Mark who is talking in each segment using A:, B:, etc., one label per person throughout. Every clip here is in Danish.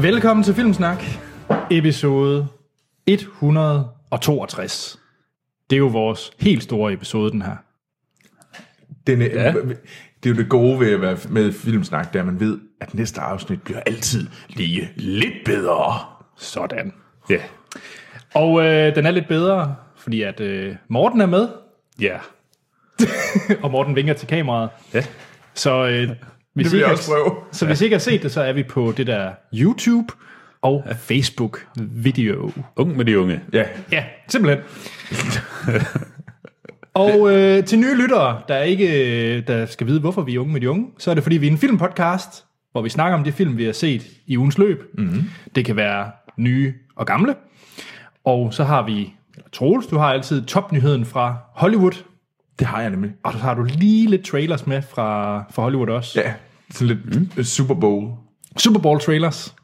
A: Velkommen til Filmsnak, episode 162. Det er jo vores helt store episode, den her.
B: Den, ja. Det er jo det gode ved at være med filmsnak, det er, at man ved, at næste afsnit bliver altid lige lidt bedre.
A: Sådan.
B: Ja.
A: Og øh, den er lidt bedre, fordi at øh, Morten er med,
C: Ja.
A: og Morten vinker til kameraet.
C: Ja.
A: Så, øh, hvis
B: Det
A: I ikke
B: vil jeg
A: har-
B: også prøve.
A: Så hvis I ikke har set det, så er vi på det der YouTube og Facebook video.
C: Ung med de unge.
B: Ja.
A: Ja, simpelthen. og øh, til nye lyttere, der ikke øh, der skal vide, hvorfor vi er unge med de unge, så er det, fordi vi er en filmpodcast, hvor vi snakker om de film, vi har set i ugens løb. Mm-hmm. Det kan være nye og gamle. Og så har vi, eller Troels, du har altid topnyheden fra Hollywood,
B: Det har jeg nemlig.
A: og så har du lige lidt trailers med fra, fra Hollywood også.
B: Ja. Sådan lidt mm. Super Bowl.
A: Super Bowl trailers.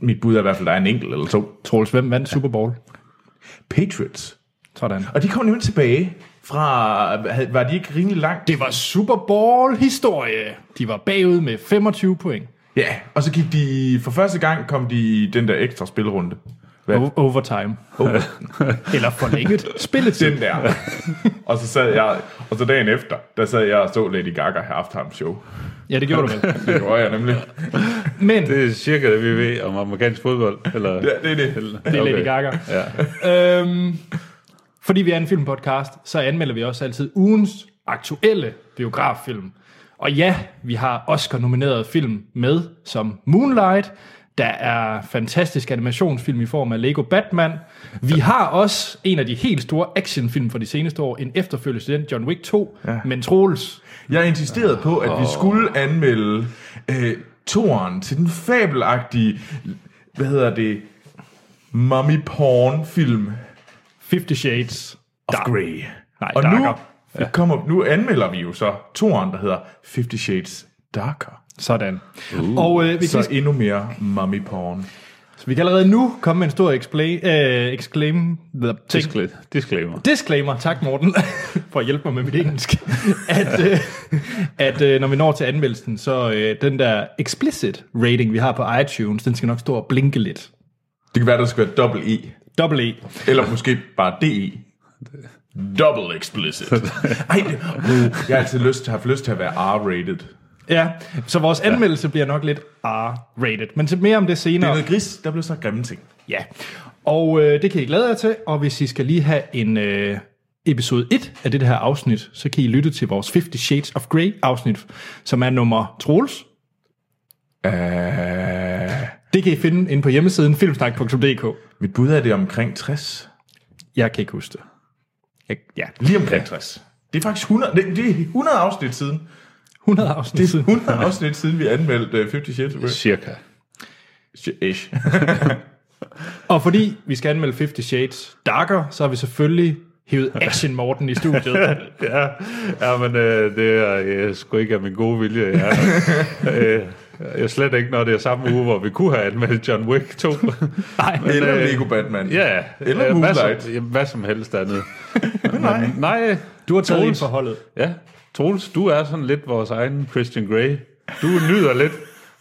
B: Mit bud er i hvert fald, der er en enkelt eller to.
A: Troels, hvem vandt Super Bowl?
B: Patriots.
A: Sådan.
B: Og de kom nemlig tilbage fra... havde- Var de ikke rimelig langt?
A: Det var Super Bowl-historie. De var bagud med 25 point.
B: Ja. Og så gik de... For første gang kom de i den der ekstra spilrunde. Hvad?
A: O- overtime.
B: Oh.
A: Eller forlænget spilletid.
B: den der. og så sad jeg, og så dagen efter, der sad jeg og så Lady Gaga halftime show.
A: Ja, det gjorde du vel.
B: Det gjorde jeg nemlig.
A: Men det
C: Det er cirka det, vi ved om amerikansk fodbold. Eller,
B: Ja, det er det.
A: er Lady Gaga.
C: Ja.
A: Øhm, fordi vi er en filmpodcast, så anmelder vi også altid ugens aktuelle biograffilm. Og ja, vi har Oscar-nomineret film med, som Moonlight. Der er fantastisk animationsfilm i form af Lego Batman. Vi har også en af de helt store actionfilm fra de seneste år, en efterfølgelse til den, John Wick 2, ja. men Troels.
B: Jeg insisterede på, at vi skulle anmelde øh, toren til den fabelagtige, hvad hedder det, mummy porn film
A: Fifty Shades.
B: of Grey.
A: Nej,
B: og nu,
A: darker.
B: kommer, nu anmelder vi jo så toren, der hedder Fifty Shades Darker.
A: Sådan. Uh, og øh, hvis, så... vi,
B: Så endnu mere mummy porn.
A: skal- vi kan allerede nu komme med en stor explain, øh, exclaim, the ting.
C: Discla- Disclaimer.
A: Disclaimer, tak Morten, for at hjælpe mig med mit engelsk, at, øh, at øh, når vi når til anmeldelsen, så øh, den der explicit rating, vi har på iTunes, den skal nok stå og blinke lidt.
B: Det kan være, der skal være dobbelt E.
A: Double E.
B: Eller måske bare DE. Double explicit. Ej, det, uh, jeg har altid lyst, haft lyst til at være R-rated.
A: Ja, så vores anmeldelse bliver nok lidt R-rated, men til mere om det
B: Det er
A: senere.
B: noget gris, der blev sagt grimme ting.
A: Ja, og øh, det kan I glæde jer til, og hvis I skal lige have en øh, episode 1 af det her afsnit, så kan I lytte til vores 50 Shades of Grey afsnit, som er nummer Troels. Øh.
B: Uh,
A: Det kan I finde inde på hjemmesiden filmsnak.dk.
B: mit bud er det er omkring 60.
A: Jeg kan ikke huske det. Jeg, ja,
B: Lige omkring 60. Det er faktisk 100, det, det er 100 afsnit siden.
A: 100 afsnit siden.
B: 100 afsnit siden, vi anmeldte uh, 50 Shades of Grey.
C: Cirka.
B: Ish.
A: Og fordi vi skal anmelde 50 Shades Darker, så har vi selvfølgelig hævet Action Morten i studiet.
C: Ja, ja men øh, det er øh, sgu ikke af min gode vilje. Jeg, øh, jeg slet ikke, når det er samme uge, hvor vi kunne have anmeldt John Wick 2.
A: Nej,
B: Eller
C: øh,
B: Lego Batman.
C: ja,
B: Eller
C: øh, hvad,
B: Moonlight.
C: som, jamen, hvad som helst andet. nej. Men, nej,
A: du har taget ind
C: Troels.
A: for holdet.
C: Ja, Troels, du er sådan lidt vores egen Christian Grey. Du nyder lidt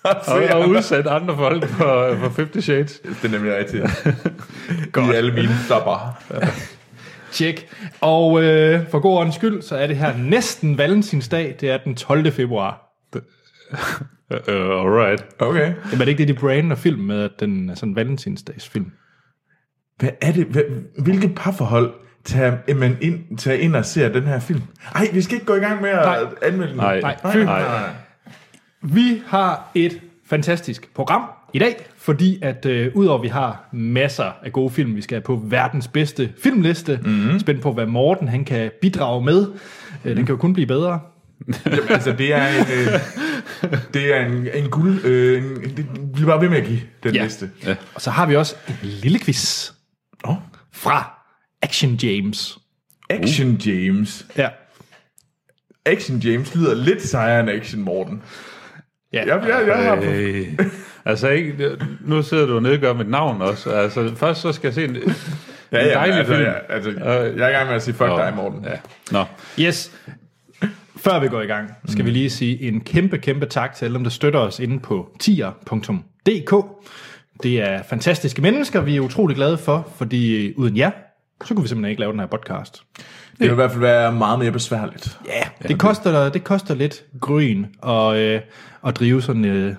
C: og, og udsætte andre folk for, for 50 Shades.
B: Det er nemlig rigtigt. I alle mine stopper.
A: Tjek. Og øh, for god ordens skyld, så er det her næsten valentinsdag. Det er den 12. februar.
C: Uh, alright.
B: Okay.
A: Jamen, er det ikke det, de brander film med, at den er sådan en valentinsdagsfilm?
B: Hvad er det? Hvad, hvilket parforhold tager man ind, tager ind og ser den her film? Ej, vi skal ikke gå i gang med at
A: Nej.
B: anmelde den.
C: Nej.
A: Nej,
B: Nej,
A: fy.
B: nej,
C: Nej.
B: nej.
A: Vi har et fantastisk program i dag, fordi at øh, udover at vi har masser af gode film, vi skal have på verdens bedste filmliste. Mm-hmm. Spændt på, hvad Morten han kan bidrage med. Mm-hmm. Den kan jo kun blive bedre.
B: Jamen, altså, det er en, øh, det er en, en guld... Øh, en, det, vi er bare ved med at give den
A: Ja.
B: næste.
A: Og så har vi også en lille quiz
B: Oh.
A: fra Action James.
B: Action James.
A: Ja,
B: Action James lyder lidt sejere end Action Morten.
A: ja.
B: Jeg, jeg, jeg har...
C: Øh, altså ikke, nu sidder du og nedgør mit navn også. Altså først så skal jeg se en, ja, en dejlig
B: altså,
C: film.
B: Ja, altså, jeg er i gang med at sige fuck dig, Morten.
C: Ja. Nå,
A: Yes. Før vi går i gang, skal vi lige sige en kæmpe, kæmpe tak til alle dem, der støtter os inde på tier.dk. Det er fantastiske mennesker, vi er utrolig glade for, fordi uden jer, så kunne vi simpelthen ikke lave den her podcast.
B: Det vil i hvert fald være meget mere besværligt.
A: Ja, det koster, det koster lidt grøn og, øh, at drive sådan, øh,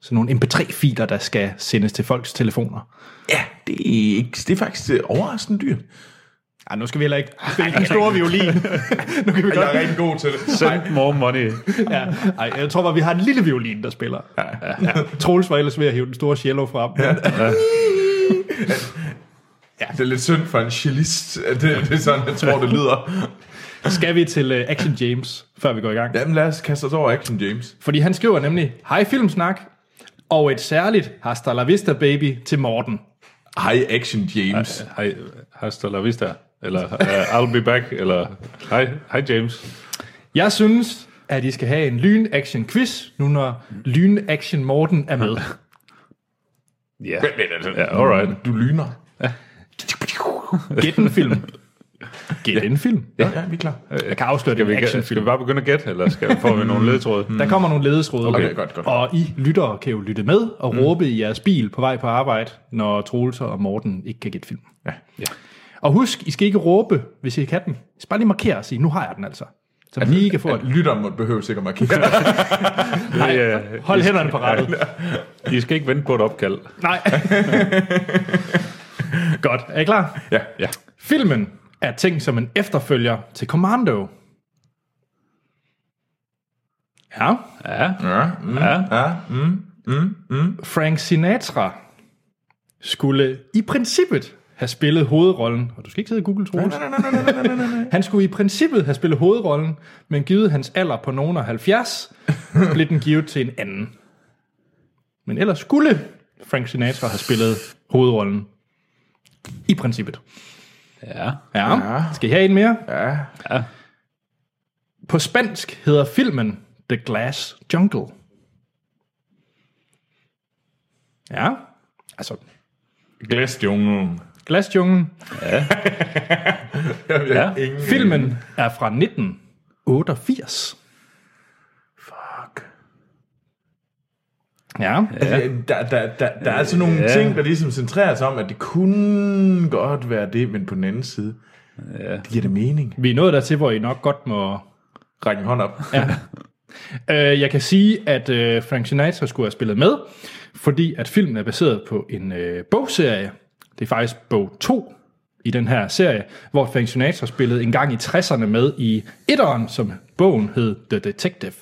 A: sådan nogle mp3-filer, der skal sendes til folks telefoner.
B: Ja, det er, ikke, det er faktisk øh, overraskende dyrt.
A: Ej, nu skal vi heller ikke spille den store violin. nu kan vi godt...
B: er rigtig god til det.
C: Send more money.
A: Ja. Ej, jeg tror bare, vi har en lille violin, der spiller. Ja, ja, ja. Troels var ellers ved at hive den store cello frem. Ja.
B: Det er lidt synd for en cellist. at Det, det er sådan, jeg tror, det lyder.
A: Skal vi til uh, Action James, før vi går i gang? Ja.
B: Jamen lad os kaste os over Action James.
A: Fordi han skriver nemlig, hej Filmsnak, og et særligt hasta la vista baby til Morten.
B: Hej Action James.
C: Hej, hasta la vista. Eller uh, I'll be back. Eller hej, hej James.
A: Jeg synes, at I skal have en lyn action quiz, nu når lyn action Morten er med.
C: Ja,
B: Vent lidt, altså.
C: yeah, all right.
B: Du lyner.
A: Gæt en film. Gæt en film.
B: Ja, ja, vi er klar.
A: Jeg kan afsløre, det er
C: Skal vi,
A: en
C: gæ-
A: actionfilm.
C: skal vi bare begynde at gætte, eller skal vi få vi nogle ledtråde?
A: Der kommer nogle ledesråd.
B: Mm. Okay, godt, godt.
A: Og I lyttere kan jo lytte med og mm. råbe i jeres bil på vej på arbejde, når Troels og Morten ikke kan gætte film.
B: Ja.
C: Ja.
A: Og husk, I skal ikke råbe, hvis I kan den. I skal bare lige markere og sige, nu har jeg den altså. Så vi lige kan få den.
B: Lytter må behøver sikkert markere.
C: Nej, øh,
A: Hold hænderne på rettet.
C: I skal ikke vente på et opkald.
A: Nej. Godt. Er I klar?
B: ja.
C: Ja.
A: Filmen er tænkt som en efterfølger til Commando. Ja.
C: Ja.
B: Ja. Mm.
C: Ja.
B: Ja. Mm.
A: Frank Sinatra skulle i princippet have spillet hovedrollen, og du skal ikke sidde og google, Troels.
B: Nej, nej, nej, nej, nej, nej, nej.
A: Han skulle i princippet have spillet hovedrollen, men givet hans alder på nogen af 70, blev den givet til en anden. Men ellers skulle Frank Sinatra have spillet hovedrollen. I princippet.
C: Ja.
A: Ja.
B: Ja.
A: Skal I have en mere?
B: Ja.
A: På spansk hedder filmen The Glass Jungle. Ja. Altså,
B: Glasjunglen.
A: Glasjunglen.
C: Ja.
B: Ingen.
A: Filmen er fra 1988.
B: Fuck.
A: Ja.
B: Altså, der, der, der, der er altså nogle
C: Ja.
B: ting, der ligesom centrerer sig om, at det kunne godt være det, men på den anden side,
C: Ja.
B: det giver det mening.
A: Vi er nået dertil, hvor I nok godt må
B: Ræk en hånd op.
A: Øh, jeg kan sige, at øh, Frank Sinatra skulle have spillet med, fordi at filmen er baseret på en øh, bogserie. Det er faktisk bog 2 i den her serie, hvor Frank Sinatra spillede en gang i 60'erne med i etteren, som bogen hed The Detective.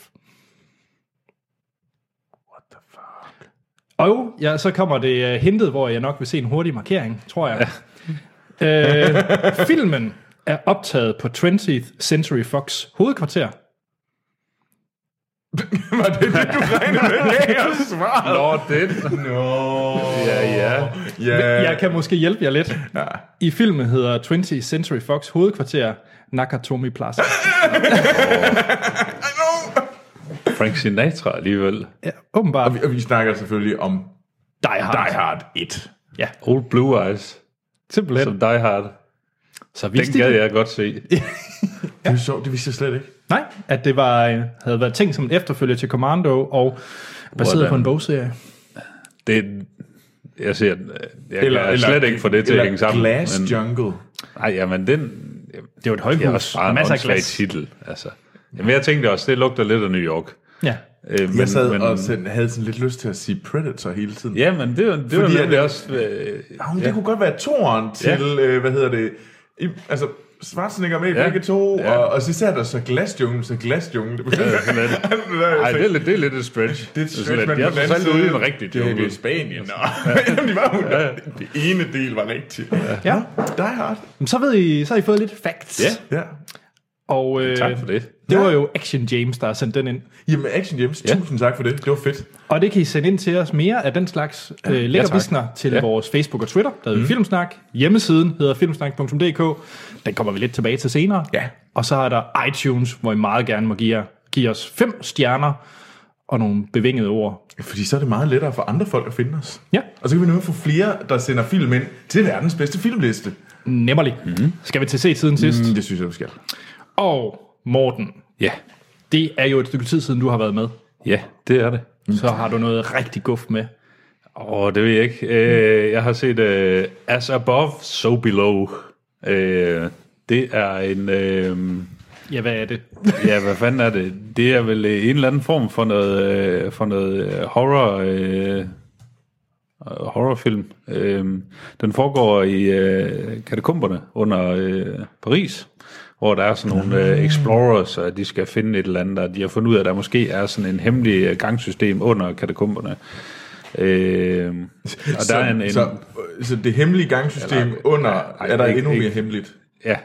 A: Og ja, så kommer det øh, hintet, hvor jeg nok vil se en hurtig markering, tror jeg. øh, filmen er optaget på 20th Century Fox hovedkvarter.
B: Var det det, du regnede med? Jeg svarede.
C: Nå, det.
B: Nå.
C: Ja, ja.
B: Ja.
A: Jeg kan måske hjælpe jer lidt.
B: Ja.
A: I filmen hedder 20th Century Fox hovedkvarter Nakatomi Plaza.
C: Frank Sinatra alligevel.
A: Ja, åbenbart.
B: Og vi, og vi snakker selvfølgelig om
A: Die Hard.
B: Die Hard 1.
A: Ja,
C: Old Blue Eyes,
A: simpelthen.
C: som Die Hard.
A: så
C: Den
A: vidste
C: gad
A: de,
C: jeg godt se.
B: Ja. Det, er sjovt, det vidste jeg slet ikke.
A: nej, at det var, øh, havde været tænkt som en efterfølger til Commando og baseret
C: Hvordan?
A: på en bogserie.
C: Det, jeg ser, jeg eller, kan slet ikke få det til at
B: eller
C: hænge sammen.
B: Glass
C: men-
B: Jungle.
C: Nej, ja, men den...
A: Det var et
C: Det er
A: højhus.
C: også bare en
A: Masser af
C: åndssvag
A: glas.
C: titel. Altså. Jamen, jeg tænkte også, det lugter lidt af New York.
A: Ja.
C: Øh, men,
B: Jeg sad og sådan, havde sådan lidt lyst til at sige Predator hele tiden.
C: Ja, men det, var- det var
B: Fordi
C: nemlig
B: at-
C: også... Øh,
B: Jamen, det kunne godt være toren til, ja. øh, hvad hedder det, i, altså Schwarzenegger med ja.
C: Ja.
B: begge to, ja.
C: Ja.
B: og, og så især der så glasjunglen, så glasjunglen. Det, begynder-
C: sådan lidt.
B: Alt det der,
C: ej,
B: så-
C: det er, lidt, det er lidt et stretch.
B: det er
C: sådan
B: svært,
C: lidt,
B: men
C: Jeg
B: på den
C: er
B: anden
C: selv ude i
B: side-
C: en rigtig
B: Det er
C: jungle.
B: jo Spanien. Nå. Jamen, de var jo ja. Det ene del var rigtigt. Ja.
A: ja.
B: Die Hard.
A: Men så, ved I, så har I fået lidt facts.
C: Ja,
B: Ja.
A: Og øh,
C: tak for det.
A: det
B: Ja.
A: var jo Action James, der har sendt den ind.
B: Jamen, Action James, ja. tusind tak for det. Det var fedt.
A: Og det kan I sende ind til os mere af den slags øh, lækkervisner ja, til ja.
C: Ja.
A: vores Facebook og Twitter, der hedder mm. Filmsnak. Hjemmesiden hedder filmsnak.dk. Den kommer vi lidt tilbage til senere.
B: Ja.
A: Og så er der iTunes, hvor I meget gerne må give, jer, give os fem stjerner og nogle bevingede ord.
B: Fordi så er det meget lettere for andre folk at finde os.
A: Ja,
B: Og så kan vi nu få flere, der sender film ind til verdens bedste filmliste.
A: nemmerlig. Mhm. Mm. Skal vi til se tiden sidst? Mm.
B: Det synes jeg, du skal.
A: Og Morten,
C: Ja.
A: Det er jo et stykke tid siden, du har været med.
C: Ja, det er det.
A: Så har du noget rigtig guf med.
C: Åh, oh, det ved jeg ikke. Øh, jeg har set øh, As Above, So Below. Øh, det er en... Øh,
A: Ja, hvad er det?
C: Ja, hvad fanden er det? Det er vel øh, en eller anden form for noget, øh, for noget øh, horror, øh, øh, horrorfilm. Øh, den foregår i øh, katakomberne under øh, Paris, hvor der er sådan nogle
B: Ah.
C: øh, explorers, og de skal finde et eller andet, og de har fundet ud af, at der måske er sådan en hemmelig øh, gangsystem under katakomberne. Øh, og der er en, en,
B: så, så det hemmelige gangsystem
C: Eller-
B: under,
C: Nej,
B: er der
C: ikke-
B: endnu mere
C: ikke-
B: hemmeligt?
C: Ja,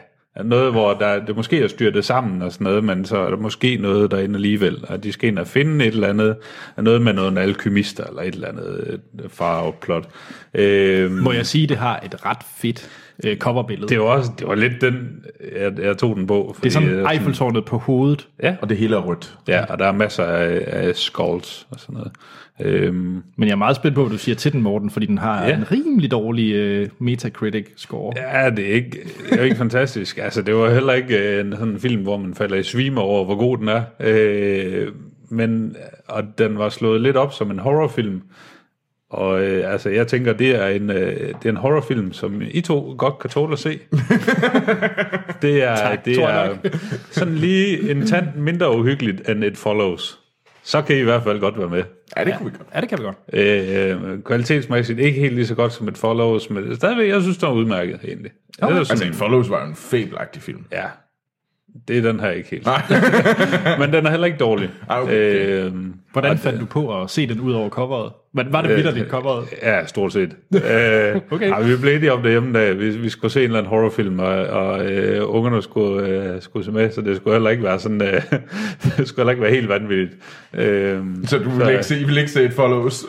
C: noget, hvor der, det måske er styrtet sammen og sådan noget, men så er der måske noget derinde alligevel, og de skal ind og finde et eller andet, noget med nogle alkymister eller et eller andet øh, farveplot. Øhm,
A: Må jeg sige, det har et ret fedt øh, coverbillede.
C: det
A: Det,
C: var også, det var lidt den, jeg, jeg tog den på. Fordi,
A: det er sådan
C: øh,
A: Eiffeltårnet på hovedet.
C: Ja,
B: Og det hele er rødt.
C: ja, og der er masser af, af skulls og sådan noget. Øhm,
A: Men jeg er meget spændt på, hvad du siger til den, Morten, fordi den har
C: Ja.
A: ja. en rimelig dårlig øh, Metacritic-score. Ja.
C: Ja, det er ikke, det er ikke fantastisk. Altså, det var heller ikke øh, en sådan en film, hvor man falder i svime over, hvor god den er. Øh, men, og den var slået lidt op som en horrorfilm. Og øh, altså, jeg tænker, det er, en, øh, det er en horrorfilm, som I to godt kan tåle at se. det er, tak, det
A: tror jeg
C: er sådan lige en tand mindre uhyggeligt end It Follows. Så kan I i hvert fald godt være med.
B: Ja, det kunne vi godt.
A: ja, det kan vi godt.
C: Øh, kvalitetsmæssigt ikke helt lige så godt som et follows, men stadigvæk, jeg synes, det var udmærket egentlig. Okay. Det var sådan
B: Altså, en Follows var jo en fabelagtig film.
C: Ja, det er den her ikke helt.
B: Nej.
C: Men den er heller ikke dårlig.
B: Ah, okay.
C: øh,
A: Hvordan fandt du på at se den ud over coveret? Var, var Øh, det vitterligt coveret?
C: ja, stort set. øh, okay.
A: Okay.
C: ej, vi blev enige om det hjemme, da vi, vi skulle se en eller anden horrorfilm, og, og øh, ungerne skulle, øh, skulle se med, så det skulle heller ikke være sådan, øh, det skulle heller ikke være helt vanvittigt. Øh,
B: Så du ville ikke se, I ville ikke se et Follows?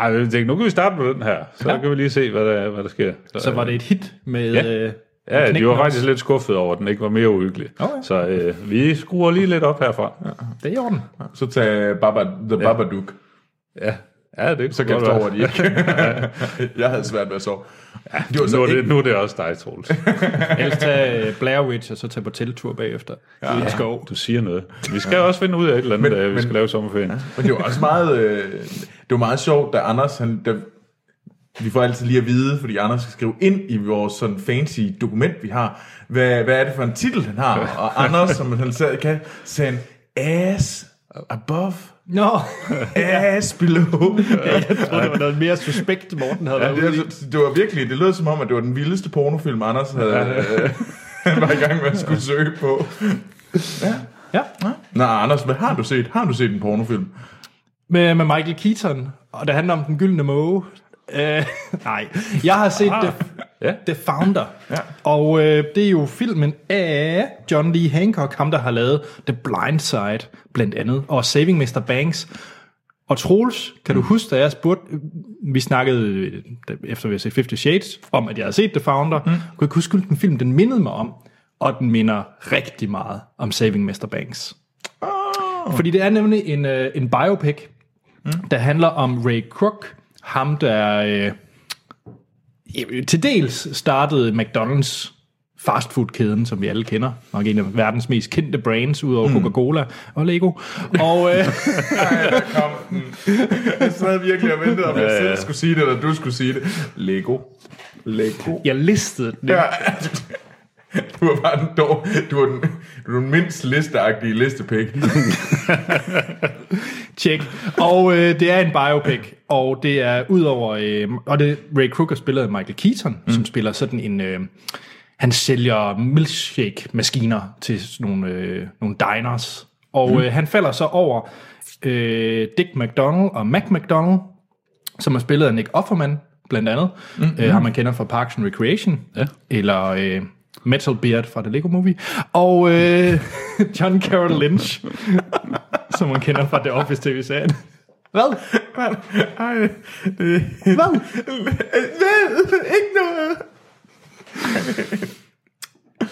C: Ej, vi tænkte, nu kan vi starte med den her, så ja.
A: Ja.
C: kan vi lige se, hvad der, hvad der sker.
A: Så var det et hit med...
C: Ja.
A: Øh,
C: Ja, de
A: knækken
C: var
A: også?
C: faktisk lidt skuffet over, at den ikke var mere uhyggelig.
A: Okay.
C: Så øh, vi skruer lige lidt op herfra.
A: Det er i orden.
B: Så tag Baba, The Babadook.
C: Ja, ja det
B: Så kan jeg forstå, hvor de ikke. jeg havde svært ved at sove. Det var
C: Nu
B: så
C: er det,
B: ikke,
C: nu er det også dig, Troels.
A: Ellers tag øh, Blair Witch, og så tag på teltur bagefter. Ja. Uden skov.
C: Du siger noget. Vi skal også finde ud af et eller andet,
B: Men-
C: men, vi
B: men-
C: skal lave sommerferien.
B: men det var også meget, øh, det var meget sjovt, da Anders, han, da, vi får altid lige at vide, fordi Anders skal skrive ind i vores sådan fancy dokument, vi har, hvad, hvad er det for en titel, han har. Og Anders, som han selv kan, sagde han, ass above,
A: Nå,
B: ass below.
A: jeg troede, det var noget mere suspekt, Morten havde
B: Ja,
A: været ude i.
B: det, er, altså- det var virkelig, det lød som om, at det var den vildeste pornofilm, Anders havde, øh, han var i gang med at skulle søge på.
A: Ja,
B: Nej, Anders, hvad har du set? Har du set en pornofilm?
A: med, med Michael Keaton, og det handler om den gyldne måge. Øh, nej, jeg har set The,
C: Ja.
A: The Founder, Ah. ja. og øh, det er jo filmen af John Lee Hancock, ham der har lavet The Blind Side blandt andet, og Saving Mr. Banks. Og Troels, kan du huske, da jeg spurgte, vi snakkede, øh, da- efter vi havde set 50 Shades, om at jeg havde set The Founder, mm. kunne ikke huske, hvilken film den mindede mig om, og den minder rigtig meget om Saving Mr. Banks. Fordi det er nemlig en, øh, en biopic, mm. der handler om Ray Kroc, ham der øh, øh, til dels startede McDonald's fastfoodkæden, som vi alle kender. Nok en af verdens mest kendte brands, udover mm. Coca-Cola og Lego. Og øh,
B: Kom, den. Jeg sad virkelig og ventede, om jeg selv skulle sige det, eller du skulle sige det. Lego. Lego.
A: jeg listede den.
B: Ja. Du var bare den dår. Du var den, du var den mindst listeagtige listepik.
A: Tjek. Og øh, det er en biopic, og det er udover øh, og det Ray Kroc er spillet af Michael Keaton, mm. som spiller sådan en øh, han sælger milkshake maskiner til sådan nogle øh, nogle diners. Og mm. øh, han falder så over øh, Dick McDonald og Mac McDonald, som er spillet af Nick Offerman blandt andet, mm-hmm. øh, ham man kender fra Parks and Recreation ja. eller øh, Metal Beard fra The Lego Movie og øh, John Carroll Lynch som man kender fra The Office TV-serien. Hvad?
B: Ej, det...
A: Hvad?
B: Hvad? Ikke noget.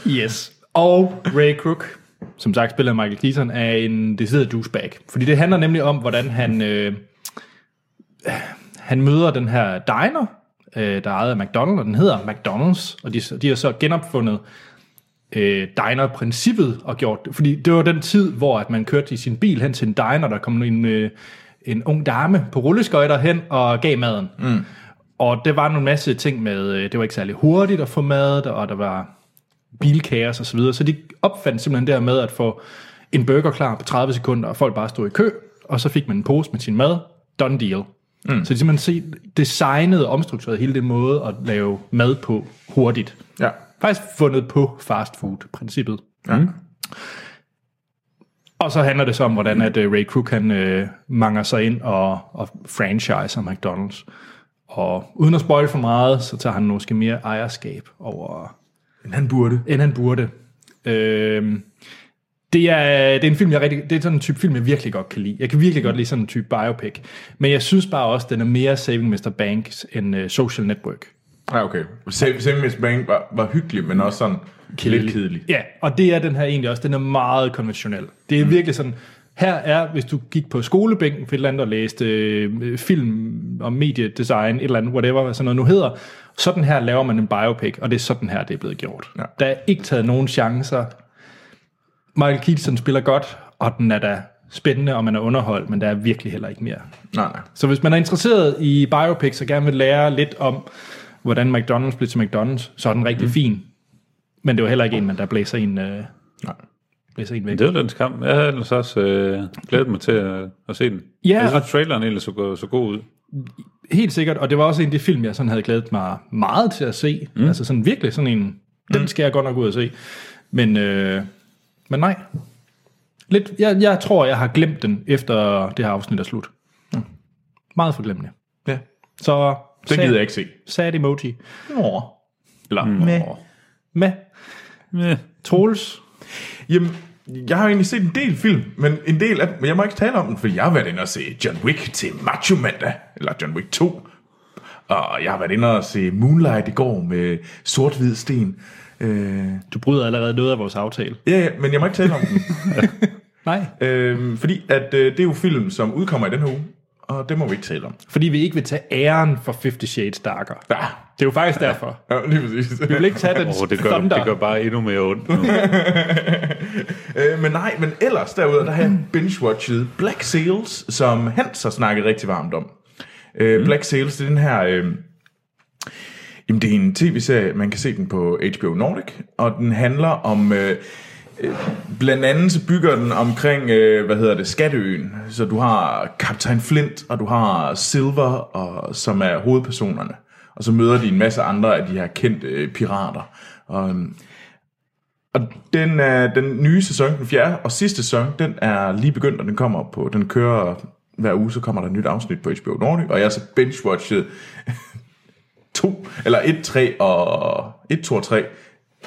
A: Yes. Og Ray Kroc, som sagt spiller Michael Keaton, er en decideret douchebag. Fordi det handler nemlig om, hvordan han, øh, han møder den her diner, øh, der er ejet af McDonald's, og den hedder McDonald's, og de, de har så genopfundet øh, diner-princippet og gjort det. Fordi det var den tid, hvor at man kørte i sin bil hen til en diner, der kom en, øh, en ung dame på rulleskøjter hen og gav maden. Mm. Og det var en masse ting med, øh, det var ikke særlig hurtigt at få mad, og der var bilkaos og så videre. Så de opfandt simpelthen der med at få en burger klar på 30 sekunder, og folk bare stod i kø, og så fik man en pose med sin mad. Done deal. Mm. Så de simpelthen se- designede og omstrukturerede hele den måde at lave mad på hurtigt.
B: Ja.
A: Faktisk fundet på fast food-princippet.
B: ja. Mm.
A: Og så handler det så om, hvordan at øh, Ray Kroc han øh, manger sig ind og, og franchiser McDonald's. Og uden at spoil for meget, så tager han måske mere ejerskab over
B: Men han burde.
A: end han burde. Øhm, det, er, det er en film, jeg rigtig, det er sådan en type film, jeg virkelig godt kan lide. Jeg kan virkelig godt lide sådan en type biopic. Men jeg synes bare også, den er mere Saving Mr. Banks end uh, Social Network.
B: Ja, okay. Sam, Sam Miss Bank var, var hyggelig, men også sådan kedelig. lidt kedelig.
A: Ja, og det er den her egentlig også. Den er meget konventionel. Det er mm. virkelig sådan, her er, hvis du gik på skolebænken for et eller andet og læste øh, film og mediedesign, et eller andet, whatever, hvad sådan noget nu hedder, sådan her laver man en biopic, og det er sådan her, det er blevet gjort.
B: Ja.
A: Der er ikke taget nogen chancer. Michael Keaton spiller godt, og den er da spændende, og man er underholdt, men der er virkelig heller ikke mere.
B: Nej, nej.
A: Så hvis man er interesseret i biopics og gerne vil lære lidt om, hvordan McDonald's blev til McDonald's, så er den
B: Mhm.
A: rigtig mm. fin. Men det var heller ikke en, man der blæser en, øh,
B: nej.
A: blæser en væk.
C: Det var den skam. Jeg havde ellers også øh, glædet mig til at, at se den.
A: Ja,
C: jeg synes, traileren egentlig så, go- så god ud.
A: Helt sikkert, og det var også en af de film, jeg sådan havde glædet mig meget til at se.
B: Mhm.
A: Mm. Altså sådan virkelig sådan en, den skal jeg godt nok ud og se. Men, øh, men nej. Lidt, jeg, jeg tror, jeg har glemt den, efter det her afsnit er slut. Mm. Meget forglemmende.
B: Ja.
A: Så
B: Den gider jeg ikke se.
A: sad emoji.
B: Nå.
C: Eller, mm.
A: Med
C: Ja.
A: Troels.
B: Jamen, jeg har egentlig set en del film, men en del af dem, men jeg må ikke tale om den, fordi jeg har været inde og se John Wick til Macho Mandag, eller John Wick 2. Og jeg har været inde og se Moonlight i går med sort-hvid sten. Øh,
A: Du bryder allerede noget af vores aftale.
B: ja, ja, men jeg må ikke tale om den.
A: Nej,
B: øh, fordi at, øh, det er jo film, som udkommer i den her uge, og det må vi ikke tale om.
A: fordi vi ikke vil tage æren for 50 Shades Darker.
B: Ja,
A: Det er jo faktisk derfor.
B: ja lige præcis.
A: Vi vil ikke tage den
C: Oh, det, gør, det gør bare endnu mere ondt nu.
B: Øh, men nej, men ellers derudover, der har jeg binge-watchet Black Sails, som Hans har snakket rigtig varmt om. Øh, mm. Black Sails, det er den her... Øh, jamen, det er en tv-serie, man kan se den på HBO Nordic, og den handler om... Øh, øh, Blandt andet så bygger den omkring, øh, hvad hedder det, Skatteøen. Så du har Kaptajn Flint, og du har Silver, og, som er hovedpersonerne. Og så møder de en masse andre af de her kendte øh, pirater. Og, øhm, og den, øh, den nye sæson, den fjerde og sidste sæson, den er lige begyndt, og den kommer på, den kører hver uge, så kommer der et nyt afsnit på HBO Nordic, og jeg har så binge-watchet to, eller et, tre og et, to og tre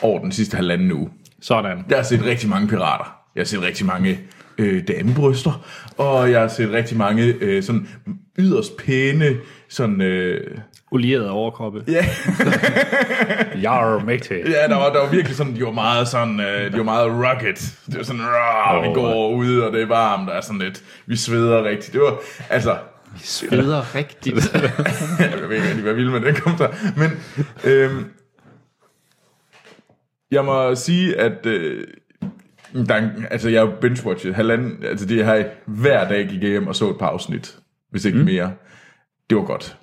B: over den sidste halvanden uge.
A: Sådan.
B: Jeg har set rigtig mange pirater. Jeg har set rigtig mange øh, damebryster, og jeg har set rigtig mange øh, sådan yderst pæne sådan... Øh,
A: Olieret overkroppe.
C: Jar, mægtig.
B: Ja, der var, der var virkelig sådan, de var meget sådan, øh, de var meget rugged. Det var sådan, rah, vi går ud, og det er varmt, og er sådan lidt, vi sveder rigtigt. Det var, altså,
A: Sveder rigtigt.
B: jeg ved ikke rigtig, hvad jeg ville med den kom der. Men, øhm, jeg må sige, at øh, der, er en- altså, jeg har jo binge-watchet halvanden, altså det har jeg hver dag gik jeg hjem og så et par afsnit, hvis ikke mm. mere. Det var godt.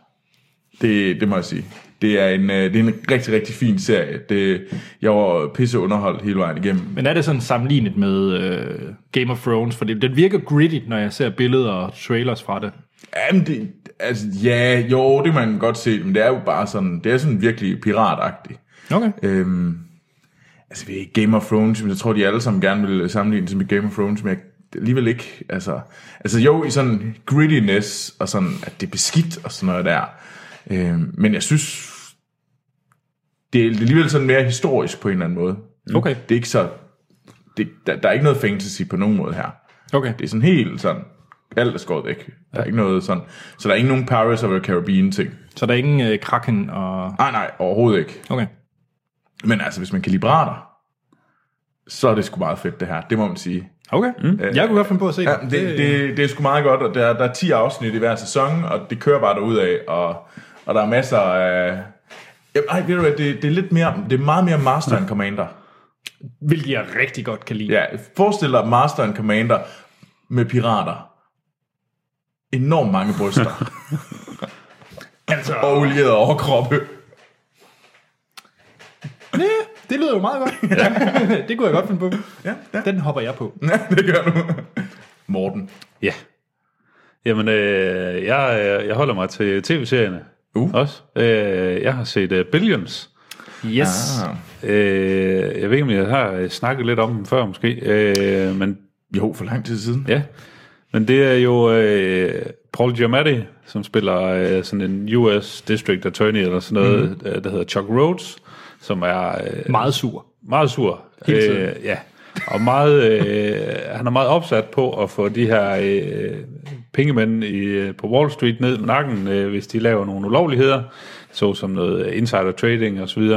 B: Det, det må jeg sige. Det er, en, øh, det er en rigtig, rigtig fin serie. Det, jeg var pisse underholdt hele vejen igennem.
A: Men er det sådan sammenlignet med øh, Game of Thrones? For det, den virker gritty, når jeg ser billeder og trailers fra det.
B: Jamen, det, altså, ja, jo, det kan man godt se, men det er jo bare sådan, det er sådan virkelig piratagtigt.
A: Okay.
B: Øhm, altså, vi er ikke Game of Thrones, men jeg tror, de alle sammen gerne vil sammenligne det med Game of Thrones, men jeg, det er alligevel ikke. Altså, altså jo, i sådan grittiness, og sådan, at det er beskidt, og sådan noget der. Øhm, men jeg synes, det er alligevel sådan mere historisk på en eller anden måde.
A: Okay.
B: Det er ikke så... Det, der, der er ikke noget fantasy på nogen måde her.
A: Okay.
B: Det er sådan helt sådan, alt er skåret væk. Der er ikke noget sådan, så der er ikke nogen Paris of the Caribbean ting.
A: Så der er ingen øh, kraken og...
B: Nej, nej, overhovedet ikke.
A: Okay.
B: Men altså, hvis man kan lide pirater, så er det sgu meget fedt det her. Det må man sige.
A: Okay. Mm. Jeg kunne godt finde på at se
B: Ja, det, det, det er sgu meget godt, og der, der er 10 afsnit i hver sæson, og det kører bare derudad, og, og der er masser af... Jamen, ej, ved du hvad, det, det er lidt mere, det er meget mere Master and Commander.
A: Hvilket jeg rigtig godt kan lide.
B: Ja, forestil dig Master and Commander med pirater. Enormt mange bryster
A: Altså,
B: og olierede overkroppe.
A: ja, det lyder jo meget godt. det kunne jeg godt finde på.
B: Ja, ja.
A: Den hopper jeg på.
B: ja det gør du. Morten.
C: Ja. Jamen, øh, jeg, øh, jeg holder mig til tv-serierne
B: Uh.
C: også. Øh, jeg har set uh, Billions.
A: Yes.
B: Ah.
C: Øh, jeg ved ikke, om jeg har øh, snakket lidt om dem før, måske. Øh, men
B: Jo, for lang tid siden.
C: ja, men det er jo øh, Paul Giamatti, som spiller øh, sådan en US District Attorney, eller sådan noget,
A: Mhm.
C: mm. der hedder Chuck Rhodes, som er øh,
A: Meget sur.
C: meget sur.
A: Hele tiden.
C: Øh, ja. Og meget, øh, han er meget opsat på at få de her øh, pengemænd i, øh, på Wall Street ned med nakken, øh, hvis de laver nogle ulovligheder, såsom noget insider trading osv.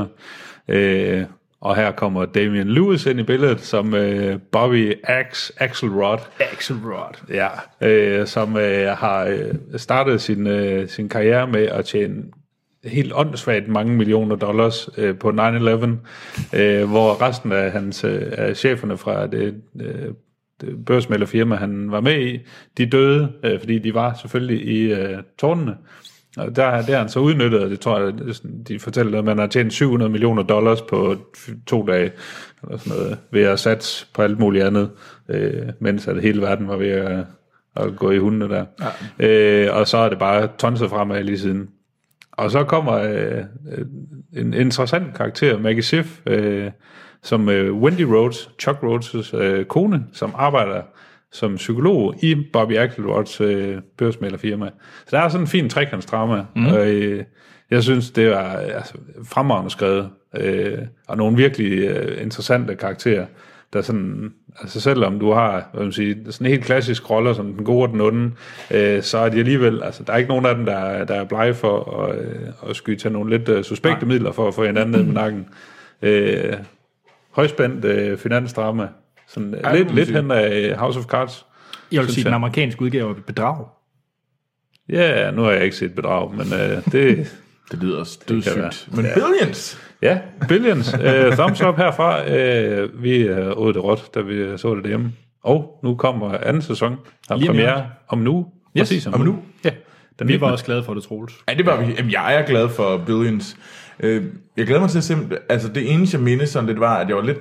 C: Øh, og her kommer Damian Lewis ind i billedet, som øh, Bobby Axe Axelrod.
A: Axelrod.
C: Ja, øh, som øh, har øh, startet sin, øh, sin karriere med at tjene helt åndssvagt mange millioner dollars øh, på 9-11, øh, hvor resten af hans øh, af cheferne fra det, øh, det børsmælderfirma, han var med i, de døde, øh, fordi de var selvfølgelig i øh, tårnene. Og der, der er han så udnyttet, og det tror jeg, det er sådan, de fortæller, at man har tjent 700 millioner dollars på f- to dage, eller sådan noget, ved at satse på alt muligt andet, øh, mens at hele verden var ved at, at gå i hundene der. Ja. Øh, og så er det bare tonset fremad lige siden. Og så kommer øh, øh, en interessant karakter, Maggie Schiff, øh, som øh, Wendy Rhodes, Chuck Rhodes' øh, kone, som arbejder som psykolog i Bobby Axelrods øh, børsmælerfirma. Så der er sådan en fin trekantsdrama, mm. og øh, jeg synes, det var altså, fremragende skrevet, øh, og nogle virkelig øh, interessante karakterer, der sådan, altså selvom du har, hvad man siger, sådan en helt klassisk roller, som den gode og den onde, øh, så er de alligevel, altså der er ikke nogen af dem, der, er- der er blege for at, øh, at skyde til nogle lidt øh, suspekte Nej. midler for at få hinanden ned med nakken. Øh, højspændt øh, finansdrama, sådan
B: må
C: Ej, lidt,
B: man
C: lidt
B: sige.
C: hen af House of Cards.
A: Jeg vil
C: Synes
A: sige,
C: jeg.
A: den amerikanske udgave er et bedrag.
C: Ja, yeah, nu har jeg ikke set bedrag, men øh, det,
B: Det lyder også
C: kan
B: dødssygt. Men ja. Billions!
C: Ja, Billions. Øh, thumbs up herfra. Øh, vi øh, åd det råt, da vi øh, så det derhjemme. Og nu kommer anden sæson. Der er
A: Lige om
C: premiere om nu. Yes, Præcis om,
B: om
C: nu.
B: nu.
C: Ja, den
A: Vi var
C: nittende.
A: også glade for det, Troels.
B: Ja, det var vi. Jamen, jeg er glad for Billions. Øh, jeg glæder mig til at se, altså det eneste, jeg mindede sådan lidt, var, at jeg var lidt,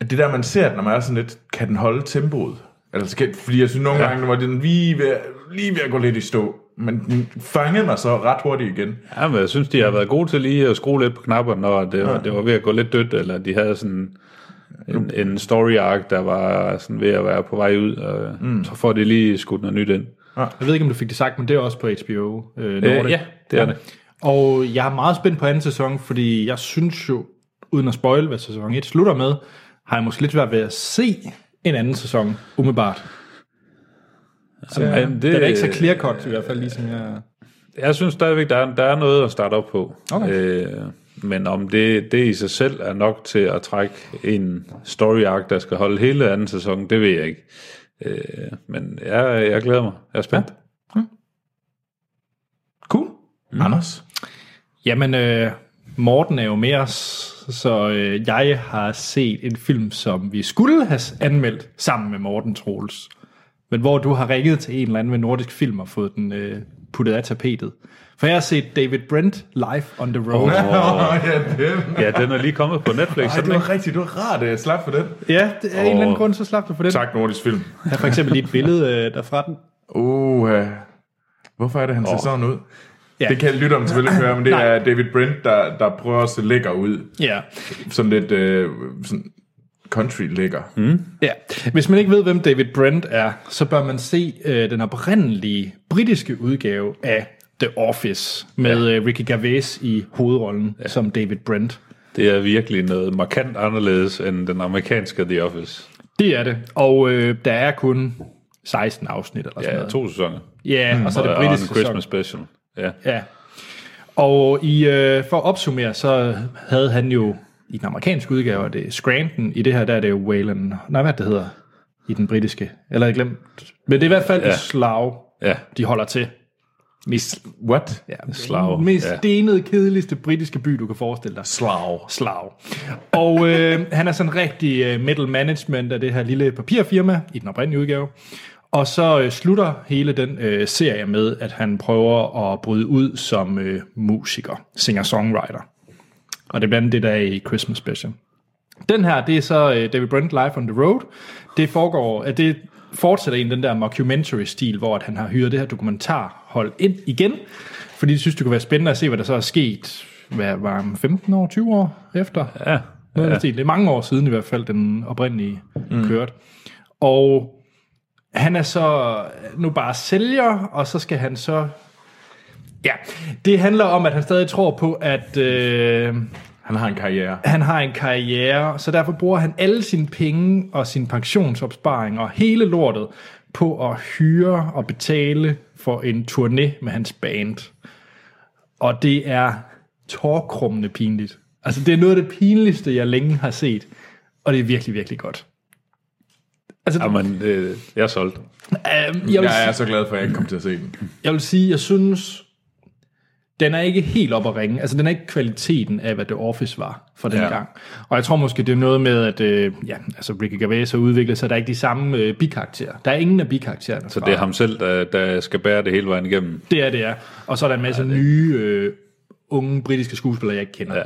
B: at det der, man ser, den, når man er sådan lidt, kan den holde tempoet? Altså, skal, fordi jeg synes nogle ja. gange, den var den lige ved, lige ved at gå lidt i stå. Men den fangede mig så ret hurtigt igen.
C: Ja, men jeg synes, de har været gode til lige at skrue lidt på knapperne, når det, ja. det var ved at gå lidt dødt, eller de havde sådan en, en story arc, der var sådan ved at være på vej ud, og mm. så får de lige skudt noget nyt ind.
A: Jeg ved ikke, om du fik det sagt, men det er også på HBO. Øh, Nordic.
C: Øh, ja, det er det.
A: Og jeg er meget spændt på anden sæson, fordi jeg synes jo, uden at spoil, hvad sæson 1 slutter med, har jeg måske lidt svært ved at se en anden sæson, umiddelbart. Så,
C: Jamen,
A: ja,
C: det-
A: det, det er da ikke så clear cut, i hvert fald, ligesom jeg...
C: Jeg synes stadigvæk, der er, der er noget at starte op på.
A: Okay.
C: Øh, men om det, det i sig selv er nok til at trække en story arc, der skal holde hele anden sæson, det ved jeg ikke. Øh, men jeg, jeg glæder mig. Jeg er spændt.
B: Cool. Mm. Anders?
A: Jamen, øh, Morten er jo med os, så øh, jeg har set en film, som vi skulle have anmeldt sammen med Morten Troels. Men hvor du har ringet til en eller anden med nordisk film og fået den øh, puttet af tapetet. For jeg har set David Brent live on the road.
B: Åh, oh, ja, den.
C: Ja, den er lige kommet på Netflix.
B: Ej,
C: Ej,
B: det var rigtigt. Det var rart, at jeg slap for den.
A: Ja, det er oh. en eller anden grund, så slap du for den.
B: Tak, Nordisk Film.
A: Jeg har for eksempel lige et billede øh, derfra den.
B: Uh, hvorfor er det, han ser oh. sådan ud?
A: Ja.
B: Ja. Det kan lytteren selvfølgelig ikke høre, men det
A: Nej.
B: er David Brent, der, der prøver at se lækker ud.
A: Ja.
B: Sådan lidt øh, sådan country lækker. Mm.
A: ja. Hvis man ikke ved, hvem David Brent er, så bør man se øh, den oprindelige britiske udgave af The Office med ja. øh, Ricky Gervais i hovedrollen ja. som David Brent.
C: det er virkelig noget markant anderledes end den amerikanske The Office.
A: Det er det. Og øh, der er kun 16 afsnit eller sådan
C: Ja,
A: noget.
C: to sæsoner.
A: Ja, Mm. og så er det
C: og en
A: britiske sæson.
C: Christmas special. Ja.
A: Ja. Og i, øh, for at opsummere, så havde han jo i den amerikanske udgave, er det er Scranton, i det her, der er det jo Whalen, nej, hvad det hedder, i den britiske, eller jeg glemt. Men det er i hvert fald ja.
C: Ja.
A: et slag,
C: ja.
A: de holder til. Mest,
B: What?
A: ja,
C: Slav,
A: mest
C: ja.
A: stenede, kedeligste britiske by, du kan forestille dig.
B: Slav.
A: Slav. Og øh, han er sådan rigtig øh, middle management af det her lille papirfirma i den oprindelige udgave. Og så øh, slutter hele den øh, serie med, at han prøver at bryde ud som øh, musiker, singer-songwriter. Og det er blandt andet det, der er i Christmas Special. Den her, det er så øh, David Brent Live on the Road. Det foregår, at det fortsætter i den der mockumentary-stil, hvor at han har hyret det her dokumentarhold ind igen, fordi de synes, det kunne være spændende at se, hvad der så er sket, hvad var han, 15 år, 20 år efter?
C: Ja.
A: Noget ja. Det er mange år siden i hvert fald, den oprindelige mm. kørte. Og han er så øh, nu bare sælger, og så skal han så... Ja, det handler om, at han stadig tror på, at... Øh,
B: Han har en karriere.
A: han har en karriere, så derfor bruger han alle sine penge og sin pensionsopsparing og hele lortet på at hyre og betale for en turné med hans band. Og det er tårkrummende pinligt. Altså, det er noget af det pinligste, jeg længe har set. Og det er virkelig, virkelig godt. Altså, Jamen,
C: Jamen, øh, jeg er solgt.
A: øh, jeg, vil,
B: Jeg er så glad for, at jeg ikke kom til at se den.
A: jeg vil sige, jeg synes, den er ikke helt op at ringe. Altså, den er ikke kvaliteten af, hvad The Office var for den
B: Ja.
A: ja. gang. Og jeg tror måske, det er noget med, at øh, ja, altså Ricky Gervais har udviklet sig. Der er ikke de samme øh, bikarakterer. Der er ingen af bikaraktererne.
C: Så det er ham selv, der, der skal bære det hele vejen igennem.
A: Det er det, er. Og så er der en masse ja, nye øh, unge britiske skuespillere, jeg ikke kender. Ja.
C: Ja.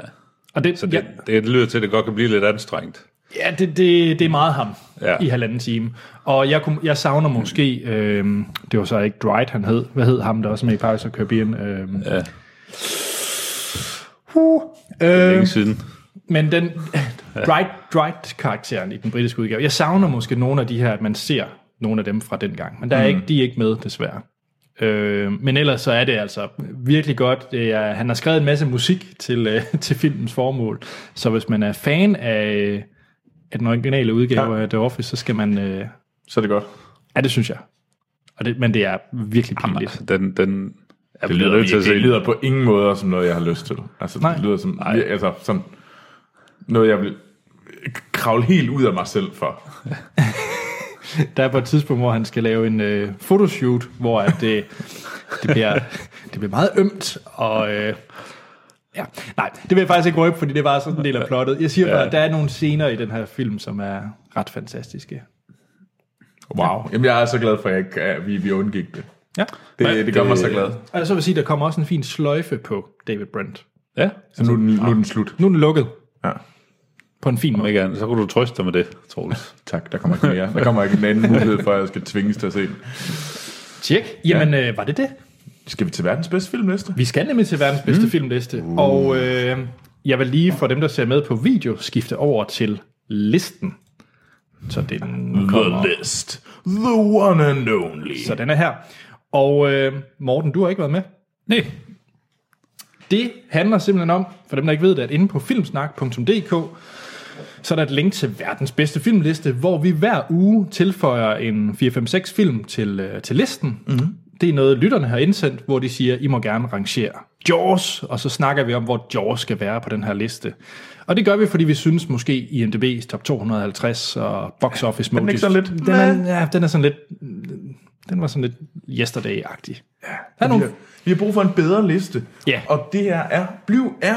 A: Og det, så
C: Det,
A: ja,
C: det, det lyder til, at det godt kan blive lidt anstrengt.
A: Ja, det, det, det er meget ham ja.
C: Ja.
A: i halvanden time. Og jeg, kunne, jeg savner måske, øhm, det var så ikke Dwight, han hed. Hvad hed ham, der også er med i Paris og Caribbean? Øhm,
C: Ja.
A: huh, øhm,
C: Længe siden.
A: men den Dwight, Dwight-karakteren i den britiske udgave, jeg savner måske nogle af de her, at man ser nogle af dem fra dengang. Men der er ikke, de er ikke med, desværre. Øh, men ellers så er det altså virkelig godt. Det er, han har skrevet en masse musik til, øh, til filmens formål. Så hvis man er fan af, øh, af den originale udgave ja. af The Office, så skal man... Øh,
B: Så er det godt.
A: Ja, det synes jeg. Og det, men det er virkelig pinligt.
C: Altså, den, den, ja,
B: Det lyder, det, det lyder på ingen måde som noget, jeg har lyst til. Altså,
A: Nej.
B: det lyder som, altså, som noget, jeg vil kravle helt ud af mig selv for.
A: Der er på et tidspunkt, hvor han skal lave en øh, fotoshoot, hvor at, øh, det, bliver, det bliver meget ømt, og... Øh, ja. Nej, det vil jeg faktisk ikke røbe, fordi det var sådan en del af plottet. Jeg siger bare, at der er nogle scener i den her film, som er ret fantastiske.
B: Wow. Jamen, jeg er så glad for, at, jeg, ikke- at vi, vi undgik det.
A: Ja.
B: Det, det gør mig så glad.
A: Og så vil jeg sige, at der kommer også en fin sløjfe på David Brent.
C: Ja,
B: Så nu, er den- nu er den slut.
A: Nu er den lukket
B: Ja.
A: på en fin
C: om
A: måde.
C: ikke andet, så kunne du trøste dig med det, Troels.
B: Tak, der kommer ikke mere. Der kommer ikke en anden mulighed for, at jeg skal tvinges til at se den.
A: Tjek. Jamen, øh, var det det?
B: Skal vi til verdens bedste film næste?
A: Vi skal nemlig til verdens bedste mm. filmliste, og øh, jeg vil lige for dem, der ser med på video, skifte over til listen. Så den kommer.
B: The List. The one and only.
A: Så den er her. Og øh, Morten, du har ikke været med.
C: Nej.
A: Det handler simpelthen om, for dem der ikke ved det, at inde på filmsnak.dk, så er der et link til verdens bedste filmliste, hvor vi hver uge tilføjer en 4-5-6 film til, øh, til listen.
B: Mhm.
A: Mm-hmm. Det er noget, lytterne har indsendt, hvor de siger, I må gerne rangere Jaws, og så snakker vi om, hvor Jaws skal være på den her liste. Og det gør vi, fordi vi synes måske IMDb's top 250 og box office
B: er ikke sådan lidt-
A: Den er, ja, den er sådan lidt... Den var sådan lidt yesterday-agtig. Ja, der er
B: Vi
A: nogle
B: har, vi har brug for en bedre liste.
A: Ja.
B: Og det her er, bliv er,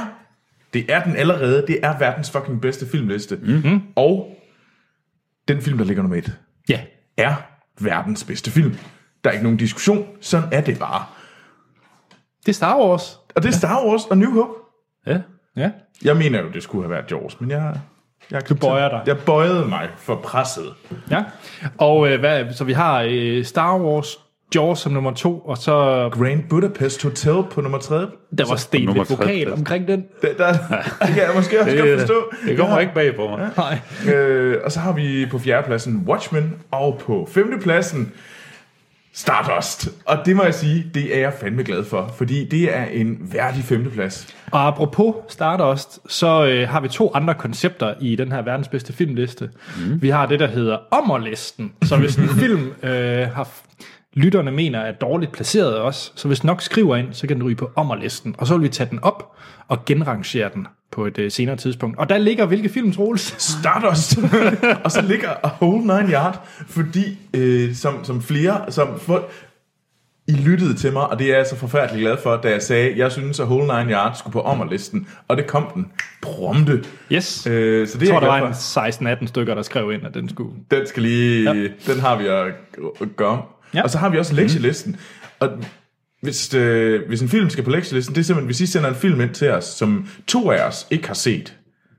B: det er den allerede, det er verdens fucking bedste filmliste. Mm-hmm.
A: Mhm.
B: Og den film, der ligger nummer et,
A: Ja,
B: er verdens bedste film. Der er ikke nogen diskussion, sådan er det bare.
A: det er Star Wars.
B: Og det er Star Wars og New Hope.
C: Ja.
A: Ja.
B: Jeg mener jo, det skulle have været Jaws, men jeg... jeg
A: Du bøjer dig.
B: Jeg bøjede mig for presset.
A: Ja, og øh, hvad, så vi har øh, Star Wars, Jaws som nummer to, og så...
B: Grand Budapest Hotel på nummer 3.
A: Der var sten
C: nummer
A: lidt vokal
C: tre.
A: omkring den.
B: Det, der, det kan jeg måske også godt forstå.
C: det kommer ikke bag på mig. Ja.
A: Nej.
B: Øh, og så har vi på fjerdepladsen Watchmen, og på femtepladsen Stardust. Og det må jeg sige, det er jeg fandme glad for, fordi det er en værdig femteplads.
A: Og apropos Stardust, så øh, har vi to andre koncepter i den her verdens bedste filmliste. Mm. Vi har det, der hedder Ommerlisten. Så hvis en film øh, har f- lytterne mener er dårligt placeret af os, så hvis nok skriver ind, så kan den ryge på Ommerlisten. Og så vil vi tage den op og genrangere den på et øh, senere tidspunkt. Og der ligger hvilke film, Troels?
B: Stardust! og så ligger A Whole Nine Yard, fordi øh, som, som flere, som folk, I lyttede til mig, og det er jeg så forfærdelig glad for, da jeg sagde, jeg synes, at Whole Nine Yards skulle på ommerlisten. Og det kom den prompte.
A: Yes. Øh,
B: Øh, så det
A: jeg tror,
B: er jeg
A: der
B: glad
A: var
B: for.
A: en 16-18 stykker, der skrev ind, at den skulle...
B: Den skal lige... Ja. Den har vi at at gøre. Ja. Mhm.
A: Ja.
B: Og så har vi også lektielisten. Og hvis, øh, hvis en film skal på lektielisten, det er simpelthen, hvis I sender en film ind til os, som to af os ikke har set,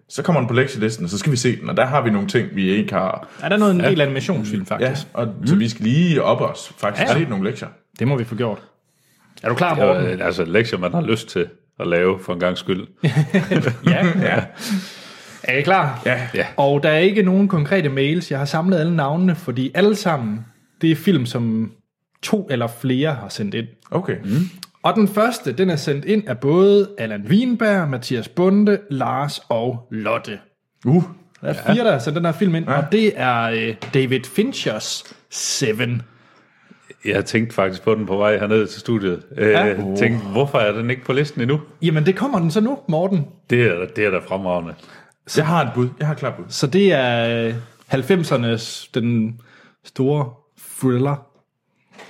B: så kommer den på lektielisten, og så skal vi se den. Og der har vi nogle ting, vi ikke har...
A: Er der noget en del animationsfilm,
B: Ja,
A: faktisk? Ja.
B: og, mm. så vi skal lige op os, faktisk, ja.
A: Ja.
B: set nogle lektier.
A: Det må vi få gjort. Er du klar, Morten?
C: Og, øh, altså lektier, man har lyst til at lave for en gang skyld.
A: Ja. ja. Er I klar?
B: Ja.
C: Ja.
A: Og der er ikke nogen konkrete mails. Jeg har samlet alle navnene, fordi alle sammen, det er film, som to eller flere har sendt ind.
B: Okay. Mm.
A: Og den første, den er sendt ind af både Allan Wienberg, Mathias Bunde, Lars og Lotte.
B: Uh,
A: Der er fire, der har sendt den her film ind, ja. og det er øh, David Finchers Seven.
C: Jeg tænkte faktisk på den på vej herned til studiet. Øh,
A: Ja.
C: Tænkte, hvorfor er den ikke på listen endnu?
A: Jamen, det kommer den så nu, Morten.
C: Det er, det er da fremragende.
B: jeg har et bud. Jeg har et klart bud.
A: Så det er øh, 90'ernes, den store thriller.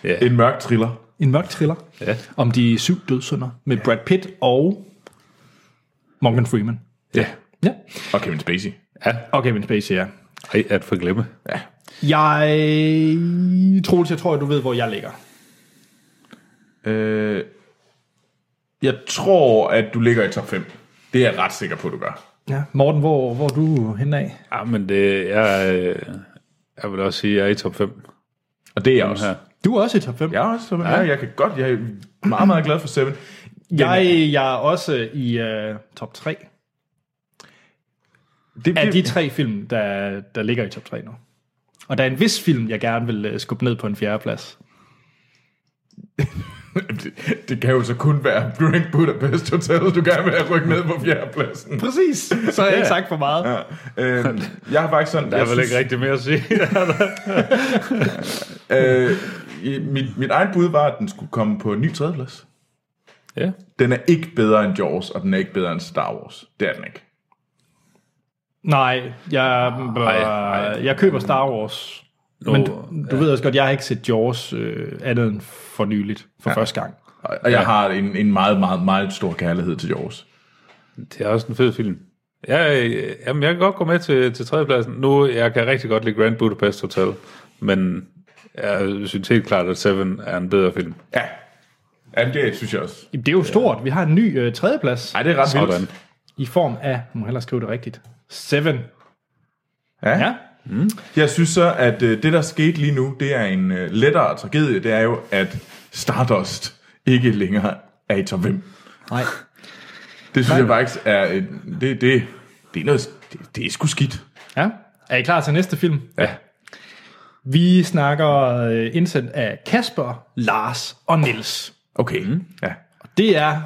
C: Ja.
B: En mørk thriller.
A: En mørk thriller.
C: Ja.
A: Om de syv dødssynder med Brad Pitt og Morgan Freeman.
C: ja.
A: Ja.
B: Og Kevin Spacey.
A: Og Kevin Spacey, ja.
C: Ej, at forglemme.
A: Jeg, Troels, jeg tror, at du ved, hvor jeg ligger.
B: Øh, jeg tror, at du ligger i top 5. Det er jeg ret sikker på, du gør.
A: Ja. Morten, hvor, hvor er du henne af?
C: Ja, men det jeg, øh, jeg vil også sige, at jeg er i top 5
B: Og det er jeg også.
C: her.
A: Du er også i top 5.
B: Jeg er også, ja. jeg kan godt. Jeg er meget, meget glad for Seven.
A: Jeg, jeg er også i uh, top 3.
B: Det,
A: Af
B: det,
A: de tre film, der, der ligger i top 3 nu. Og der er en vis film, jeg gerne vil øh, skubbe ned på en fjerdeplads.
B: det, det kan jo så kun være Drink Budapest Hotel, du gerne vil have rykket ned på fjerdepladsen.
A: Præcis. Så har jeg ikke sagt for meget.
B: Ja. Øh, jeg har faktisk sådan...
C: Der er
B: jeg
C: vel ikke rigtig mere at sige.
B: øh, i- mit, mit eget bud var, at den skulle komme på en ny tredjeplads.
C: ja.
B: Den er ikke bedre end Jaws, og den er ikke bedre end Star Wars. Det er den ikke.
A: Nej, jeg,
C: ej.
A: jeg køber Star Wars.
C: Nå,
A: Men du, du ved også godt, jeg har ikke set Jaws øh, andet end for nyligt, for ja. første gang.
B: Og og jeg har en, en meget, meget, meget stor kærlighed til Jaws.
C: Det er også en fed film. Jeg, øh, jamen, jeg kan godt gå med til, til tredjepladsen. Nu, jeg kan rigtig godt lide Grand Budapest Hotel, men jeg synes helt klart, at Seven er en bedre film.
B: Ja. Jamen, det synes jeg også.
A: Jamen, Det er jo stort. Vi har en ny øh, tredjeplads
B: Ej, det er ret Sådan.
C: Sådan.
B: vildt.
A: i form af, nu må jeg hellere skrive det rigtigt, Seven.
B: Ja.
A: Ja,
B: Jeg synes så, at øh, det, der skete lige nu, det er en øh, lettere tragedie. Det er jo, at Stardust ikke længere er i top 5.
A: nej.
B: Det synes jeg faktisk er... Et, det, det, det, er noget, det, det er sgu skidt.
A: Ja. Er I klar til næste film?
B: Ja.
A: Vi snakker øh, indsendt af Kasper, Lars og Nils.
B: Okay. Mm. Ja.
A: Det er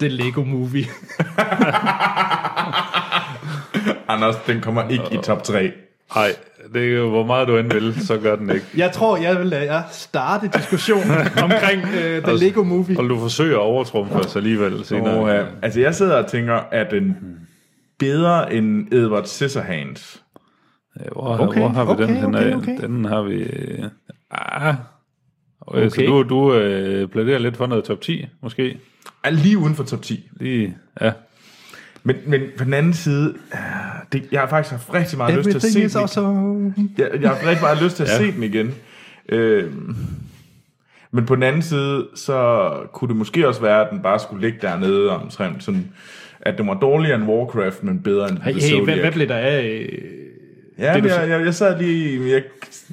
A: The Lego Movie.
B: Anders, den kommer ikke i top 3.
C: Nej, det er jo, hvor meget du end vil, så gør den ikke.
A: Jeg tror, jeg vil lade jer starte diskussionen omkring øh, The Lego Movie.
C: Og du forsøger at overtrumfe os alligevel senere.
B: Og, øh, altså, jeg sidder og tænker, at den bedre end Edward Scissorhands.
C: Ja, Hvor, okay, hvor har vi
A: okay,
C: den hen
A: okay,
C: af?
A: okay.
C: Den har vi... øh, Ah, okay, Så
A: Okay.
C: du, du øh, plæderer lidt for noget top 10, måske?
B: Er lige uden for top 10.
C: Lige, ja.
B: Men, men på den anden side, øh, det, jeg har faktisk haft rigtig meget lyst til at se den igen.
A: awesome.
B: Jeg, jeg har rigtig meget lyst til at ja. se den igen. Øhm, men på den anden side, så kunne det måske også være, at den bare skulle ligge dernede om sådan, sådan at den var dårligere end Warcraft, men bedre end
A: Hey,
B: The
A: hey hvad,
B: Zodiac.
A: hvad blev der af? øh,
B: ja,
A: det, du
B: men jeg, jeg, jeg sad lige, jeg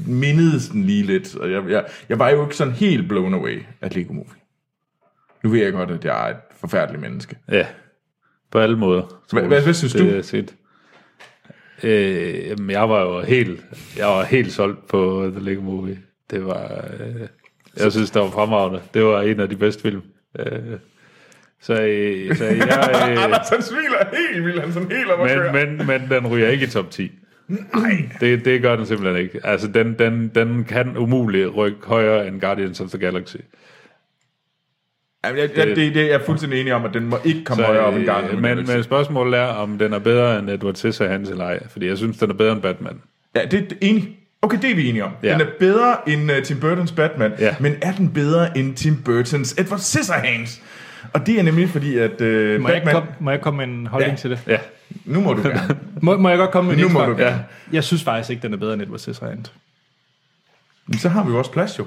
B: mindede den lige lidt, og jeg, jeg, jeg var jo ikke sådan helt blown away af Lego Movie. Nu ved jeg godt, at jeg er et forfærdeligt menneske.
C: Ja, på alle måder.
B: Hva- hvad- hvad synes
C: det
B: du?
C: er Set. Øh, jamen, jeg var jo helt, jeg var helt solgt på The Lego Movie. Det var, øh, jeg synes, det var fremragende. Det var en af de bedste film. Øh, så, øh, så jeg, øh,
B: Anders, han smiler helt vildt, han er sådan helt op at køre.
C: men, men, men den ryger ikke i top 10. Nej. Det, det gør den simpelthen ikke. Altså, den, den, den kan umuligt rykke højere end Guardians of the Galaxy.
B: Jamen, jeg, jeg, det, det, jeg er fuldstændig enig om, at den må ikke komme Øh. højere op en gang.
C: øh, men, men spørgsmålet er, om den er bedre end Edward Scissorhands eller ej. Fordi jeg synes, den er bedre end Batman.
B: Ja, det er enig. Okay, det er vi enige om.
C: Ja.
B: Ja. Den er bedre end uh, Tim Burton's Batman,
C: Ja.
B: men er den bedre end Tim Burton's Edward Scissorhands? Og det er nemlig fordi, at uh,
A: Må jeg, ikke
B: Batman...
A: komme, må jeg komme med en holdning
B: Ja.
A: ja. til det?
C: Ja.
B: Nu må du gerne.
A: Må, må jeg godt komme med en
B: Nu må
A: indspark?
B: du gerne.
A: Ja. Jeg synes faktisk ikke, den er bedre end Edward Scissorhands.
B: Men så har vi jo også plads, jo.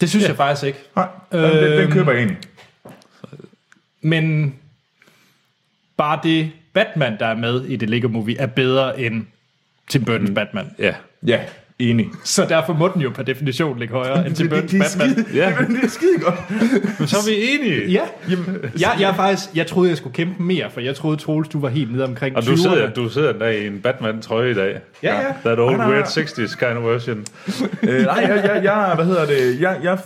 A: Det synes ja. jeg faktisk ikke.
B: Nej, øh, den, den
A: Øhm.
B: køber jeg ind.
A: Men bare det Batman, der er med i det Lego Movie, er bedre end Tim Burton's mm. Batman.
C: Ja.
B: Ja, enig.
A: Så derfor må den jo per definition ligge højere end Tim
B: det,
A: Burton's
B: det, det, er
A: Batman.
B: skide,
C: Ja.
B: ja. det, det er skide godt.
C: Men så er vi enige.
A: Ja,
B: Jamen,
A: jeg, jeg, er faktisk, jeg troede, jeg skulle kæmpe mere, for jeg troede, Troels, du var helt nede omkring
C: Og du
A: 20'erne.
C: sidder, du sidder der i en Batman-trøje i dag.
A: Ja, ja.
C: That old
B: Ah, nej,
C: weird
B: nej.
C: 60s kind of version.
B: øh, nej, jeg, jeg, jeg, hvad hedder det, jeg, jeg,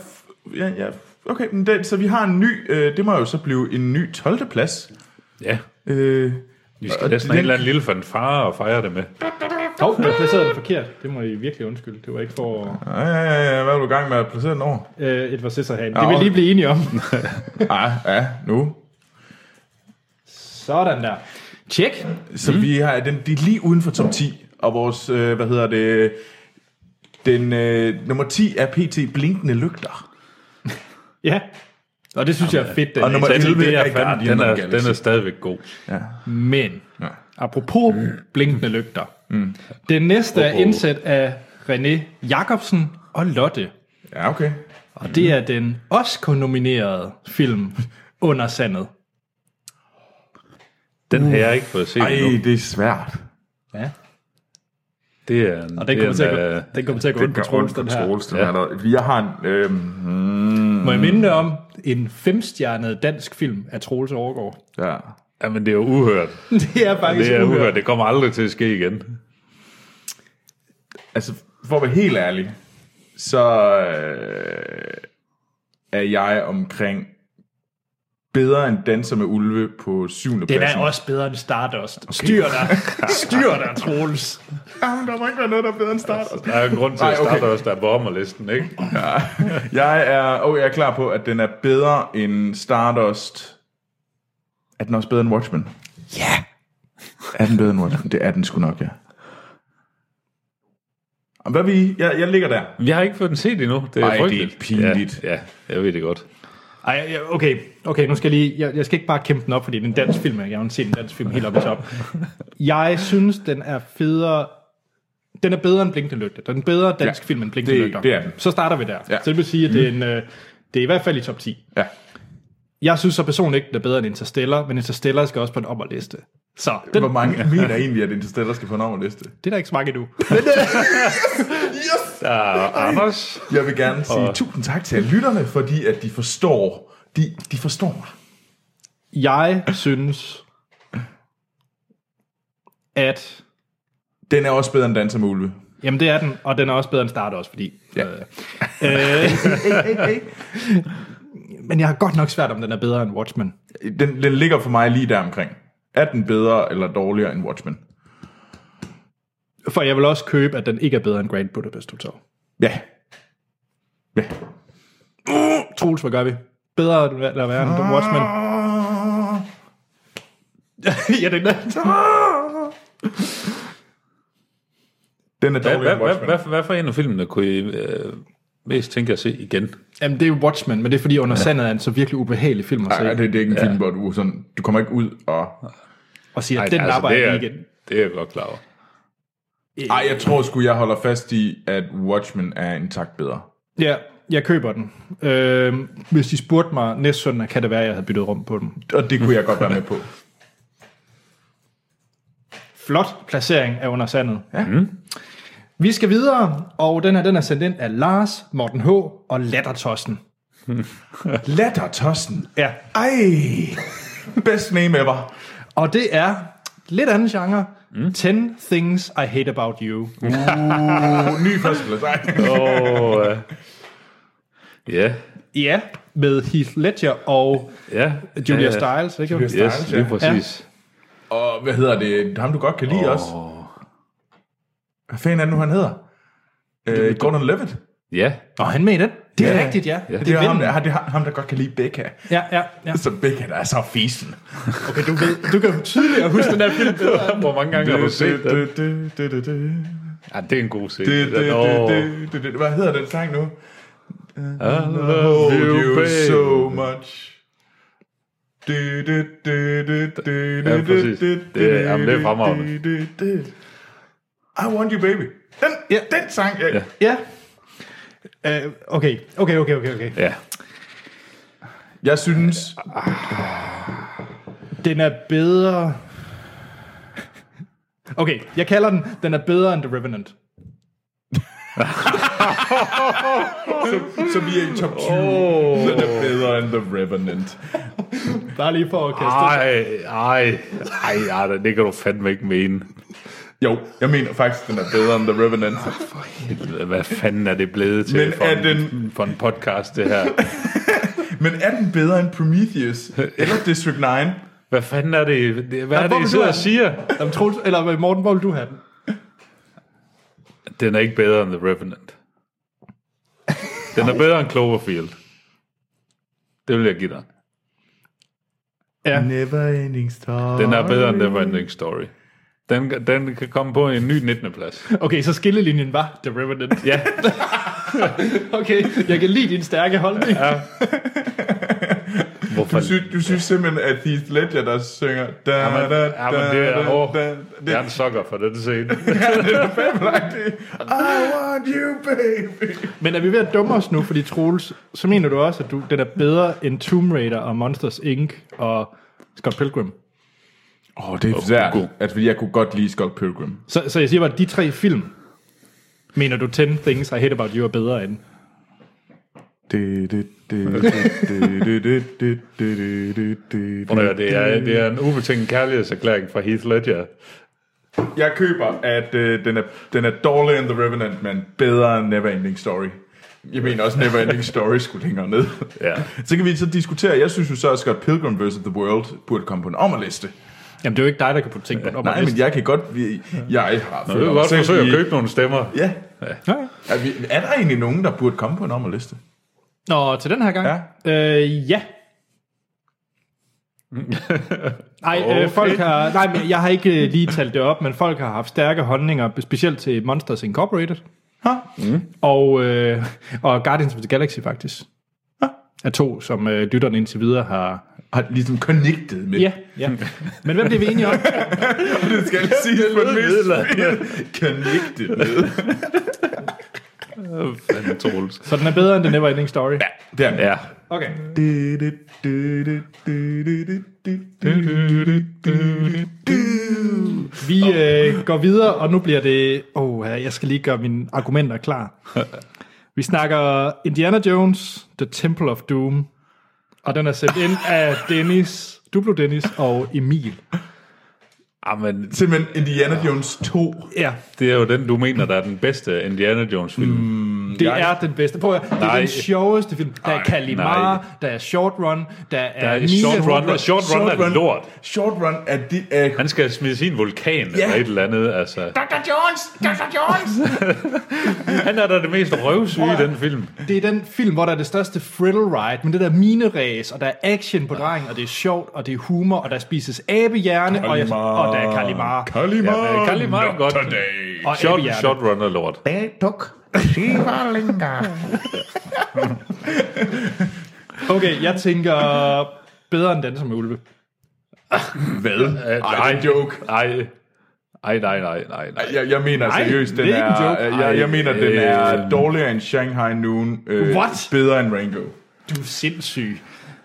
B: jeg, jeg okay, men det, så vi har en ny, øh, det må jo så blive en ny 12. plads.
C: Ja.
B: Øh,
C: Vi skal
B: Og
C: næsten have en
B: den-
C: eller anden lille fanfare og fejre det med.
A: Hov, jeg placerede den forkert. Det må I virkelig undskylde. Det var ikke for
B: ej, ej, ej, hvad er du i gang med at placere den over?
A: øh, Edward Scissorhands.
B: Ja,
A: Det vil
B: og-
A: lige blive enige om.
B: Ah, ja, nu.
A: Sådan der. Tjek.
B: Så mm. vi har den, de er lige uden for top 10, og vores, øh, hvad hedder det, den øh, nummer 10 er PT Blinkende Lygter.
A: Ja. Og det synes jeg er fedt. Den
B: og nummer
A: er.
C: Den,
B: elleve
C: det,
B: er
C: jeg fandt,
B: Guardian
C: den, er,
B: of the Galaxy.
C: den er stadigvæk god.
A: Men, apropos blinkende lygter. Mm. Den næste er
C: Oh, oh.
A: indsat af René Jacobsen og Lotte.
B: Ja, okay.
A: Og det
C: Mm.
A: er den Oscar-nominerede film Under Sandet.
C: Den har jeg ikke fået set
B: Ej,
C: endnu.
B: det er svært.
A: Ja.
C: Det er en,
A: Og den
C: det er
A: kommer, til at,
C: en,
A: gå-
C: øh,
A: den kommer til at gå ind på Troels, den her.
B: den her. Ja. Jeg har en, øh, mm,
A: Må jeg minde dig om en femstjernet dansk film af Troels Overgaard?
B: ja.
C: Jamen, det er jo uhørt.
A: Det er faktisk
C: Det er
A: uhørt.
C: uhørt. Det kommer aldrig til at ske igen.
B: Altså, for at være helt ærlig, så øh, er jeg omkring bedre end Danser med Ulve på syvende
A: Den
B: pladsen.
A: er også bedre end Stardust. Okay. Styr dig. Styr dig, Troels.
B: Jamen, der må ikke være noget, der er bedre end Stardust.
C: Der er jo en grund til, at
B: Nej, okay.
C: starte også, der er bomberlisten, ikke?
B: Jeg er, oh, jeg er klar på, at den er bedre end Stardust. Er den også bedre end Watchmen?
A: Ja.
B: Er den bedre end Watchmen? Det er den sgu nok, ja. Og Hvad vi? Jeg, jeg ligger der.
C: Vi har ikke fået den set endnu. Det er
B: Ej, det er
C: frygteligt.
B: pinligt.
C: Ja, ja, jeg ved det godt.
A: Ej, ja, okay, okay, nu skal jeg lige... Jeg, jeg skal ikke bare kæmpe den op, fordi det er en dansk film. Jeg har jo set en dansk film helt op i top. Jeg synes, den er federe... Den er bedre end Blinkende Lygte. Den er en bedre dansk ja,
B: Ja,
A: film end Blinkende
B: det-
A: Lygter.
B: det er den.
A: Så starter vi der. Ja.
B: Ja. Mm.
A: Så det vil sige, at det er, en, øh, det er i hvert fald i top 10.
B: Ja.
A: Jeg synes så personligt ikke, den er bedre end Interstellar, men Interstellar skal også på en opperliste. Så den,
B: Hvor mange mener egentlig, at Interstellar skal på en overliste?
A: det er der ikke så mange endnu.
C: Der er Anders.
B: Jeg vil gerne sige tusind tak til alle lytterne, fordi at de forstår, de, de forstår mig.
A: Jeg synes, at...
B: Den er også bedre end Danser med Ulve.
A: Jamen, det er den, og den er også bedre end Start også, fordi...
B: Ja.
A: Øh, øh, men jeg har godt nok svært, om den er bedre end Watchmen.
B: Den, den ligger for mig lige der omkring. Er den bedre eller dårligere end Watchmen?
A: For jeg vil også købe, at den ikke er bedre end Grand Budapest Hotel.
B: Ja. Ja.
A: Troels, hvad gør vi? Bedre eller værre end
C: Ah.
A: Watchmen? ja, den er...
B: Den er
C: Hvad,
B: dårligere
C: hvad,
B: end
C: hvad,
B: Watchmen.
C: hvad, hvad for en af filmene kunne I øh, mest tænke jer at se igen?
A: Jamen, det er jo Watchmen, men det er fordi Under Sandet er en så virkelig ubehagelig film at se.
B: Nej, det, det er ikke en film, hvor du, sådan, du kommer ikke ud og...
A: Og siger, at den lapper
C: Altså, det,
A: jeg
C: er,
A: lige igen.
C: det er jeg godt klar over.
B: Ej, jeg tror sgu, jeg holder fast i, at Watchmen er en tak bedre.
A: Ja, jeg køber den. Øh, hvis de spurgte mig næste søndag, kan det være, at jeg havde byttet rum på den.
B: Og det kunne jeg godt være med på.
A: Flot placering af under sandet. Ja. Mm. Vi skal videre, og den her den er sendt ind af Lars, Morten H. og Lattertossen.
B: Lattertossen.
A: Ja,
B: Ej, best name ever.
A: og det er lidt anden genre. Mm. 10 Things I Hate About You.
B: Uh, ny førsteplads. Ej.
C: Og, øh, ja,
A: Ja, med Heath Ledger og
C: ja.
A: Julia
C: ja,
A: Stiles, ikke? Julia
C: Yes, lige præcis.
B: Og hvad hedder det? Ham, du godt kan lide oh. også. Hvad fanden er det nu, han hedder? Øh, Gordon Levitt.
C: Ja,
A: Og han med i den. Det er
B: Ja.
A: rigtigt, ja. ja.
B: Det er, ham, der, det er ham, der godt kan lide Becca.
A: Ja, ja, ja.
B: Så Becca, der er så fisen.
A: Okay, du, ved, du kan jo tydeligere huske den der film bedre.
C: hvor mange gange har du set den?
B: du, du, du, du.
C: Ja, det er en god scene.
B: Det, det,
C: Den-
B: det,
C: åh.
B: det, det, det, hvad hedder den sang nu?
C: I
B: Hold
C: love you,
B: you
C: babe.
B: so much. Du, du, du, du, du, du,
C: Ja, præcis.
B: du, du,
C: Det er- jamen, det er
B: du,
C: fremragende.
B: du, du, du. I want you, baby. Den, ja. den sang, ja.
A: Ja. Uh, okay, okay, okay, okay, okay.
C: Ja.
B: jeg synes,
A: Den er bedre... Okay, jeg kalder den, den er bedre end The Revenant.
B: så vi er i top 20. Oh. Den er bedre end The Revenant.
A: Bare lige for at kaste.
C: Ej, ej, ej, ej, det kan du fandme ikke mene.
B: Jo, jeg mener faktisk, den er bedre end The Revenant.
C: Hvad fanden er det blevet til
B: Men
C: for,
B: er
C: en, for en podcast, det her?
B: Men er den bedre end Prometheus? Eller District 9?
C: Hvad fanden er det, det- hvad er
A: hvor
C: det, I
A: vil
C: sidder
A: du
C: og siger?
A: Jamen, Troels, eller øh, Morten, hvor vil du have den?
C: Den er ikke bedre end The Revenant. Den er bedre end Cloverfield. Det vil jeg give dig.
A: Ja.
B: Never ending star.
C: Den er bedre end The Ending Story. Den, den kan komme på en ny 19. plads.
A: Okay, så skillelinjen var The Revenant.
C: Ja,
A: Okay, jeg kan lide din stærke holdning.
C: hvorfor?
B: Du synes, du synes simpelthen, at Heath Ledger, der synger... Da, da,
C: Jamen,
B: da,
C: jamen, det er-
B: da,
C: åh.
B: da, det
C: Jeg er en sokker for den scene.
B: I want you, baby.
A: Men er vi ved at dumme os nu, fordi Troels, så mener du også, at du, den er bedre end Tomb Raider og Monsters Inc. og Scott Pilgrim.
B: Åh, oh, det er
C: svært.
B: svært. At, fordi jeg kunne godt lide Scott Pilgrim.
A: Så, så jeg siger bare, at de tre film, mener du 10 Things I Hate About You er bedre end?
C: Prøv at høre, Det er, det er en ubetinget kærlighedserklæring fra Heath Ledger.
B: Jeg køber, at øh, den, er, den er dårligere end The Revenant, men bedre end Neverending Story. Jeg mener også, Neverending Story skulle længere ned.
C: Ja.
B: Så kan vi så diskutere. Jeg synes jo så, at Scott Pilgrim vs. The World burde komme på en ommerliste.
A: Jamen, det er jo ikke dig, der kan putte ting på den
B: Nej, men jeg kan godt... Vi, jeg har
C: Du kan godt forsøge at købe nogle stemmer.
B: Ja.
A: Ja.
B: Er, vi, er der egentlig nogen, der burde komme på en ommerliste?
A: Nå, til den her gang?
B: Ja.
A: Øh, ja. Nej, okay. øh, folk har, nej, men jeg har ikke øh, lige talt det op, men folk har haft stærke holdninger, specielt til Monsters Incorporated. Mm. Og, øh, og Guardians of the Galaxy faktisk. Er to, som øh, lytterne indtil videre har...
B: Har ligesom connected med
A: Ja, ja. Men hvem bliver vi enige om?
B: Det skal jeg sige på den mest
C: nedladende.
B: connected med.
C: Åh, Fanden Troels.
A: Så den er bedre end The Neverending Story. Ja.
B: Der. Ja.
C: Ja.
A: Okay. Vi øh, går videre, og nu bliver det... Åh, oh, jeg skal lige gøre mine argumenter klar. Vi snakker Indiana Jones, The Temple of Doom, og den er sendt ind af Dennis, Duplo Dennis og Emil.
C: Jamen,
B: Simpelthen Indiana Jones 2.
A: Ja,
C: ah, det er jo den, du mener, der er den bedste Indiana Jones-film. Mm.
A: det
B: Jeg-
A: er den bedste. Prøv at, høre, det er
C: Nej.
A: den sjoveste film. Der er
C: nej.
A: Kalimar, der er Short Run, der er,
C: Der er
A: Mia-
C: Short Run, og Short Run
B: Short
C: er
B: Run.
C: lort.
B: Short Run er det... Er
C: Han skal smide sin vulkan yeah. eller et eller andet, altså.
B: Dr. Jones! Dr. Jones!
C: Han er da det mest røvsyge i den film.
A: Det er den film, hvor der er det største thrill ride, men det der mine race, og der er action på drengen, og det er sjovt, og det er humor, og der spises abehjerne, og, jeg,
B: Kalimar.
A: og der er Kalimar.
B: Kalimar!
C: Ja, men Kalimar er
B: not
C: godt.
B: Today.
A: Og
C: Short,
A: abehjerne.
C: short Run er lort.
A: Okay, jeg tænker bedre end Danser med Ulve.
B: Hvad? Ej, det er en joke.
C: Nej, nej, nej, nej, nej. nej.
B: Jeg, jeg mener
A: Nej,
B: seriøst, den
A: det er ikke en
B: er,
A: joke.
B: jeg, jeg mener, den
C: Ej,
B: er
C: øh.
B: dårligere end Shanghai Noon. Øh,
A: What?
B: Bedre end Rango.
A: Du er sindssyg.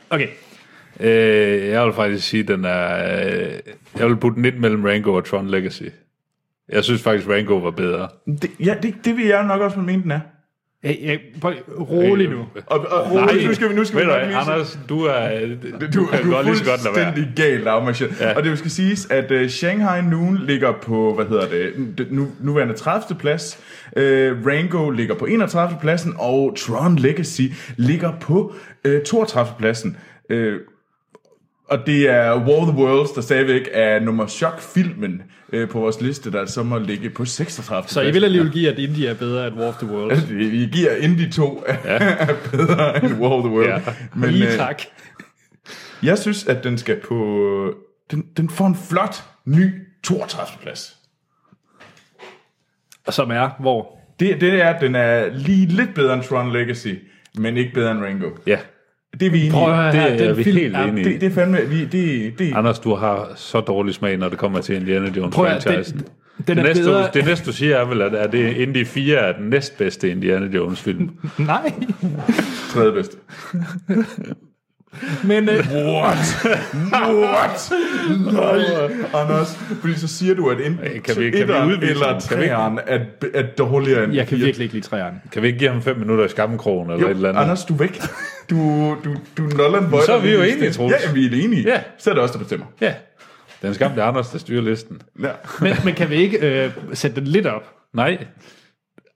A: Okay,
C: Øh, jeg vil faktisk sige, den er... Øh, jeg vil putte den lidt mellem Rango og Tron Legacy. Jeg synes faktisk, Rango var bedre.
B: Det, ja, det, det vil jeg nok også mene, den er.
A: jeg, jeg, prøv, lige- rolig nu.
C: øh,
B: Og, og, Nej, nu skal vi, nu skal vi
C: ved du,
B: nok vise-
C: hvad, Anders, du er... øh, Du,
B: Du,
C: du kan
B: du er
C: godt lige så godt lade være.
B: fuldstændig galt afmarcheret. Ja. Og det skal siges, at uh, Shanghai Noon ligger på, hvad hedder det, d- nu, nuværende 30. plads. Uh, Rango ligger på 31. pladsen, og Tron Legacy ligger på uh, 32. pladsen. Uh, og det er War of the Worlds, der stadigvæk er nummer chok-filmen uh, på vores liste, der så må ligge på 36.
A: Så I vil alligevel give, at India er bedre end War of the Worlds.
B: Vi giver Indie 2 ja. bedre end War of the World.
C: Ja.
B: Men,
A: Lige
B: øh,
A: tak.
B: jeg synes, at den skal på... Den, den får en flot, ny 32. plads.
A: som er, hvor...
B: Det, det er, at den er lige lidt bedre end Tron Legacy, men ikke bedre end Rango.
C: Ja,
B: Det er vi enige
A: Prøv at
B: i.
A: høre
C: det
A: her,
C: er
A: den
C: vi
A: film
C: helt
A: er-
C: enige i.
B: Det, det er fandme, vi, det, det,
C: Anders, du har så dårlig smag, når det kommer til Indiana jones
A: Prøv at høre,
C: franchisen.
A: den, den er
C: det, næste,
A: bedre...
C: du, det næste, du siger, er vel, at er det Indy 4 er den næstbedste Indiana Jones-film.
A: Nej,
B: tredje bedste.
A: men... Øh,
B: What? What? Nej, Anders. Fordi så siger du, at enten
C: Kan vi- kan vi
B: etteren
C: udvise
B: eller
C: ham? Kan vi ikke?
B: træeren er, er dårligere end
A: jeg kan
B: fire-
A: virkelig ikke lide træerne.
C: Kan vi ikke give ham fem minutter i skammekrogen eller
B: Jo,
C: et eller andet?
B: Anders, du er væk. Du, du, du er Nolan Boyd.
C: så er vi jo
B: og Sten.
C: enige, Troels.
B: Ja, vi er enige.
C: Ja.
B: Så er det også der bestemmer.
C: Ja. Den er skabt af Anders, der styrer listen.
B: Ja.
A: Men, men kan vi ikke øh, sætte den lidt op?
C: Nej,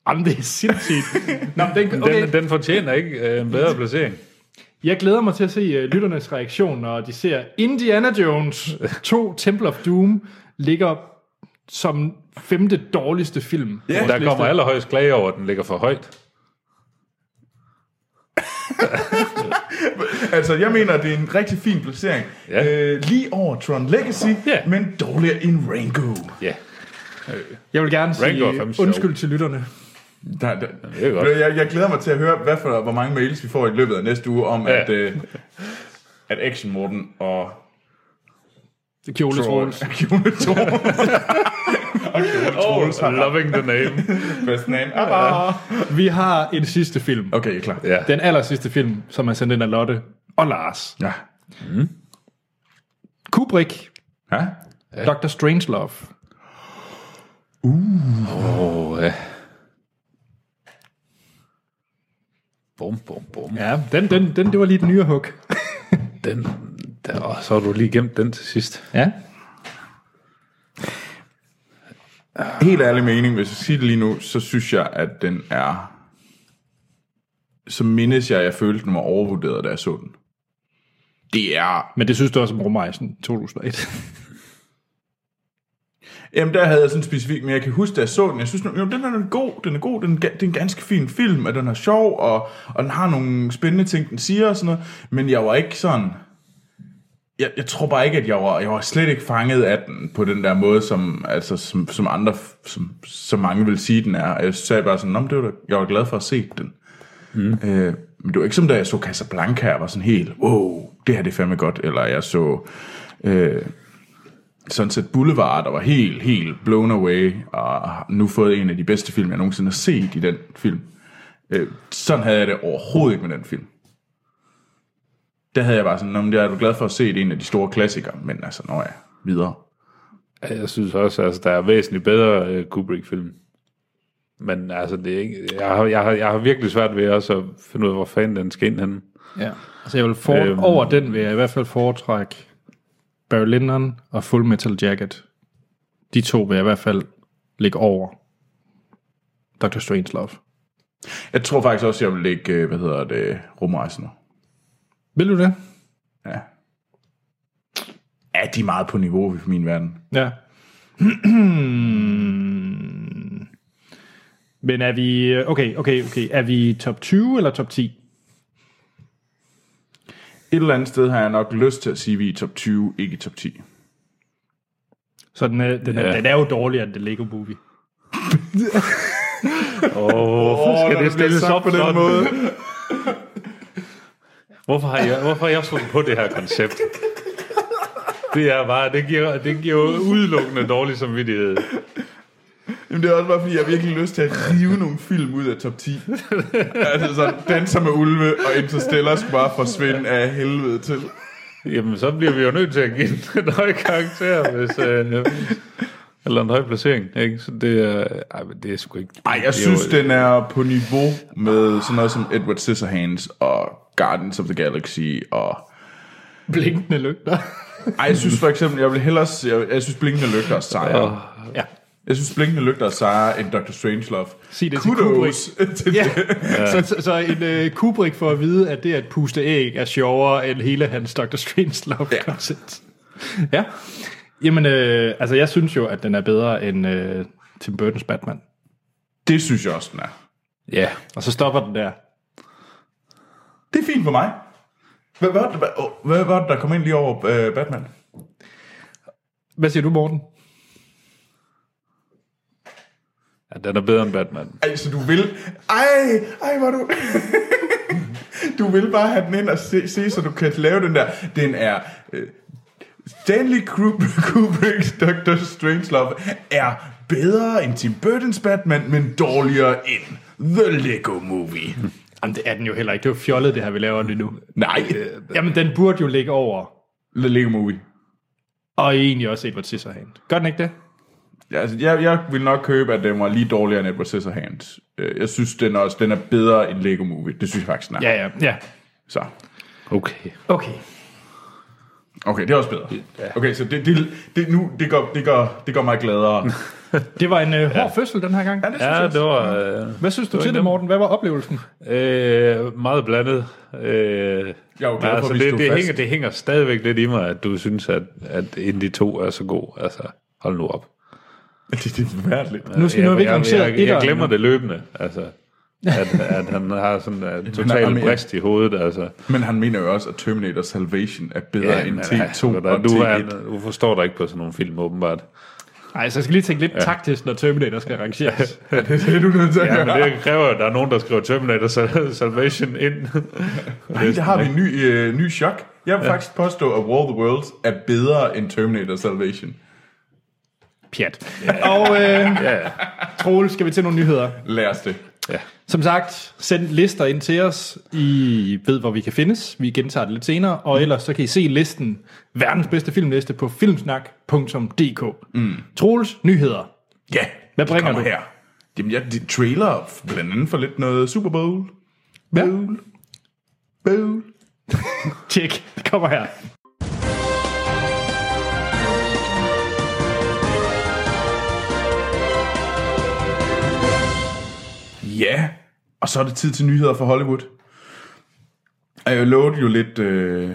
A: Jamen, det er sindssygt. Nå, men den, okay.
C: den, den fortjener ikke øh, en bedre placering.
A: Jeg glæder mig til at se øh, lytternes reaktion, når de ser Indiana Jones 2 Temple of Doom ligger som femte dårligste film.
B: Ja.
A: Vores
C: Der
A: liste.
C: kommer allerhøjst klage over, at den ligger for højt.
B: Altså, jeg mener, at det er en rigtig fin placering.
C: Ja.
B: Øh, lige over Tron Legacy,
C: Ja.
B: men dårligere end Rango.
C: Ja.
A: Jeg vil gerne sige
C: Rango er fandme sjov.
A: undskyld til lytterne.
B: Der, der,
C: er godt.
B: Jeg, jeg glæder mig til at høre, hvad for, hvor mange mails vi får i løbet af næste uge om,
C: Ja.
B: at, øh, at Action Morten og
A: Kjole Troels.
B: Kjole Troels. og Kjole Troels har
C: Loving the name.
B: best name ever.
A: Vi har en sidste film.
B: Okay, jeg er klar.
C: Ja.
A: Den aller sidste film, som er sendt ind af Lotte og Lars.
B: Ja.
A: Kubrick,
B: ja.
A: Dr. Strangelove.
C: Oh, ja. Bum, bum, bum. Ja.
A: Ja, den, den, den, det var lige den nye hug.
C: Den, der, åh, så har du lige gemt den til sidst.
A: Ja.
B: Helt ærlig mening, hvis jeg siger det lige nu, så synes jeg, at den er... Så mindes jeg, at jeg følte, den var overvurderet, da jeg så den. Det er...
A: Men det synes du også om Rumrejsen 2001.
B: Jamen, der havde jeg sådan specifikt, men jeg kan huske, da jeg så den, jeg synes, nu, jo, den er den god, den er god, den, er ga- det er en ganske fin film, og den er sjov, og, og den har nogle spændende ting, den siger og sådan noget, men jeg var ikke sådan... Jeg, jeg tror bare ikke, at jeg var, jeg var slet ikke fanget af den på den der måde, som, altså, som, som andre, f- som, som mange vil sige, den er. Og Jeg sagde bare sådan, "Nå, men det var da, jeg var glad for at se den. Mm. Øh, men det var ikke som, da jeg så Casablanca, jeg var sådan helt, wow, det her det er fandme godt, eller jeg så... Øh, Sunset Boulevard, der var helt, helt blown away, og har nu fået en af de bedste film, jeg nogensinde har set i den film. Øh, sådan havde jeg det overhovedet ikke med den film. Der havde jeg bare sådan, "Nå, men jeg er du glad for at se det, en af de store klassikere, men altså, når jeg videre.
C: Ja, Jeg synes også, altså, der er væsentligt bedre øh, Kubrick-film. Men altså, det er ikke, jeg, har, jeg, har, jeg har virkelig svært ved også at finde ud af, hvor fanden den skal ind henne.
A: Ja, altså jeg vil for, øhm.
C: Øhm.
A: over den vil jeg i hvert fald foretrække Barry Lyndon og Full Metal Jacket. De to vil jeg i hvert fald ligge over Dr. Strangelove.
B: Jeg tror faktisk også, jeg vil lægge, øh, hvad hedder det, rumrejsen nu.
A: Vil du det?
B: Ja. Ja, de er meget på niveau i min verden.
A: Ja. Men er vi, øh, okay, okay, okay, er vi top 20 eller top 10?
B: Et eller andet sted har jeg nok lyst til at sige, at vi er i top 20, ikke i top 10.
A: Så den er, den er,
C: Ja.
A: den er jo dårligere end The Lego Movie.
C: Åh, oh, hvorfor
B: når det
C: skal det
B: bliver
C: stilles
B: sagt
C: op
B: på den
C: sådan?
B: måde?
C: Hvorfor har jeg, hvorfor har jeg fundet på det her koncept? Det er bare, det giver, det giver jo udelukkende dårlig samvittighed.
B: Jamen det er også bare fordi, jeg har virkelig lyst til at rive nogle film ud af top 10. altså så Danser med ulve og Interstellar skal bare forsvinde af helvede til.
C: Jamen, så bliver vi jo nødt til at give den en høj karakter, hvis... Øh, eller en høj placering, ikke? Så det er... Ej, men det er sgu ikke...
B: Nej, jeg synes, den er på niveau med sådan noget som Edward Scissorhands og Guardians of the Galaxy og...
A: Blinkende lygter.
B: Ej, jeg synes for eksempel, jeg vil hellere... se- Jeg, jeg synes, Blinkende Lygter er sejere.
A: ja.
B: Jeg synes, Blinkende Lygter er sejere end Dr. Strangelove.
A: Sig det til
B: Kudos til
A: Ja.
B: det.
A: Så, så, så en øh, Kubrick får at vide, at det at puste æg er sjovere end hele hans Dr. Strangelove
B: Ja.
A: koncept. Ja. Jamen, øh, altså jeg synes jo, at den er bedre end øh, Tim Burton's Batman.
B: Det synes jeg også, den er.
C: Ja,
A: Og så stopper den der.
B: Det er fint for mig. Hvad var det, hvad, hvad var det der kom ind lige over øh, Batman?
A: Hvad siger du, Morten?
C: At den er bedre end Batman.
B: Ej, så du vil... Ej, ej, var du... du vil bare have den ind og se, se, så du kan lave den der... Den er... Øh, Stanley Kubrick, Kubrick's Dr. Strangelove er bedre end Tim Burton's Batman, men dårligere end The Lego Movie.
A: Jamen, det er den jo heller ikke. Det er jo fjollet, det her, vi laver lige nu.
B: Nej,
A: Jamen, den burde jo ligge over.
B: The Lego Movie.
A: Og egentlig også Edward Scissorhand. Gør den ikke det?
B: Ja, altså, jeg, jeg vil nok købe, at den var lige dårligere end Edward Scissorhands. Øh, Jeg synes, den, er også, den er bedre end Lego Movie. Det synes jeg faktisk, den er.
A: Ja, ja, ja.
B: Så.
C: Okay.
A: Okay.
B: Okay, det er også bedre. Okay, så det, det, det, nu, det, gør, det, gør, det gør mig gladere.
A: Det var en øh, hård fødsel den her gang.
B: det
C: Ja, det var øh,
A: Hvad synes du til det, Morten? Hvad var oplevelsen?
C: øh, meget blandet. Øh,
B: Jeg er jo glad for,
C: men
B: at vi stod
C: det, det,
B: fast.
C: hænger, det hænger stadigvæk lidt i mig, at du synes, at, at Indy 2 er så god. Altså, hold nu op.
B: Det, det er forfærdeligt.
A: Nu skal nu har vi ikke
C: jeg,
A: lanceret
C: jeg, jeg, jeg
A: etteren
C: glemmer
A: endnu.
C: det løbende, altså. At, at han har sådan en
B: jamen,
C: total
B: ja.
C: brist i hovedet, altså.
B: Men han mener jo også, at Terminator Salvation er bedre ja, end
C: men,
B: T2
C: altså,
B: og
C: du,
B: T1.
C: er, du forstår dig ikke på sådan nogle film, åbenbart.
A: Nej, så jeg skal lige tænke lidt ja. taktisk, når Terminator skal arrangeres.
B: Det er du nødt til at
C: Ja,
B: gøre.
C: men det kræver, at der er nogen, der skriver Terminator Sal- Salvation ind.
B: Ej, der har vi en ny, øh, ny chok. Jeg vil ja. faktisk påstå, at War of the Worlds er bedre end Terminator Salvation.
A: Pjat. Og øh,
C: Ja,
A: Troel, skal vi til nogle nyheder?
B: Lad os det.
C: ja.
A: Som sagt, send lister ind til os. I ved, hvor vi kan findes. Vi gentager det lidt senere. Og ellers så kan I se listen, verdens bedste filmliste, på filmsnak.dk. Mm. Troels, nyheder.
B: Ja,
A: Hvad
B: de
A: bringer
B: kommer
A: du?
B: her? Jamen, ja, de trailer blandt andet for lidt noget Super Bowl. Bowl. Bowl.
A: Tjek, det kommer her.
B: Ja, og så er det tid til nyheder fra Hollywood. Og jeg lovede jo lidt øh,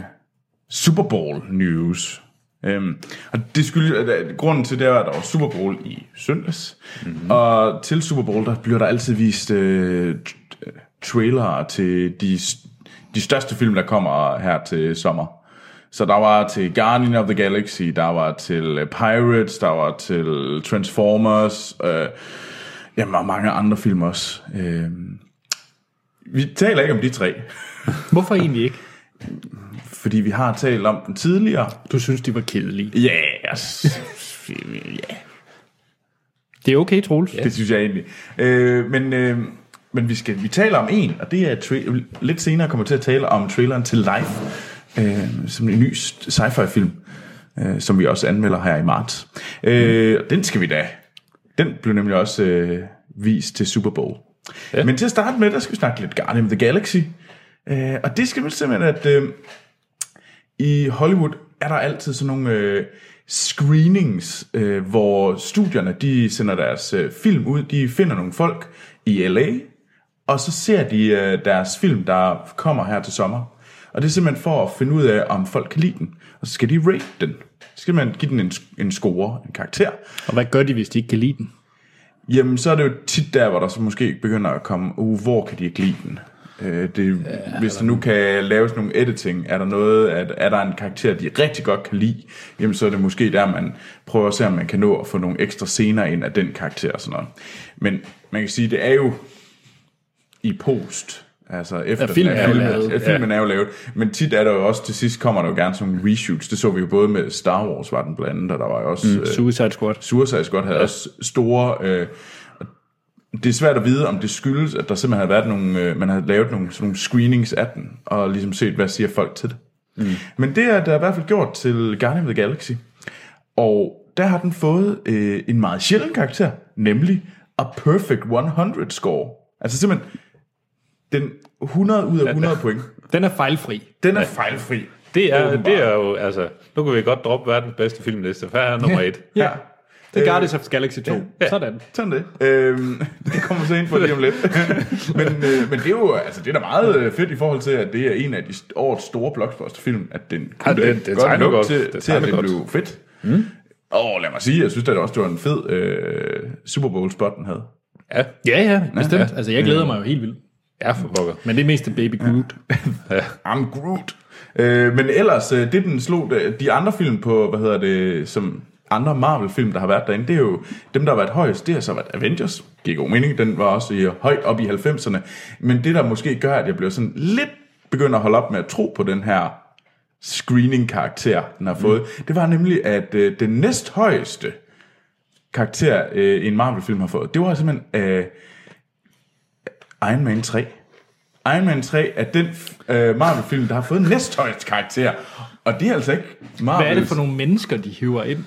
B: Super Bowl news. Øhm, og det skyldes, at, at grunden til det er, at der var Super Bowl i søndags. Mm-hmm. Og til Super Bowl, der bliver der altid vist øh, t- trailere til de, s- de største film, der kommer her til sommer. Så der var til Guardian of the Galaxy, der var til øh, Pirates, der var til Transformers, øh, Jamen, og mange andre film også. Øh, vi taler ikke om de tre,
A: Hvorfor egentlig ikke?
B: fordi vi har talt om dem tidligere.
A: Du synes, de var kedelige.
B: Ja, yes. ja.
A: Det er okay, Troels.
B: det synes jeg egentlig. Øh, men øh, men vi, skal, vi taler om en, og det er tra- lidt senere kommer vi til at tale om traileren til Life, øh, som en ny sci-fi film, øh, som vi også anmelder her i marts. Øh, og Den skal vi da. Den blev nemlig også øh, vist til Super Bowl. Ja. Men til at starte med, der skal vi snakke lidt Guardian of the Galaxy. Øh, og det skal vi simpelthen, at øh, i Hollywood er der altid sådan nogle øh, screenings, øh, hvor studierne de sender deres øh, film ud. De finder nogle folk i LA, og så ser de øh, deres film, der kommer her til sommer. Og det er simpelthen for at finde ud af, om folk kan lide den. Og så skal de rate den. Så skal man give den en, en score, en karakter.
A: Og hvad gør de, hvis de ikke kan lide den?
B: Jamen, så er det jo tit der, hvor der så måske begynder at komme, uh, hvor kan de ikke lide den? Øh, det, ja, hvis der nu kan laves nogle editing, er der noget, at er der en karakter, de rigtig godt kan lide, jamen så er det måske der, man prøver at se, om man kan nå at få nogle ekstra scener ind af den karakter og sådan noget. Men man kan sige, det er jo i post, altså efter
A: filmen
B: den
A: er jo
B: filmen,
A: lavet.
B: ja, filmen er jo lavet, men tit er der jo også, til sidst kommer der jo gerne sådan nogle reshoots, det så vi jo både med Star Wars var den blandt andet, og der var jo også mm.
A: Suicide Squad.
B: Suicide Squad havde ja. også store... Øh, det er svært at vide, om det skyldes, at der simpelthen havde været nogle, øh, man havde lavet nogle, sådan nogle screenings af den, og ligesom set, hvad siger folk til det. Mm. Men det er der i hvert fald gjort til Guardian of the Galaxy. Og der har den fået øh, en meget sjælden karakter, nemlig A Perfect 100 score. Altså simpelthen den 100 ud af 100 point.
A: Den er fejlfri.
B: Den er fejlfri.
C: Det er,
B: Åbenbart.
C: det er jo, altså, nu kan vi godt droppe verdens bedste filmliste. Hvad er nummer et?
A: Ja. Det er
B: Øh,
A: Guardians of the Galaxy 2. Sådan.
B: Sådan det. Øhm, det kommer så ind på lige om lidt. men, øh, men det er jo altså, det er da meget øh, fedt i forhold til, at det er en af de st- årets store blockbusterfilm, at den
C: Ja,
B: kunne
C: det-
B: da
C: det tegner
B: nok
C: godt.
B: til,
C: Det
B: til at
C: tegner
B: det
C: godt.
B: blev fedt. Mm. Og lad mig sige, jeg synes da også, det var en fed øh, Super Bowl-spot, den havde.
C: Ja,
A: Ja, ja, bestemt. Altså, jeg glæder mig jo helt vildt.
C: ja for pokker.
A: Men det er mest til Baby Groot.
B: I'm Groot. Øh, men ellers, øh, det den slog, øh, de andre film på, hvad hedder det, som andre Marvel-film, der har været derinde, det er jo dem, der har været højest, det har så været Avengers. Giver god mening, den var også i, øh, højt op i 90'erne. Men det, der måske gør, at jeg bliver sådan lidt begynder at holde op med at tro på den her screening-karakter, den har fået, mm. det var nemlig, at øh, den næsthøjeste karakter, øh, en Marvel-film har fået, det var simpelthen øh, Iron Man 3. Iron Man 3 er den øh, Marvel-film, der har fået næsthøjst karakter. Og det er altså ikke Marvel.
A: Hvad er det for nogle mennesker, de hiver ind?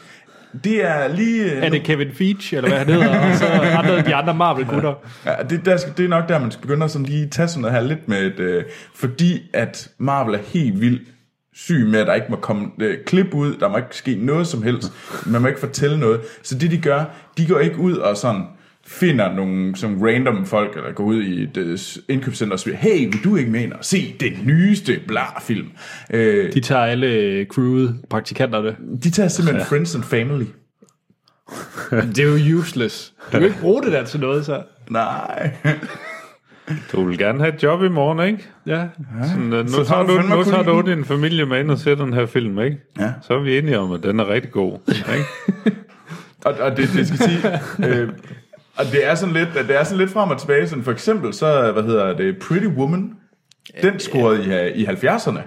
B: Det er lige... øh,
A: Er det Kevin Feige, eller hvad han hedder, og så andre, de andre Marvel-gutter?
B: Ja, det, der, skal- det er nok der, man skal begynde at sådan lige tage sådan noget her lidt med et... Øh, fordi at Marvel er helt vildt syg med, at der ikke må komme øh, klip ud, der må ikke ske noget som helst, man må ikke fortælle noget. Så det de gør, de går ikke ud og sådan finder nogle som random folk, eller går ud i et øh, indkøbscenter og siger, hey, vil du ikke med ind og se den nyeste blar-film? Øh,
A: De tager alle øh, crewet, praktikanterne.
B: de tager simpelthen ja. Friends and Family.
A: Det er jo useless. Du kan ikke bruge det der til noget, så.
B: Nej.
C: Du vil gerne have et job i morgen, ikke?
A: Ja.
C: Sådan, øh, nu,
B: Så
C: så
B: har
C: tager
B: du
C: du,
B: fandme
C: nu
B: kun
C: tager du
B: en.
C: din familie med ind og ser den her film, ikke?
B: Ja.
C: Så er vi enige om, at den er rigtig god. Ikke?
B: Og, og det, det skal sige... øh, og det er, sådan lidt, det er sådan lidt frem og tilbage. Sådan for eksempel så, hvad hedder det, Pretty Woman. Den scorede i, i 70'erne.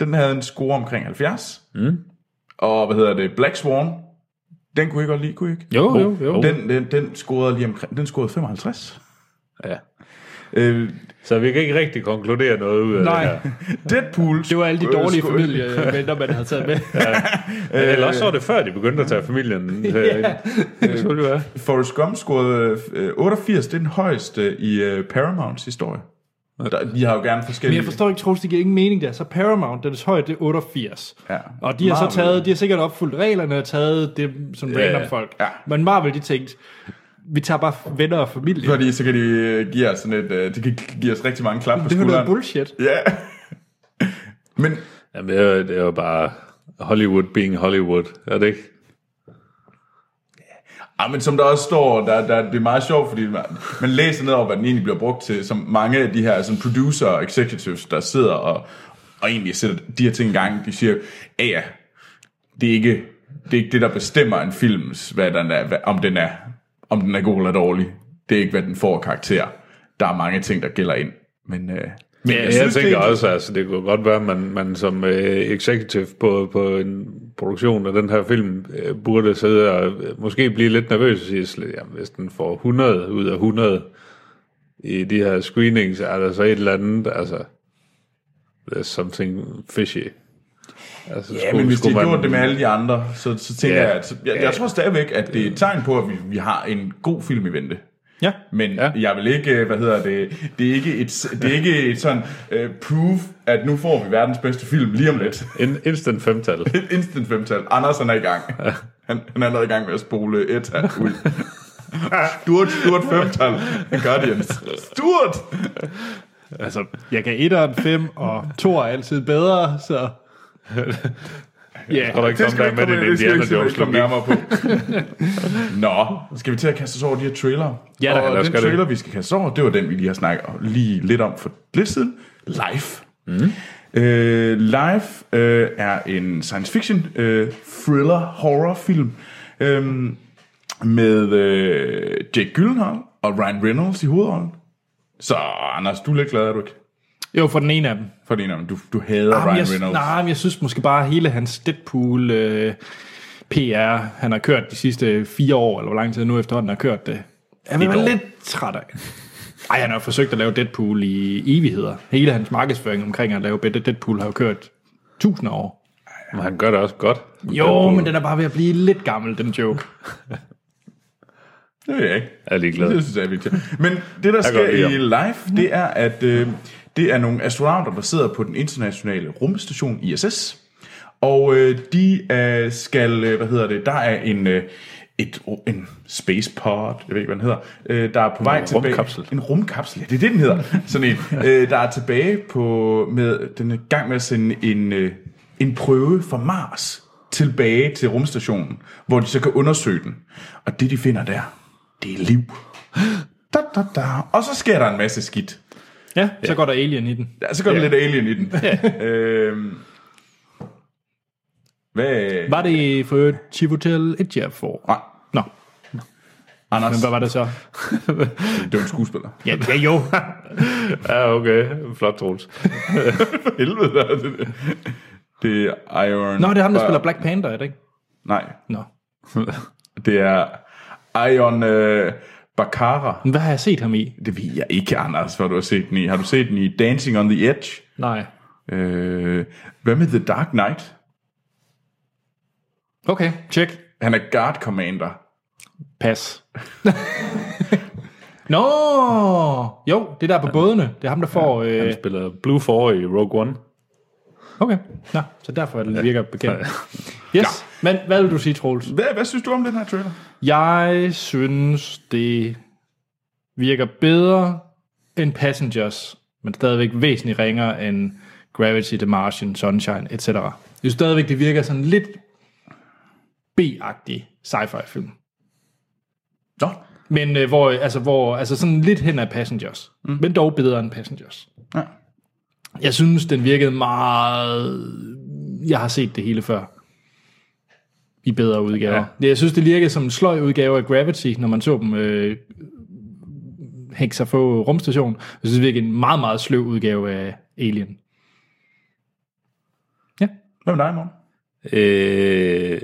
B: Den havde en score omkring 70. Mm. Og hvad hedder det, Black Swan. Den kunne I godt lide, kunne I ikke?
A: Jo, jo, jo.
B: Den, den, den scorede lige omkring, den scorede 55.
C: Ja.
B: Øh,
C: Så vi kan ikke rigtig konkludere noget ud af
A: Nej.
C: det her.
B: Deadpool.
A: Det var alle de dårlige
B: scorede-
A: familievenner, man havde taget med.
C: Eller også var det før, de begyndte at tage familien. øh, ja. Det skulle det være.
B: Forrest Gump scorede øh, 88, det er den højeste i øh, Paramounts historie. Der, de har jo gerne
A: Men
B: forskellige...
A: jeg forstår ikke, Troels, det giver ingen mening der. Så Paramount, den højde, det er 88.
B: Ja.
A: Og de har
B: Marvel.
A: så taget, de har sikkert opfyldt reglerne og taget det som
C: Ja,
A: random folk.
B: ja.
A: Men Marvel, de tænkte, vi tager bare venner og familie.
B: Fordi så kan de øh, give os, sådan et, øh, de kan give os rigtig mange klap på
A: Det er jo noget
B: skulderen.
A: bullshit.
B: Ja. Men
C: Jamen, det er, jo- det er jo bare Hollywood being Hollywood, er det ikke?
B: Ja, ah, men som der også står, der, der, det er meget sjovt, fordi man, man læser ned over, hvad den egentlig bliver brugt til, som mange af de her sådan producer og executives, der sidder og, og egentlig sætter de her ting i gang, de siger, ja ja, det er ikke det, er ikke det der bestemmer en films, hvad den er, hvad, om, den er, om den er god eller dårlig. Det er ikke, hvad den får af karakter. Der er mange ting, der gælder ind. Men, øh, men
C: Ja, jeg, jeg
B: det
C: tænker
B: er
C: også, altså, det kunne godt være, at man, man som øh, executive på, på en produktion af den her film, øh, burde sidde og øh, måske blive lidt nervøs og sige, slet, jamen, hvis den får 100 ud af 100 i de her screenings, er der så et eller andet, altså, there's something fishy. Altså,
B: Ja, men hvis de har gjort det med alle de andre, så, så tænker
C: Ja. Øh.
B: jeg, at så, jeg, jeg tror stadigvæk, at det er et tegn på, at vi, vi har en god film i vente.
A: Ja.
B: Men ja.
C: Ja.
B: jeg vil ikke, øh, hvad hedder det, det er ikke et, det er ikke et sådan uh, proof, at nu får vi verdens bedste film lige om lidt.
C: En instant femtal.
B: Et instant femtal. Anders han er i gang. Han, han er allerede i gang med at spole et tal ud. Stort, stort femtal. Guardians. Stort!
A: Altså, jeg kan 1'eren 5, og 2 er altid bedre, så... Ja,
C: Tror du ikke, sådan der er med
B: komme-
C: det,
B: det skal vi
C: Indiana
B: ikke- det skal vi
C: Jones
B: ikke komme
C: logik?
B: nærmere på. Nå, skal vi til at kaste os over de her trailer?
A: Ja, da,
B: og
C: lad os
B: den
C: gøre det.
B: trailer, vi skal kaste os over, det var den, vi lige har snakket lige lidt om for lidt siden. Life. Mm. Øh, Life øh, er en science fiction øh, thriller horror film øh, med øh, Jake Gyllenhaal og Ryan Reynolds i hovedrollen. Så Anders, du er lidt glad, er du ikke?
A: jo, for den ene af dem.
B: For det er en af dem. du, du hader
A: Jamen,
B: Ryan
A: jeg,
B: Reynolds.
A: Nej, men jeg synes måske bare, at hele hans Deadpool øh, PR, han har kørt de sidste fire år, eller hvor lang tid nu efterhånden har kørt det, er
B: Et år.
A: man lidt træt af. Ej, han har jo forsøgt at lave Deadpool i evigheder. Hele hans markedsføring omkring at lave Deadpool har jo kørt tusinder af år.
C: Men han gør det også godt.
A: Jo, men den er bare ved at blive lidt gammel, den joke.
B: Det ved jeg ikke.
C: Jeg er ligeglad.
B: Det synes jeg er vigtigt. Men det, der sker
C: godt lide
B: i live, det er, at øh, det er nogle astronauter, der sidder på den internationale rummestation ISS. Og øh, de øh, skal, øh, hvad hedder det, der er en, øh, et, en space pod, jeg ved ikke, hvad den hedder, øh, der er på vej
C: En
B: tilbage.
C: rumkapsel.
B: En rumkapsel, ja, det er det, den hedder. Sådan en, øh, der er tilbage på, med, den er i gang med at sende en, øh, en prøve fra Mars tilbage til rumstationen, hvor de så kan undersøge den. Og det, de finder der, det er liv. Da, da, da. Og så sker der en masse skidt.
A: Ja, så går der Alien i den.
B: Ja, så går der lidt alien i den. øhm, Hvad,
A: Var det for øvrigt Chivotel Ejiofor?
B: Nej,
A: Nå,
B: Anders,
A: men hvad var det så?
B: det er en skuespiller.
A: Ja, ja jo.
C: Ja, okay. Flot, Troels.
B: Helvede, der er det. Det er Iron...
A: Nå, det er ham, der spiller Black Panther, er det ikke?
B: Nej,
A: Nå.
B: det er Iron øh, Bakara.
A: Men hvad har jeg set ham i?
B: Det ved jeg ikke, Anders, hvad du har set den i. Har du set den i Dancing on the Edge?
A: Nej.
B: Øh, hvad med The Dark Knight?
A: Okay, tjek.
B: Han er Guard Commander.
A: Pas. Nå, jo, det der på bådene. Det er ham, der får... Øh...
C: Han spiller Blue 4 i Rogue One.
A: Okay, Nå, så derfor er det virker bekendt. Yes, men hvad vil du sige, Troels?
B: Hvad, hvad synes du om den her trailer?
A: Jeg synes, det virker bedre end Passengers, men stadigvæk væsentligt ringere end Gravity, The Martian, Sunshine, etc. Jeg synes stadigvæk, det virker sådan lidt B-agtig sci-fi film.
B: Nå,
A: Men øh, hvor, altså, hvor, altså sådan lidt hen af Passengers. Mm. Men dog bedre end Passengers.
B: Ja.
A: Jeg synes, den virkede meget... Jeg har set det hele før. I bedre udgaver. Ja. Jeg synes, det virkede som en sløj udgave af Gravity, når man så dem øh, hænge sig på rumstationen. Jeg synes, det virkede en meget, meget sløv udgave af Alien. Ja.
B: hvad med dig, morgen?
C: Øh,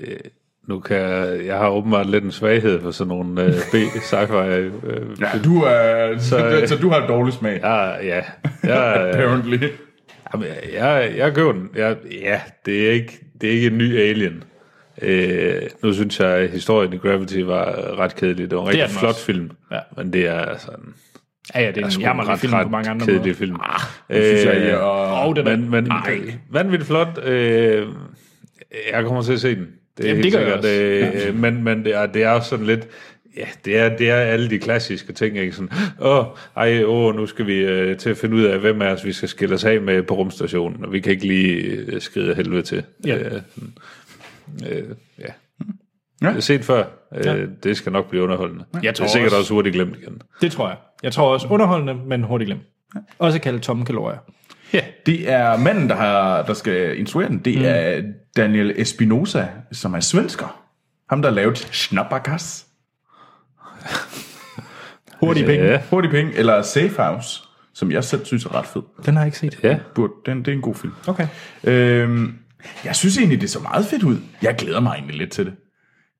C: nu kan jeg, jeg har åbenbart lidt en svaghed for sådan nogle øh, B-sci-fi. Øh,
B: Ja, du er, så,
C: Så-
B: så, du har dårlig smag, ja.
C: ja, ja. Jeg, øh,
B: apparently.
C: Jamen, jeg, jeg, jeg køber den. Jeg, ja, det er, ikke, det er ikke en ny Alien. Øh, nu synes jeg, at historien i Gravity var ret kedelig. Det var en
A: er
C: rigtig
A: den
C: flot
A: også.
C: film.
A: Ja.
C: Men det er sådan...
A: Ja, ja, det er en jammerlig film på mange andre
C: kedelig
A: måder.
C: film. Ah,
B: Det synes jeg, og,
A: Og den er,
C: men, men øh, vanvittigt flot. Øh, jeg kommer til at se den. Det er
A: Jamen,
C: helt
A: det gør jeg
C: sikkert. Øh, øh, men men det, er, det er også sådan lidt... Ja, det er, det er alle de klassiske ting, ikke? Sådan, åh, ej, åh, nu skal vi øh, til at finde ud af, hvem af os vi skal skille os af med på rumstationen, og vi kan ikke lige øh, skride af helvede til.
A: Ja.
C: Øh, sådan, øh, ja.
B: Ja.
C: ja. Set før. Øh,
A: Ja.
C: Det skal nok blive underholdende.
A: Jeg tror
C: det er sikkert
A: også-
C: også, hurtigt glemt igen.
A: Det tror jeg. Jeg tror også underholdende, men hurtigt glemt. Også kaldet tomme kalorier.
B: Det er manden, der, har, der skal instruere den. Det mm. er Daniel Espinosa, som er svensker. Ham, der har lavet Schnappergas.
A: Hurtige penge.
C: Ja,
B: Hurtig penge, eller Safe House, som jeg selv synes er ret fed.
A: Den har jeg ikke set.
C: ja.
B: Burde- Den, det er en god film.
A: Okay.
B: Øhm, jeg synes egentlig, det så meget fedt ud. Jeg glæder mig egentlig lidt til det.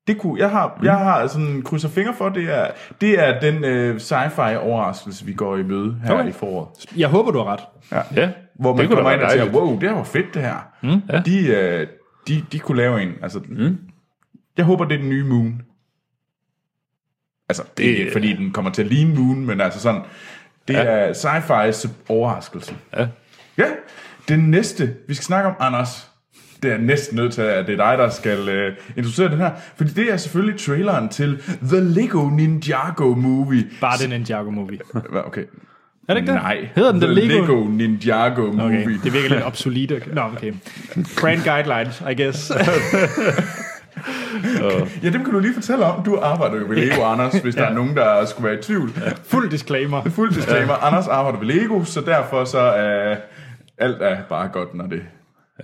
B: Det kunne, jeg har, jeg har sådan krydser fingre for, det er, det er den øh, sci-fi overraskelse, vi går i møde her
A: Okay.
B: i foråret.
A: Jeg håber, du har ret.
C: ja.
B: Hvor man
C: kunne da
B: kommer
C: være
B: ind og siger,
C: dejligt.
B: wow, det her var fedt det her. Mm, ja. de, øh, de, de kunne lave en. Altså, mm. Jeg håber, det er den nye Moon. Altså, det,
C: Det-
B: er ikke, fordi den kommer til at ligne Moon, men altså sådan, det ja. er sci-fi's overraskelse.
C: Ja.
B: Ja, det næste, vi skal snakke om, Anders, det er jeg næsten nødt til, at det er dig, der skal øh, introducere den her. Fordi det er selvfølgelig traileren til The Lego Ninjago Movie.
A: Bare den Ninjago-movie.
B: Hva- Okay.
A: Er det ikke det?
B: Nej,
A: Hedder den The
B: The
A: Lego?
B: Lego Ninjago Movie.
A: Okay, det virker lidt obsolet. Okay. Nå, okay. Brand guidelines, I guess.
B: Ja, dem kan du lige fortælle om. Du arbejder jo ved Lego, Anders, hvis der er nogen, der skulle være i tvivl.
A: Fuld disclaimer.
B: Fuld disclaimer, Anders arbejder ved Lego, så derfor så er alt er bare godt, når det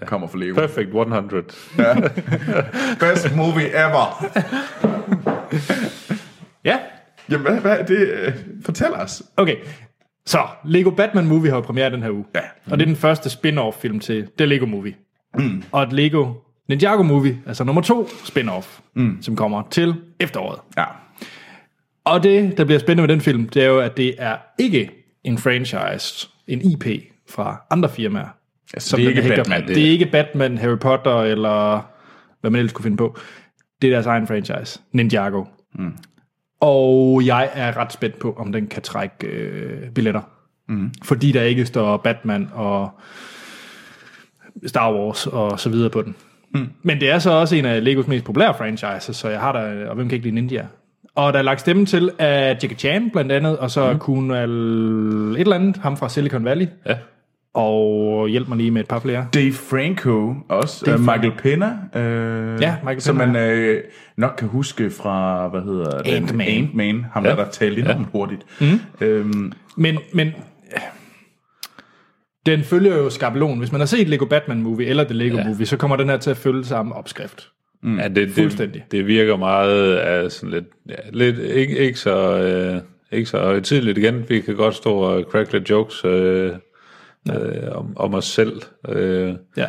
B: kommer fra Lego.
C: Perfect 100.
B: Best movie ever.
A: Ja,
B: Jamen, hvad, hvad er det? øh, Fortæl os.
A: okay. Så, Lego Batman Movie har jo premiere den her uge.
B: Ja.
A: Og det er den første spin-off film til The Lego Movie. Mm. Og et Lego Ninjago Movie, altså nummer to spin-off, mm. som kommer til efteråret.
B: Ja.
A: Og det, der bliver spændende med den film, det er jo, at det er ikke en franchise, en IP fra andre firmaer.
B: Som det er
A: den
B: ikke
A: hægter
B: Batman.
A: på.
B: Det.
A: det er ikke Batman, Harry Potter eller hvad man ellers kunne finde på. Det er deres egen franchise, Ninjago. Mm. Og jeg er ret spændt på, om den kan trække øh, billetter. Mm. Fordi der ikke står Batman og Star Wars og så videre på den. Mm. Men det er så også en af Legos mest populære franchises, så jeg har der, og hvem kan ikke lide Ninja? Og der er lagt stemme til af Jackie Chan blandt andet, og så mm. Kunal et eller andet, ham fra Silicon Valley.
C: Ja.
A: Og hjælp mig lige med et par flere.
B: Dave Franco også. Dave
A: Dave
B: Michael Pena. Øh,
A: Ja, Michael
B: Som
A: Pena,
B: man øh, nok kan huske fra, hvad hedder den?
A: Ant-Man.
B: Ant-Man. Ham Mhm. ja. der, der talte enormt ja. hurtigt. Mm. Øhm,
A: Men, men øh, Den følger jo skabelonen. Hvis man har set Lego Batman-movie eller The Lego
C: Ja.
A: Movie, så kommer den her til at følge samme opskrift.
C: Mm. Ja, det,
A: Fuldstændig.
C: Det, det virker meget af sådan lidt, ja, lidt ikke, ikke så... Øh, ikke så tidligt igen. Vi kan godt stå og crack lidt jokes øh, øh, om, om os selv. Øh,
A: Ja.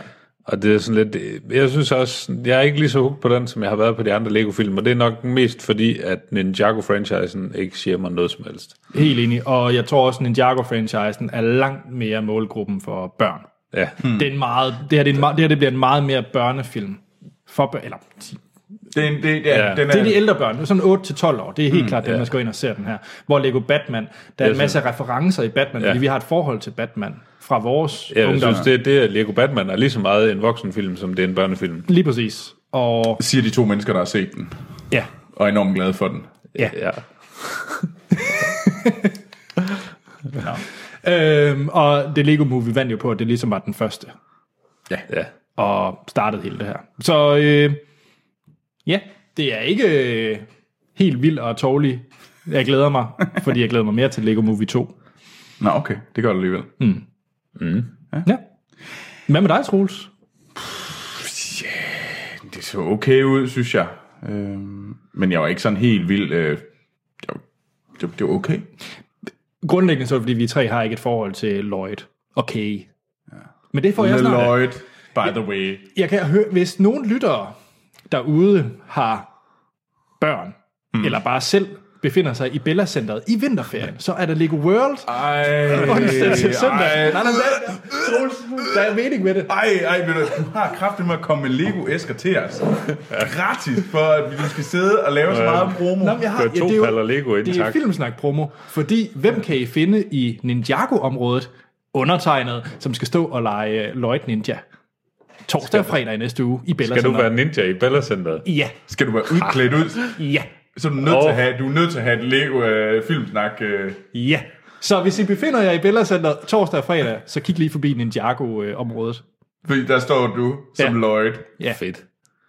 C: og det er sådan lidt... øh, Jeg synes også... Jeg er ikke lige så hooked på den, som jeg har været på de andre Lego-film. Og det er nok mest fordi, at Ninjago-franchisen ikke siger mig noget som helst.
A: Helt enig. Og jeg tror også, at Ninjago-franchisen er langt mere målgruppen for børn.
C: Ja.
A: Mm. Det, er en meget, det, her, det, er en, meget- det her det bliver en meget mere børnefilm. For, børn- eller,
B: Den, det, ja,
C: Ja.
B: den er,
A: det er de ældre børn, det er sådan 8-12 år. Det er helt mm, klart dem, der skal gå ind og se den her. Hvor Lego Batman, der er en masse referencer i Batman, ja. fordi vi har et forhold til Batman fra vores
C: Ja, jeg
A: ungdom.
C: synes, det, det er Lego Batman er lige så meget en voksenfilm, som det er en børnefilm.
A: Lige præcis. Og
B: siger de to mennesker, der har set den,
A: ja,
B: og er enormt glade for den.
A: ja.
C: Ja.
A: Øhm, og det Lego Movie vandt jo på, at det ligesom var den første,
C: ja.
A: og startede hele det her. Så øh, ja, det er ikke øh, helt vildt og tårlig. Jeg glæder mig, fordi jeg glæder mig mere til Lego Movie 2.
B: Nå, okay, det gør det alligevel. Mm.
A: Ja. Hvad med dig, Troels?
B: Det så okay ud, synes jeg. Øhm, men jeg var ikke sådan helt vild. Øh, det, var, det, var- det var okay.
A: Grundlæggende så er det, fordi vi tre har ikke et forhold til Lloyd og Kay. Ja. Men det får jeg snart.
B: Lloyd, by the way.
A: Jeg kan høre, hvis nogen lyttere derude har børn, mm. eller bare selv befinder sig i Bella Centeret i vinterferien, så er der Lego World
B: Ej,
A: onsdag til søndag. Nej, nej, nej. Troels, der er mening med det.
B: Ej, ej, ved du, du har kraften med at komme med Lego-æsker til os. Gratis, for at vi nu skal sidde og lave så meget promo.
A: Nå, men jeg har,
C: Det er to
A: det er jo-
C: paller Lego ind,
A: Det er
C: tak.
A: filmsnak promo, fordi hvem kan I finde i Ninjago-området, undertegnet, som skal stå og lege øh, Lloyd Ninja? Torsdag og fredag i næste uge i Bella
C: Kan du
A: Center.
C: være ninja i Bella Centeret?
A: Ja,
B: Skal du være udklædt ud,
A: ja,
B: så er du nødt oh. til
C: Åh.
B: at have, du er nødt til at have et Lego-filmsnak. Øh,
A: ja. Så hvis I befinder jer i Bella Center torsdag og fredag, så kig lige forbi Ninjago-området.
B: fordi der står du som
A: Ja.
B: ja. Lloyd.
A: Ja.
C: Fedt.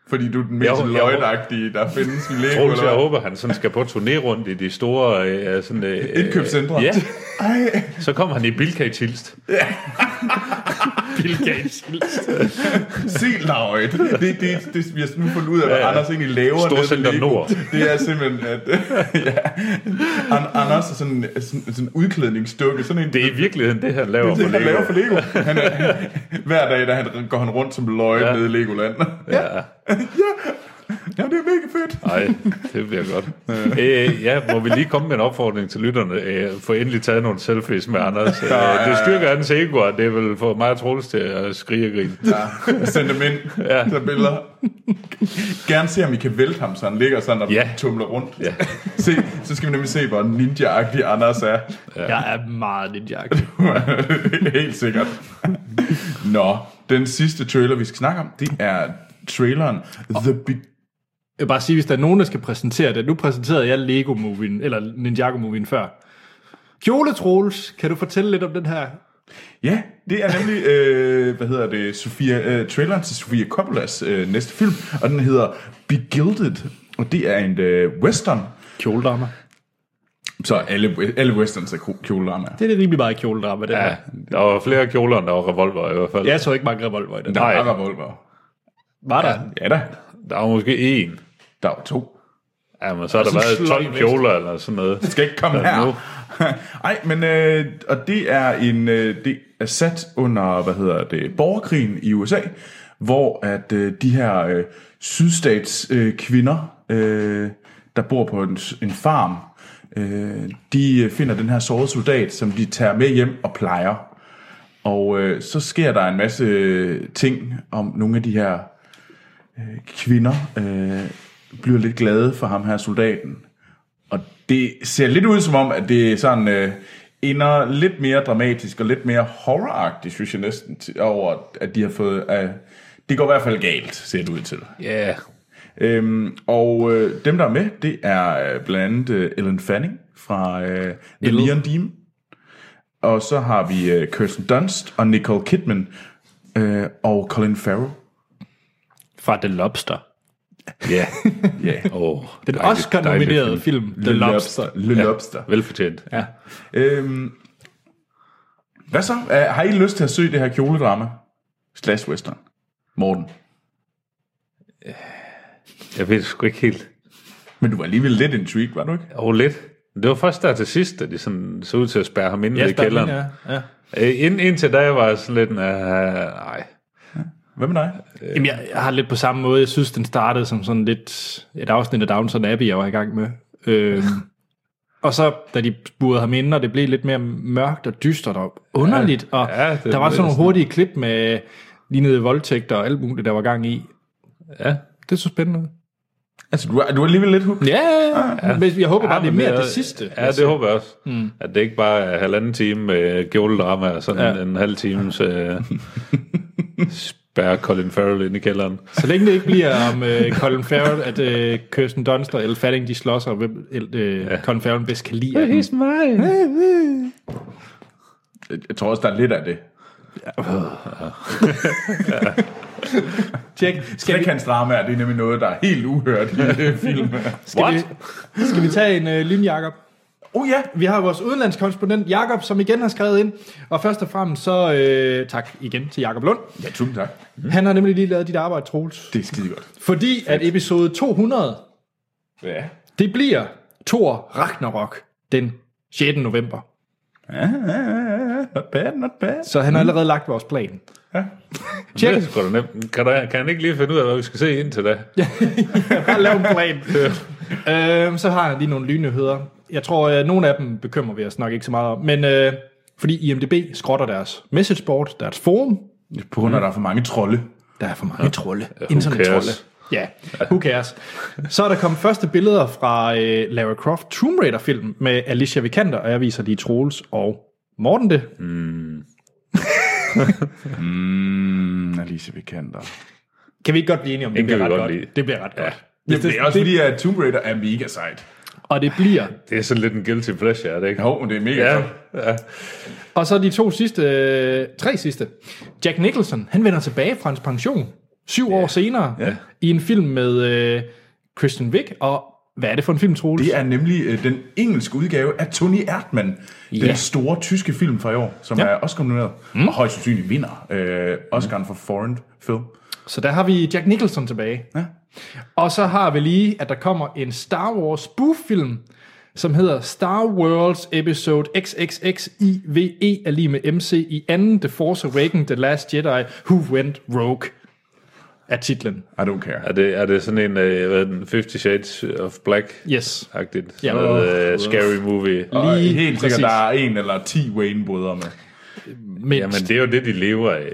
B: Fordi du er den mest
C: Jeg- jeg-
B: Lloyd-agtige, der findes i Lego.
C: Troels, jeg
B: hvad?
C: håber, han sådan skal på turné rundt i de store øh, sådan, øh,
B: Indkøbscentre.
C: Ja,
B: Ej.
C: så kommer han i Bilka i Tilst. Bilka i Tilst.
B: Se Lloyd. Det, det, det, det, vi har nu fundet ud af, hvad
C: Ja, ja.
B: Anders egentlig laver. nede ved
C: Storcenter
B: Lego.
C: Nord.
B: Det er simpelthen, at ja. An- Anders er sådan, sådan, sådan en udklædningsdukke. Sådan en,
C: Det er i virkeligheden det, han laver på
B: det, han laver
C: Lego.
B: for Lego. Han, er- han, hver dag der han, går han rundt som Lloyd ja.
C: Ja.
B: nede i Legoland.
C: Ja.
B: Ja, det er mega fedt.
C: Nej, det bliver godt. Øh, ja, må vi lige komme med en opfordring til lytterne. Øh, få endelig taget nogle selfies med Anders. Øh, det styrker hans ego, og det vil få mig og Troels til at skrige og grine.
B: Ja. Send dem ind. Ja. Så billeder. Gerne se, om I kan vælte ham, så han ligger sådan og
C: Ja.
B: tumler rundt.
C: Ja.
B: Se, så skal vi nemlig se, hvor ninja-agtig Anders er.
A: Ja. Jeg er meget ninja.
B: Helt sikkert. Nå, den sidste trailer, vi skal snakke om, det er traileren The Big...
A: Jeg vil bare sige, hvis der er nogen, der skal præsentere det. Nu præsenterede jeg Lego-movien, eller Ninjago-movien før. Kjole Troels, kan du fortælle lidt om den her?
B: Ja, det er nemlig, øh, hvad hedder det, Sofia, øh, traileren til Sofia Coppolas øh, næste film, og den hedder Begilded, og det er en øh, western,
A: Kjoledrama.
B: så alle, alle westerns er kro- kjoledramaer.
A: Det er det rimelig meget kjoledrama, det ja. her.
C: Ja, der var flere kjoler, end der var revolver i hvert fald.
A: Jeg så ikke mange revolver i den.
B: Der
A: Nej.
B: er revolver.
A: Var der?
B: Ja da,
C: Der var måske én.
B: der er jo to.
C: Ja, men så har der
A: sådan
C: været
A: en
C: 12
A: sløj
C: kjoler eller sådan noget.
B: skal ikke komme
C: Ja,
B: her.
C: nu.
B: Nej, men øh, og det er en øh, det er sat under, hvad hedder det, borgerkrigen i USA, hvor at øh, de her øh, sydstats øh, kvinder øh, der bor på en, s- en farm, øh, de øh, finder den her sårede soldat, som de tager med hjem og plejer. Og øh, så sker der en masse øh, ting om nogle af de her øh, kvinder øh, bliver lidt glade for ham her soldaten. Og det ser lidt ud som om, at det er sådan øh, ender lidt mere dramatisk og lidt mere horroragtigt, synes jeg næsten, til- over at de har fået... Øh, det går i hvert fald galt, ser det ud til.
C: Ja,
B: Øhm, og øh, dem, der er med, det er øh, blandt andet øh, Ellen Fanning fra øh, The
A: Elle.
B: Neon Demon. Og så har vi øh, Kirsten Dunst og Nicole Kidman øh, og Colin Farrell.
A: Fra The Lobster.
C: ja.
B: Ja,
C: Åh,
A: Den
C: dejlig-
A: Oscar-nominerede
C: dejlig
A: film, The Lobster.
B: Le Lobster.
C: Velfortjent.
A: Ja.
B: Øhm, Hvad så? Uh, har I lyst til at søge det her kjoledrama? Slash western. Morten.
C: Jeg ved det sgu ikke helt.
B: Men du var alligevel lidt intrigued, var du ikke?
C: Og lidt. Men Det var først der til sidst, at de sådan så ud til at spærre ham inde ja, i
A: Jesper,
C: kælderen.
A: ja, ja.
C: Øh, Ind, indtil da jeg var sådan lidt, øh, nej.
B: Hvad med dig?
A: Jamen, jeg, jeg har lidt på samme måde. Jeg synes, den startede som sådan lidt et afsnit af Downton Abbey, jeg var i gang med. Øhm, og så, da de spurgte ham ind, og det blev lidt mere mørkt og dystert og underligt, og
C: ja,
A: ja,
C: det
A: der var
C: blev
A: sådan nogle
C: sådan-
A: hurtige klip med lignede voldtægter og alt muligt, der var gang i.
C: Ja.
A: Det er så spændende. ud.
B: Altså, du er, du er alligevel lidt hooked.
A: Ja, ja. men jeg håber bare, det er
C: men
A: mere
C: jeg-
A: det sidste.
C: Ja, det håber jeg også. Mm. At det ikke bare er halvanden time med kjoledrama og sådan ja. en halv times øh, spærre Colin Farrell ind i kælderen.
A: Så længe det ikke bliver om øh, Colin Farrell, at øh, Kirsten Dunst og Elle Fanning, de slås, og hvem øh, ja. Colin Farrell bedst kan lide. af dem.
C: mig.
B: Jeg- Jeg tror også, der er lidt af det.
A: Tjek. Skal vi,
B: Slik hans drama er, det er nemlig noget, der er helt uhørt i det film.
A: skal, vi, skal vi tage en øh, lyn, Jacob?
B: Oh ja,
A: Vi har vores udenlandskorrespondent Jakob, som igen har skrevet ind. Og først og fremmest så øh, tak igen til Jakob Lund.
B: ja tusind tak.
A: Han har nemlig lige lavet dit arbejde, Troels.
B: Det er skide godt.
A: Fordi at episode 200,
B: Ja.
A: det bliver Thor Ragnarok den 6. november.
B: Ja, ja, ja, ja. Not bad, not bad.
A: Så han har allerede lagt vores plan.
B: Ja.
C: Det er sgu da nemt. Kan, der, kan han ikke lige finde ud af, hvad vi skal se indtil da?
A: Bare lav en plan. øhm, så har jeg lige nogle lynnyheder. Jeg tror, at nogle af dem bekymrer vi os nok ikke så meget om. Men øh, fordi IMDB skrotter deres messageboard, deres forum,
B: På grund af, at der er for mange trolde.
A: Der er for mange ja. trolde.
C: who
A: Internettrolde.
C: cares?
A: Ja, who cares? Så er der kommet første billeder fra øh, Lara Croft Tomb Raider-film med Alicia Vikander, og jeg viser lige Troels og Morten det. Mm.
B: Mm, Alice Vikander.
A: Kan vi ikke godt blive enige om, det
C: Den
A: bliver
C: kan vi
A: ret
C: godt
A: godt?
C: lide.
A: Det bliver ret ja. godt.
B: Det, det, er også
A: det-
B: fordi, at Tomb Raider er mega sejt.
A: Og det bliver.
C: Det er sådan lidt en guilty pleasure, er det ikke?
B: Jo, men det er mega
C: Ja,
B: fedt.
C: ja.
A: Og så de to sidste, øh, tre sidste. Jack Nicholson, han vender tilbage fra hans pension syv år senere
B: Ja.
A: i en film med øh, Christian Wick, og hvad er det for en film, Troels?
B: Det er nemlig øh, den engelske udgave af Tony Erdmann, ja.
A: Ja.
B: den store tyske film fra i år, som ja. er Oscar-nomineret, mm. og højst sandsynligt vinder øh, Oscar'en for Foreign Film.
A: Så der har vi Jack Nicholson tilbage.
B: Ja.
A: Og så har vi lige, at der kommer en Star Wars spoof-film, som hedder Star Wars Episode XXXIVE E, er lige med MC i anden The Force Awakens The Last Jedi Who Went Rogue er titlen.
B: I don't care.
C: Er det, er det sådan en øh, hvad er den, 50 Shades of Black?
A: Yes.
C: Agtigt.
A: Ja.
C: Ja. Noget, uh, scary movie.
B: Og
A: Lige
B: helt sikkert,
A: præcis.
B: der er en eller ti Wayne-brødre med.
A: Men
C: Jamen, det er jo det, de lever af.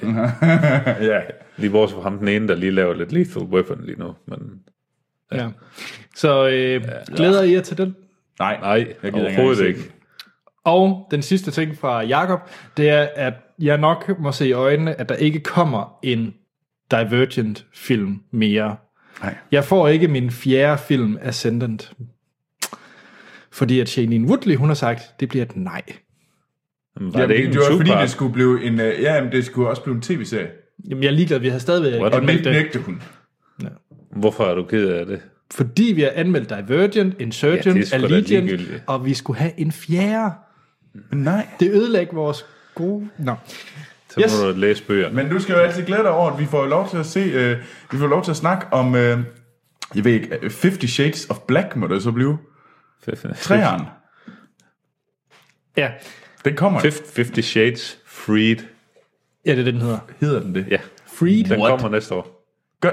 B: ja.
C: Lige bortset fra ham, den ene, der lige laver lidt lethal weapon lige nu. Men
A: ja. Så øh, glæder I jer til den.
B: Nej,
C: nej,
B: jeg
C: jeg
B: gider ikke
C: overhovedet
B: engang
C: ikke.
B: se
A: Og den sidste ting fra Jakob, det er, at jeg nok må se i øjnene, at der ikke kommer en Divergent-film mere.
B: Nej.
A: Jeg får ikke min fjerde film, Ascendant. Fordi at Shailene Woodley, hun har sagt, det bliver et nej.
C: Jamen, var
B: Jamen,
C: det ikke
B: det, det var
C: en
B: fordi, det
C: two-part?
B: skulle blive en... øh, Ja, men det skulle også blive en tv-serie.
A: Jamen, jeg er ligeglad, vi har stadigvæk
C: What?
B: Og det
A: anmeldt det.
B: nægte hun.
C: Hvorfor er du ked af det?
A: Fordi vi har anmeldt Divergent,
C: Ja, det
A: Insurgent,
C: er
A: ja,
C: sgu da
A: Allegiant,
C: ligegyldigt.
A: og vi skulle have en fjerde.
B: Nej.
A: Det ødelagde vores gode... Nå.
C: Så
A: Yes.
C: yes. må du læse bøger.
B: Men du skal jo altid glæde dig over, at vi får lov til at se... Øh, vi får lov til at snakke om... Øh, jeg ved ikke, øh, 50 Shades of Black må det så blive. Træeren.
A: Ja,
B: Den kommer.
C: 50 Shades Freed.
A: ja det er det, den hedder.
B: Hedder den det?
C: Ja,
A: Freed.
C: den
B: What?
C: What? kommer næste år.
B: Gør,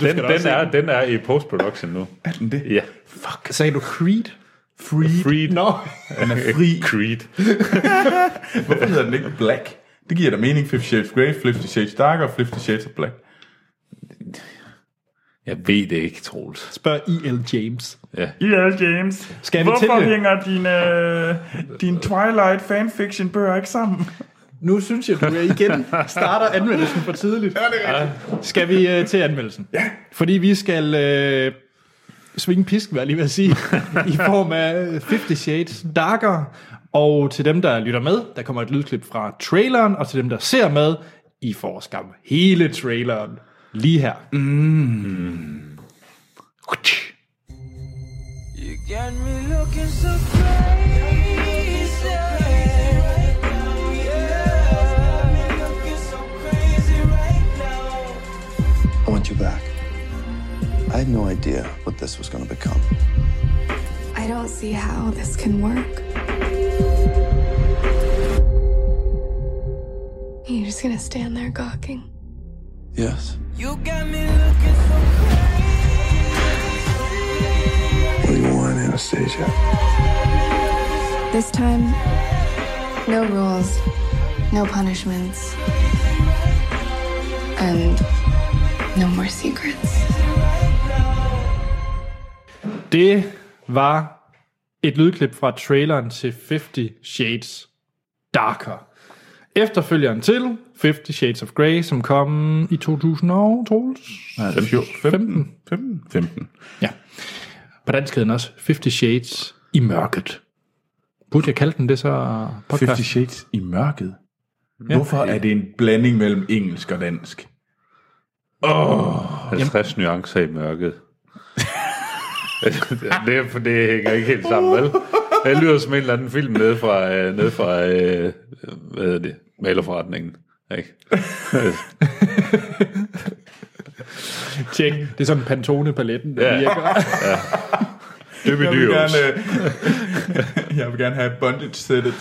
C: Den,
A: da også
C: den, er, den er i post-production nu.
B: er den det?
C: Ja.
A: Fuck. Sagde du Creed?
B: Free.
C: Freed.
A: Nå.
B: Den er fri.
C: Creed.
B: Hvorfor hedder den ikke Black? Det giver da mening. 50 Shades Grey, 50 Shades Dark og 50 Shades of Black.
C: Jeg ved det ikke, Troels.
A: Spørg E.L. James.
B: Ja, James.
A: Skal vi til det?
B: hænger din, øh, din Twilight fanfiction bøger ikke sammen?
A: Nu synes jeg, du er igen starter anmeldelsen for tidligt. Ja, det er rigtigt. Skal vi øh, til anmeldelsen? Ja. Fordi vi skal øh, svinge pisk, hvad jeg lige vil sige, i form af 50 Shades Darker. Og til dem, der lytter med, der kommer et lydklip fra traileren, og til dem, der ser med, I får skam hele traileren lige her. Mm.
D: You got me looking so crazy. I had no idea what this was going to become.
E: I don't see how this can work. You're just gonna stand there gawking.
D: Yes.
F: You got me looking so
D: What do you want, Anastasia?
E: This time, no rules, no punishments, and no more secrets.
A: Det var et lydklip fra traileren til 50 Shades Darker. Efterfølgeren til 50 Shades of Grey, som kom i 2012.
B: Nej, det er fjor-
A: 15.
B: 15.
C: 15.
A: Ja. På dansk hed den også 50 Shades i mørket. Burde jeg kalde den det så podcast?
B: 50 Shades i mørket. Ja. Hvorfor er det en blanding mellem engelsk og dansk?
C: 50 nuancer i mørket. det, er, for det hænger ikke helt sammen, vel? Det lyder som en eller anden film nede fra, øh, nede fra øh, hvad hedder det, malerforretningen. Ikke?
A: Tjek, det er sådan Pantone-paletten, der
C: Ja.
A: virker.
C: Dybe
B: Jeg vil,
C: dyrs.
B: gerne, øh, jeg vil gerne have bondage sættet.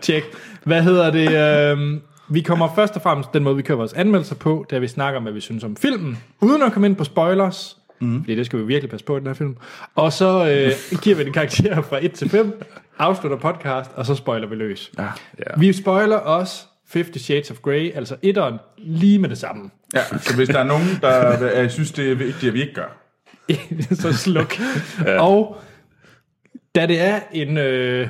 A: Tjek. Hvad hedder det? øhm, Vi kommer først og fremmest den måde, vi kører vores anmeldelser på, da vi snakker om, hvad vi synes om filmen, uden at komme ind på spoilers, mm. fordi det skal vi virkelig passe på i den her film. Og så øh, giver vi den karakter fra 1 til 5, afslutter podcast, og så spoiler vi løs. Ja,
C: ja.
A: Vi spoiler også 50 Shades of Grey, altså etteren, lige med det samme.
B: Ja, så hvis der er nogen, der øh, synes, det er vigtigt, at vi ikke gør.
A: så sluk. ja. Og da det er en... Øh,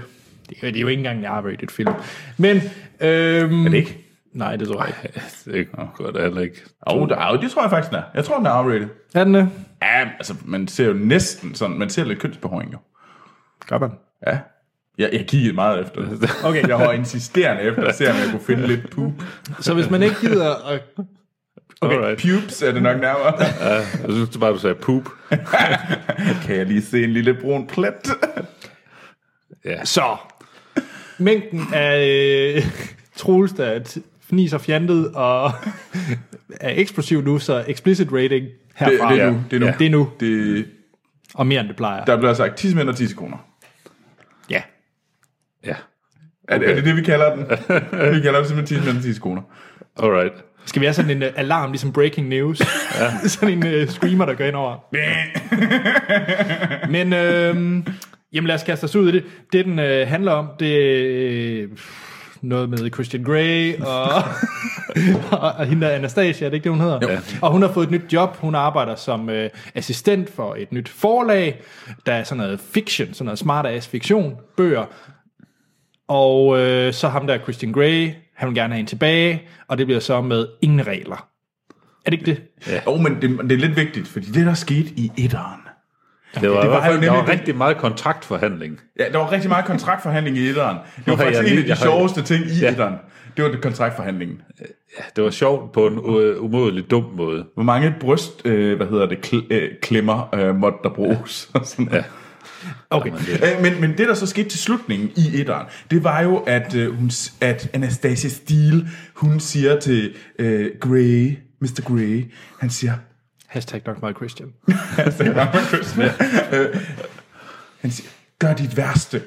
A: det er jo ikke engang en R-rated film. Men... Øhm, er det
B: ikke?
A: Nej, det tror jeg ikke.
C: Det gør det heller ikke.
B: Oh, der, oh, det tror jeg faktisk, den er. Jeg tror, den er R-rated.
A: Er den det?
B: Ja, altså, man ser jo næsten sådan, man ser lidt kønsbehåring jo.
A: Gør man.
B: Ja. Jeg, jeg kiggede meget efter det. Okay. Jeg var insisterende efter at se, om jeg kunne finde lidt poop.
A: Så hvis man ikke gider at...
C: Okay. Alright.
B: Pubes er det nok nærmere.
C: Jeg synes bare, du sagde poop.
B: Kan jeg lige se en lille brun plet?
A: Så. Mængden af øh, Troels, der t- fniser fjantet og er eksplosiv nu, så explicit rating herfra.
B: det er nu, det er nu.
A: Ja. Det er nu.
B: Det,
A: Og mere end det plejer.
B: der bliver sagt 10 mænd og 10 kroner.
A: Ja.
C: Ja.
B: Er, okay. er det det, vi kalder den? Vi kalder den simpelthen 10 mænd og 10 kroner.
C: Alright.
A: Skal vi have sådan en uh, alarm, ligesom breaking news? Ja. sådan en uh, screamer, der går ind over. Men øhm, jamen lad os kaste os ud i det. Det, den øh, handler om, det er øh, noget med Christian Grey og, og, og hende der Anastasia, er det ikke det, hun hedder? Jo. Og hun har fået et nyt job. Hun arbejder som øh, assistent for et nyt forlag, der er sådan noget fiction, sådan noget smart-ass fiktion, bøger. Og øh, så ham der Christian Grey, han vil gerne have hende tilbage, og det bliver så med ingen regler. Er det ikke det?
B: Ja. Oh, men det, det er lidt vigtigt, fordi det, der skete i etteren.
C: Det var, det var,
B: var jo
C: der var
B: nemlig-
C: rigtig meget kontraktforhandling.
B: Ja, der var rigtig meget kontraktforhandling i etteren. Det var
C: Nå,
B: faktisk
C: jeg
B: en
C: lige-
B: af de
C: jeg har-
B: sjoveste ting i
C: Ja.
B: etteren. Det var det kontraktforhandlingen.
C: Det var sjovt på en u- umådelig dum måde.
B: Hvor mange bryst, øh, hvad hedder det, kl- øh, klemmer øh, måtte der bruges. og sådan noget.
A: Okay.
B: Øh, men, men det, der så skete til slutningen i etteren, det var jo, at, øh, hun, s- at Anastasia Steele, hun siger til øh, Grey, Mr. Grey, han siger,
A: Hashtag nok meget Christian.
B: Øh, han siger, gør dit værste.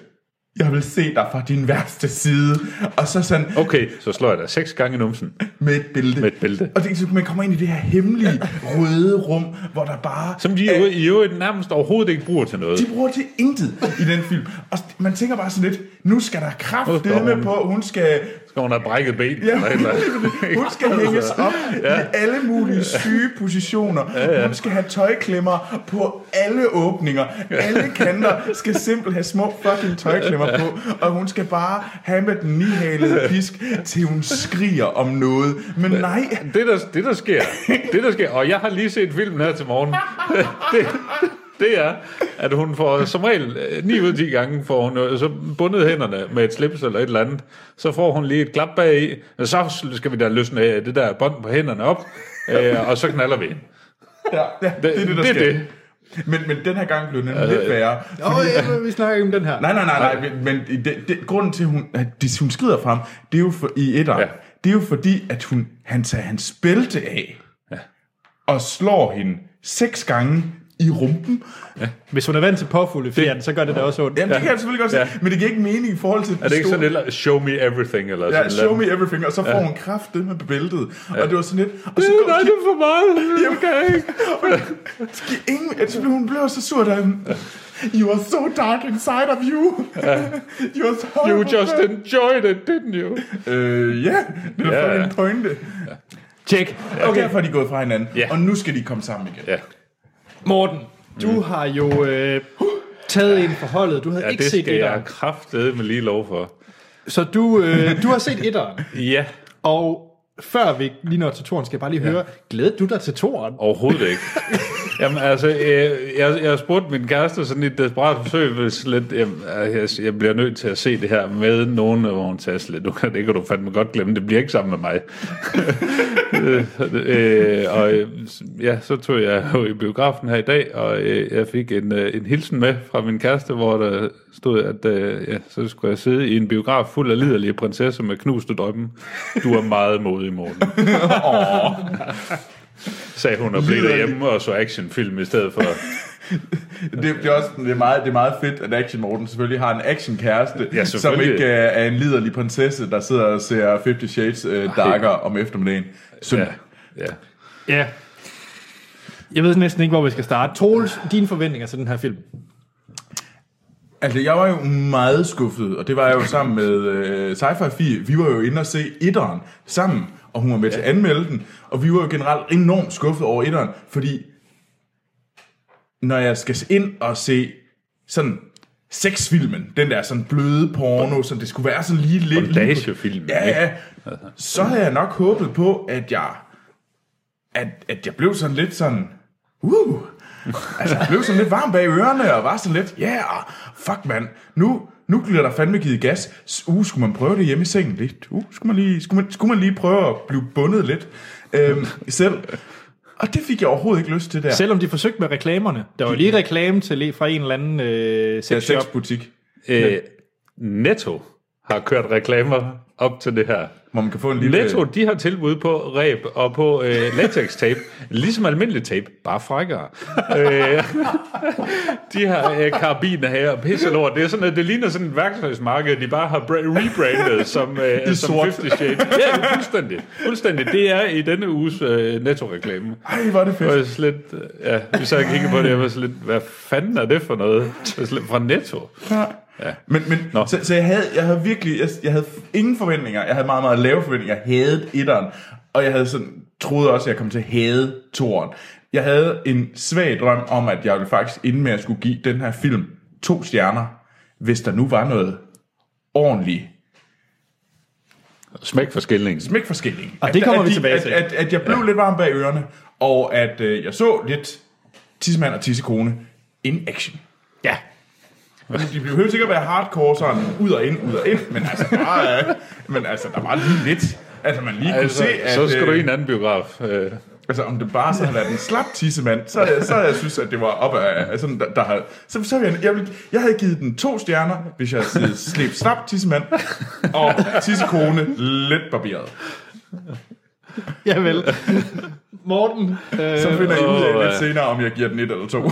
B: Jeg vil se dig fra din værste side. Og så sådan,
C: Okay, så slår jeg dig seks gange i numsen.
B: med et bælte.
C: Med et bælte.
B: Og det, så man kommer ind i det her hemmelige, røde rum, hvor der bare...
C: Som de jo, i øvrigt nærmest overhovedet ikke bruger til noget.
B: De bruger til intet i den film. Og man tænker bare sådan lidt, nu skal der kraft med på, hun skal,
C: Skal hun have brækket ben?
B: Ja,
C: eller et eller andet.
B: hun skal hænges op ja. i alle mulige syge positioner. Ja, ja. Hun skal have tøjklemmer på alle åbninger. Alle kanter skal simpelthen have små fucking tøjklemmer på. Og hun skal bare have med den nihalede pisk, til hun skriger om noget. Men nej,
C: Det der, det der sker, det der sker, og jeg har lige set filmen her til morgen, det, det er, at hun får som regel øh, 9 ud af 10 gange, får hun øh, så bundet hænderne med et slips eller et eller andet, så får hun lige et klap bag i, og så skal vi da løsne øh, det der bånd på hænderne op, øh, og så knaller vi.
B: ja, ja, det, det er det, der
C: det er
B: sker.
C: det.
B: Men, men den her gang blev den lidt værre.
A: Åh, oh, ja, men vi snakker ikke om den her.
B: Nej, nej, nej, nej, men- men det, det, grunden til, at hun, at de- hun skrider frem, det er jo for, i etter, ja.
C: Ja.
B: det er jo fordi, at hun, han tager hans bælte af, ja. og slår hende seks gange i rumpen.
A: Hvis hun er vant til påfulde fjern, så gør det da også ondt.
B: Jamen, det kan jeg selvfølgelig godt se,
C: Ja.
B: men det giver ikke mening i forhold til...
C: Er det ikke sådan eller show me everything? Eller
B: Ja,
C: sådan
B: show
C: noget?
B: me everything, og så får hun kraft det med bebæltet. Og det var sådan lidt... Og så
C: Øh,
B: går
C: Nej, det er for meget. Jeg kan ikke.
B: Det giver ingen... Altså, blev hun blev så sur, da hun- You are so dark inside of you. you are so...
C: You just enjoyed it, didn't you?
B: Øh, ja, det er
C: Ja,
B: yeah.
C: ja.
B: fucking pointe.
A: Tjek.
B: Okay. Derfor er de gået fra hinanden,
C: Ja.
B: og nu skal de komme sammen igen.
C: Ja,
A: Morten, du mm. har jo øh, taget en forholdet. Du havde
C: ja
A: ikke
C: det
A: set
C: skal
A: etteren.
C: jeg kraftede med lige lov for.
A: Så du, øh, du har set etteren.
C: Ja,
A: Og før vi lige når til toren, skal jeg bare lige høre, glæder du dig til toren?
C: overhovedet ikke. Jamen altså, øh, jeg, jeg spurgte min kæreste sådan i et desperat forsøg, hvis lidt, jamen, øh, jeg, jeg bliver nødt til at se det her med nogen, hvor hun tager sådan lidt, "Du kan- det kan du fandme godt glemme, det bliver ikke sammen med mig. øh, øh, og øh, ja, så tog jeg jo i biografen her i dag, og øh, jeg fik en, øh, en hilsen med fra min kæreste, hvor der stod, at øh, ja, så skulle jeg sidde i en biograf fuld af liderlige prinsesser med knuste drømme. Du er meget modig, Morten. sagde hun og blev
B: Liderlig.
C: derhjemme og så actionfilm i stedet for.
B: Det, det, er også det er meget, det er meget fedt, at Action Morten selvfølgelig har en action kæreste,
C: Ja,
B: som
C: selvfølgelig.
B: ikke øh, er, er en liderlig prinsesse, der sidder og ser 50 Shades uh, Darker om eftermiddagen. Så, ja.
C: Ja, ja.
A: Ja. Jeg ved næsten ikke, hvor vi skal starte. Troels, dine forventninger til den her film?
B: Altså, jeg var jo meget skuffet, og det var jeg jo sammen med uh, Sci-Fi 4. Vi var jo inde og se etteren sammen, og hun var med ja. til at anmelde den, og vi var jo generelt enormt skuffet over etteren, fordi når jeg skal ind og se sådan sexfilmen, den der sådan bløde porno, som det skulle være sådan lige lidt...
C: Bondagefilm,
B: Ja, ja. Så havde jeg nok håbet på, at jeg, at, at jeg blev sådan lidt sådan, uh, altså jeg blev sådan lidt varm bag ørerne, og var sådan lidt, ja, yeah, ah, fuck mand, nu, nu bliver der fandme givet gas. Uh, skulle man prøve det hjemme i sengen lidt? Uh, skulle man lige, skulle man, skulle man lige prøve at blive bundet lidt øhm, selv? Og det fik jeg overhovedet ikke lyst til der.
A: Selvom de forsøgte med reklamerne. Der var lige reklame til, fra en eller anden øh,
B: Ja,
A: sexshop.
B: sexbutik,
C: Øh, Netto har kørt reklamer op til det her.
B: hvor man kan få en lille...
C: Netto, de har tilbud på ræb og på øh, latex-tape, ligesom almindelig tape, bare frækkere. øh, de har øh, karabiner her og pisse lort. Det, er sådan, at det ligner sådan et værktøjsmarked, de bare har bra- rebrandet som, øh, som
B: sort.
C: 50 Shades. Ja, fuldstændig. fuldstændig. Det er i denne uges øh, Netto-reklame.
B: Ej, hvor er det
C: Jeg
B: fedt.
C: var sådan lidt, øh, ja, vi sad og kiggede på det, jeg var sådan lidt, hvad fanden er det for noget? Jeg var sådan lidt, fra Netto.
B: Men, men
C: Nå.
B: så, så jeg, havde, jeg havde virkelig, jeg, jeg havde ingen forventninger. Jeg havde meget, meget lave forventninger. Jeg havde etteren, og jeg havde sådan, troede også, at jeg kom til at hade toeren. Jeg havde en svag drøm om, at jeg ville faktisk, inden med at skulle give den her film to stjerner, hvis der nu var noget ordentligt
C: Smæk for skillingen.
B: smækforskelling.
A: Og det kommer
B: at,
A: vi
B: de-
A: tilbage
B: at,
A: til.
B: At, at jeg blev ja. lidt varm bag ørerne, og at øh, jeg så lidt tissemand og tissekone in action.
A: Ja.
B: De behøver sikkert være hardcore sådan ud og ind, ud og ind, men altså, bare, øh, men altså der var lige lidt. Altså man lige kunne
C: Altså,
B: altså, se, at,
C: så skal du
B: øh,
C: i en anden biograf. Øh,
B: altså om det bare så havde været en slap tissemand, så, så jeg synes, at det var op af, af sådan, der, der havde, så, så ville jeg, jeg, ville, jeg havde givet den to stjerner, hvis jeg havde slæbt slap tissemand, og tissekone lidt barberet.
A: Javel. Morten,
B: Så
A: øh,
B: finder jeg ud af
C: Åh,
B: lidt
C: ja.
B: senere, om jeg giver den et eller to.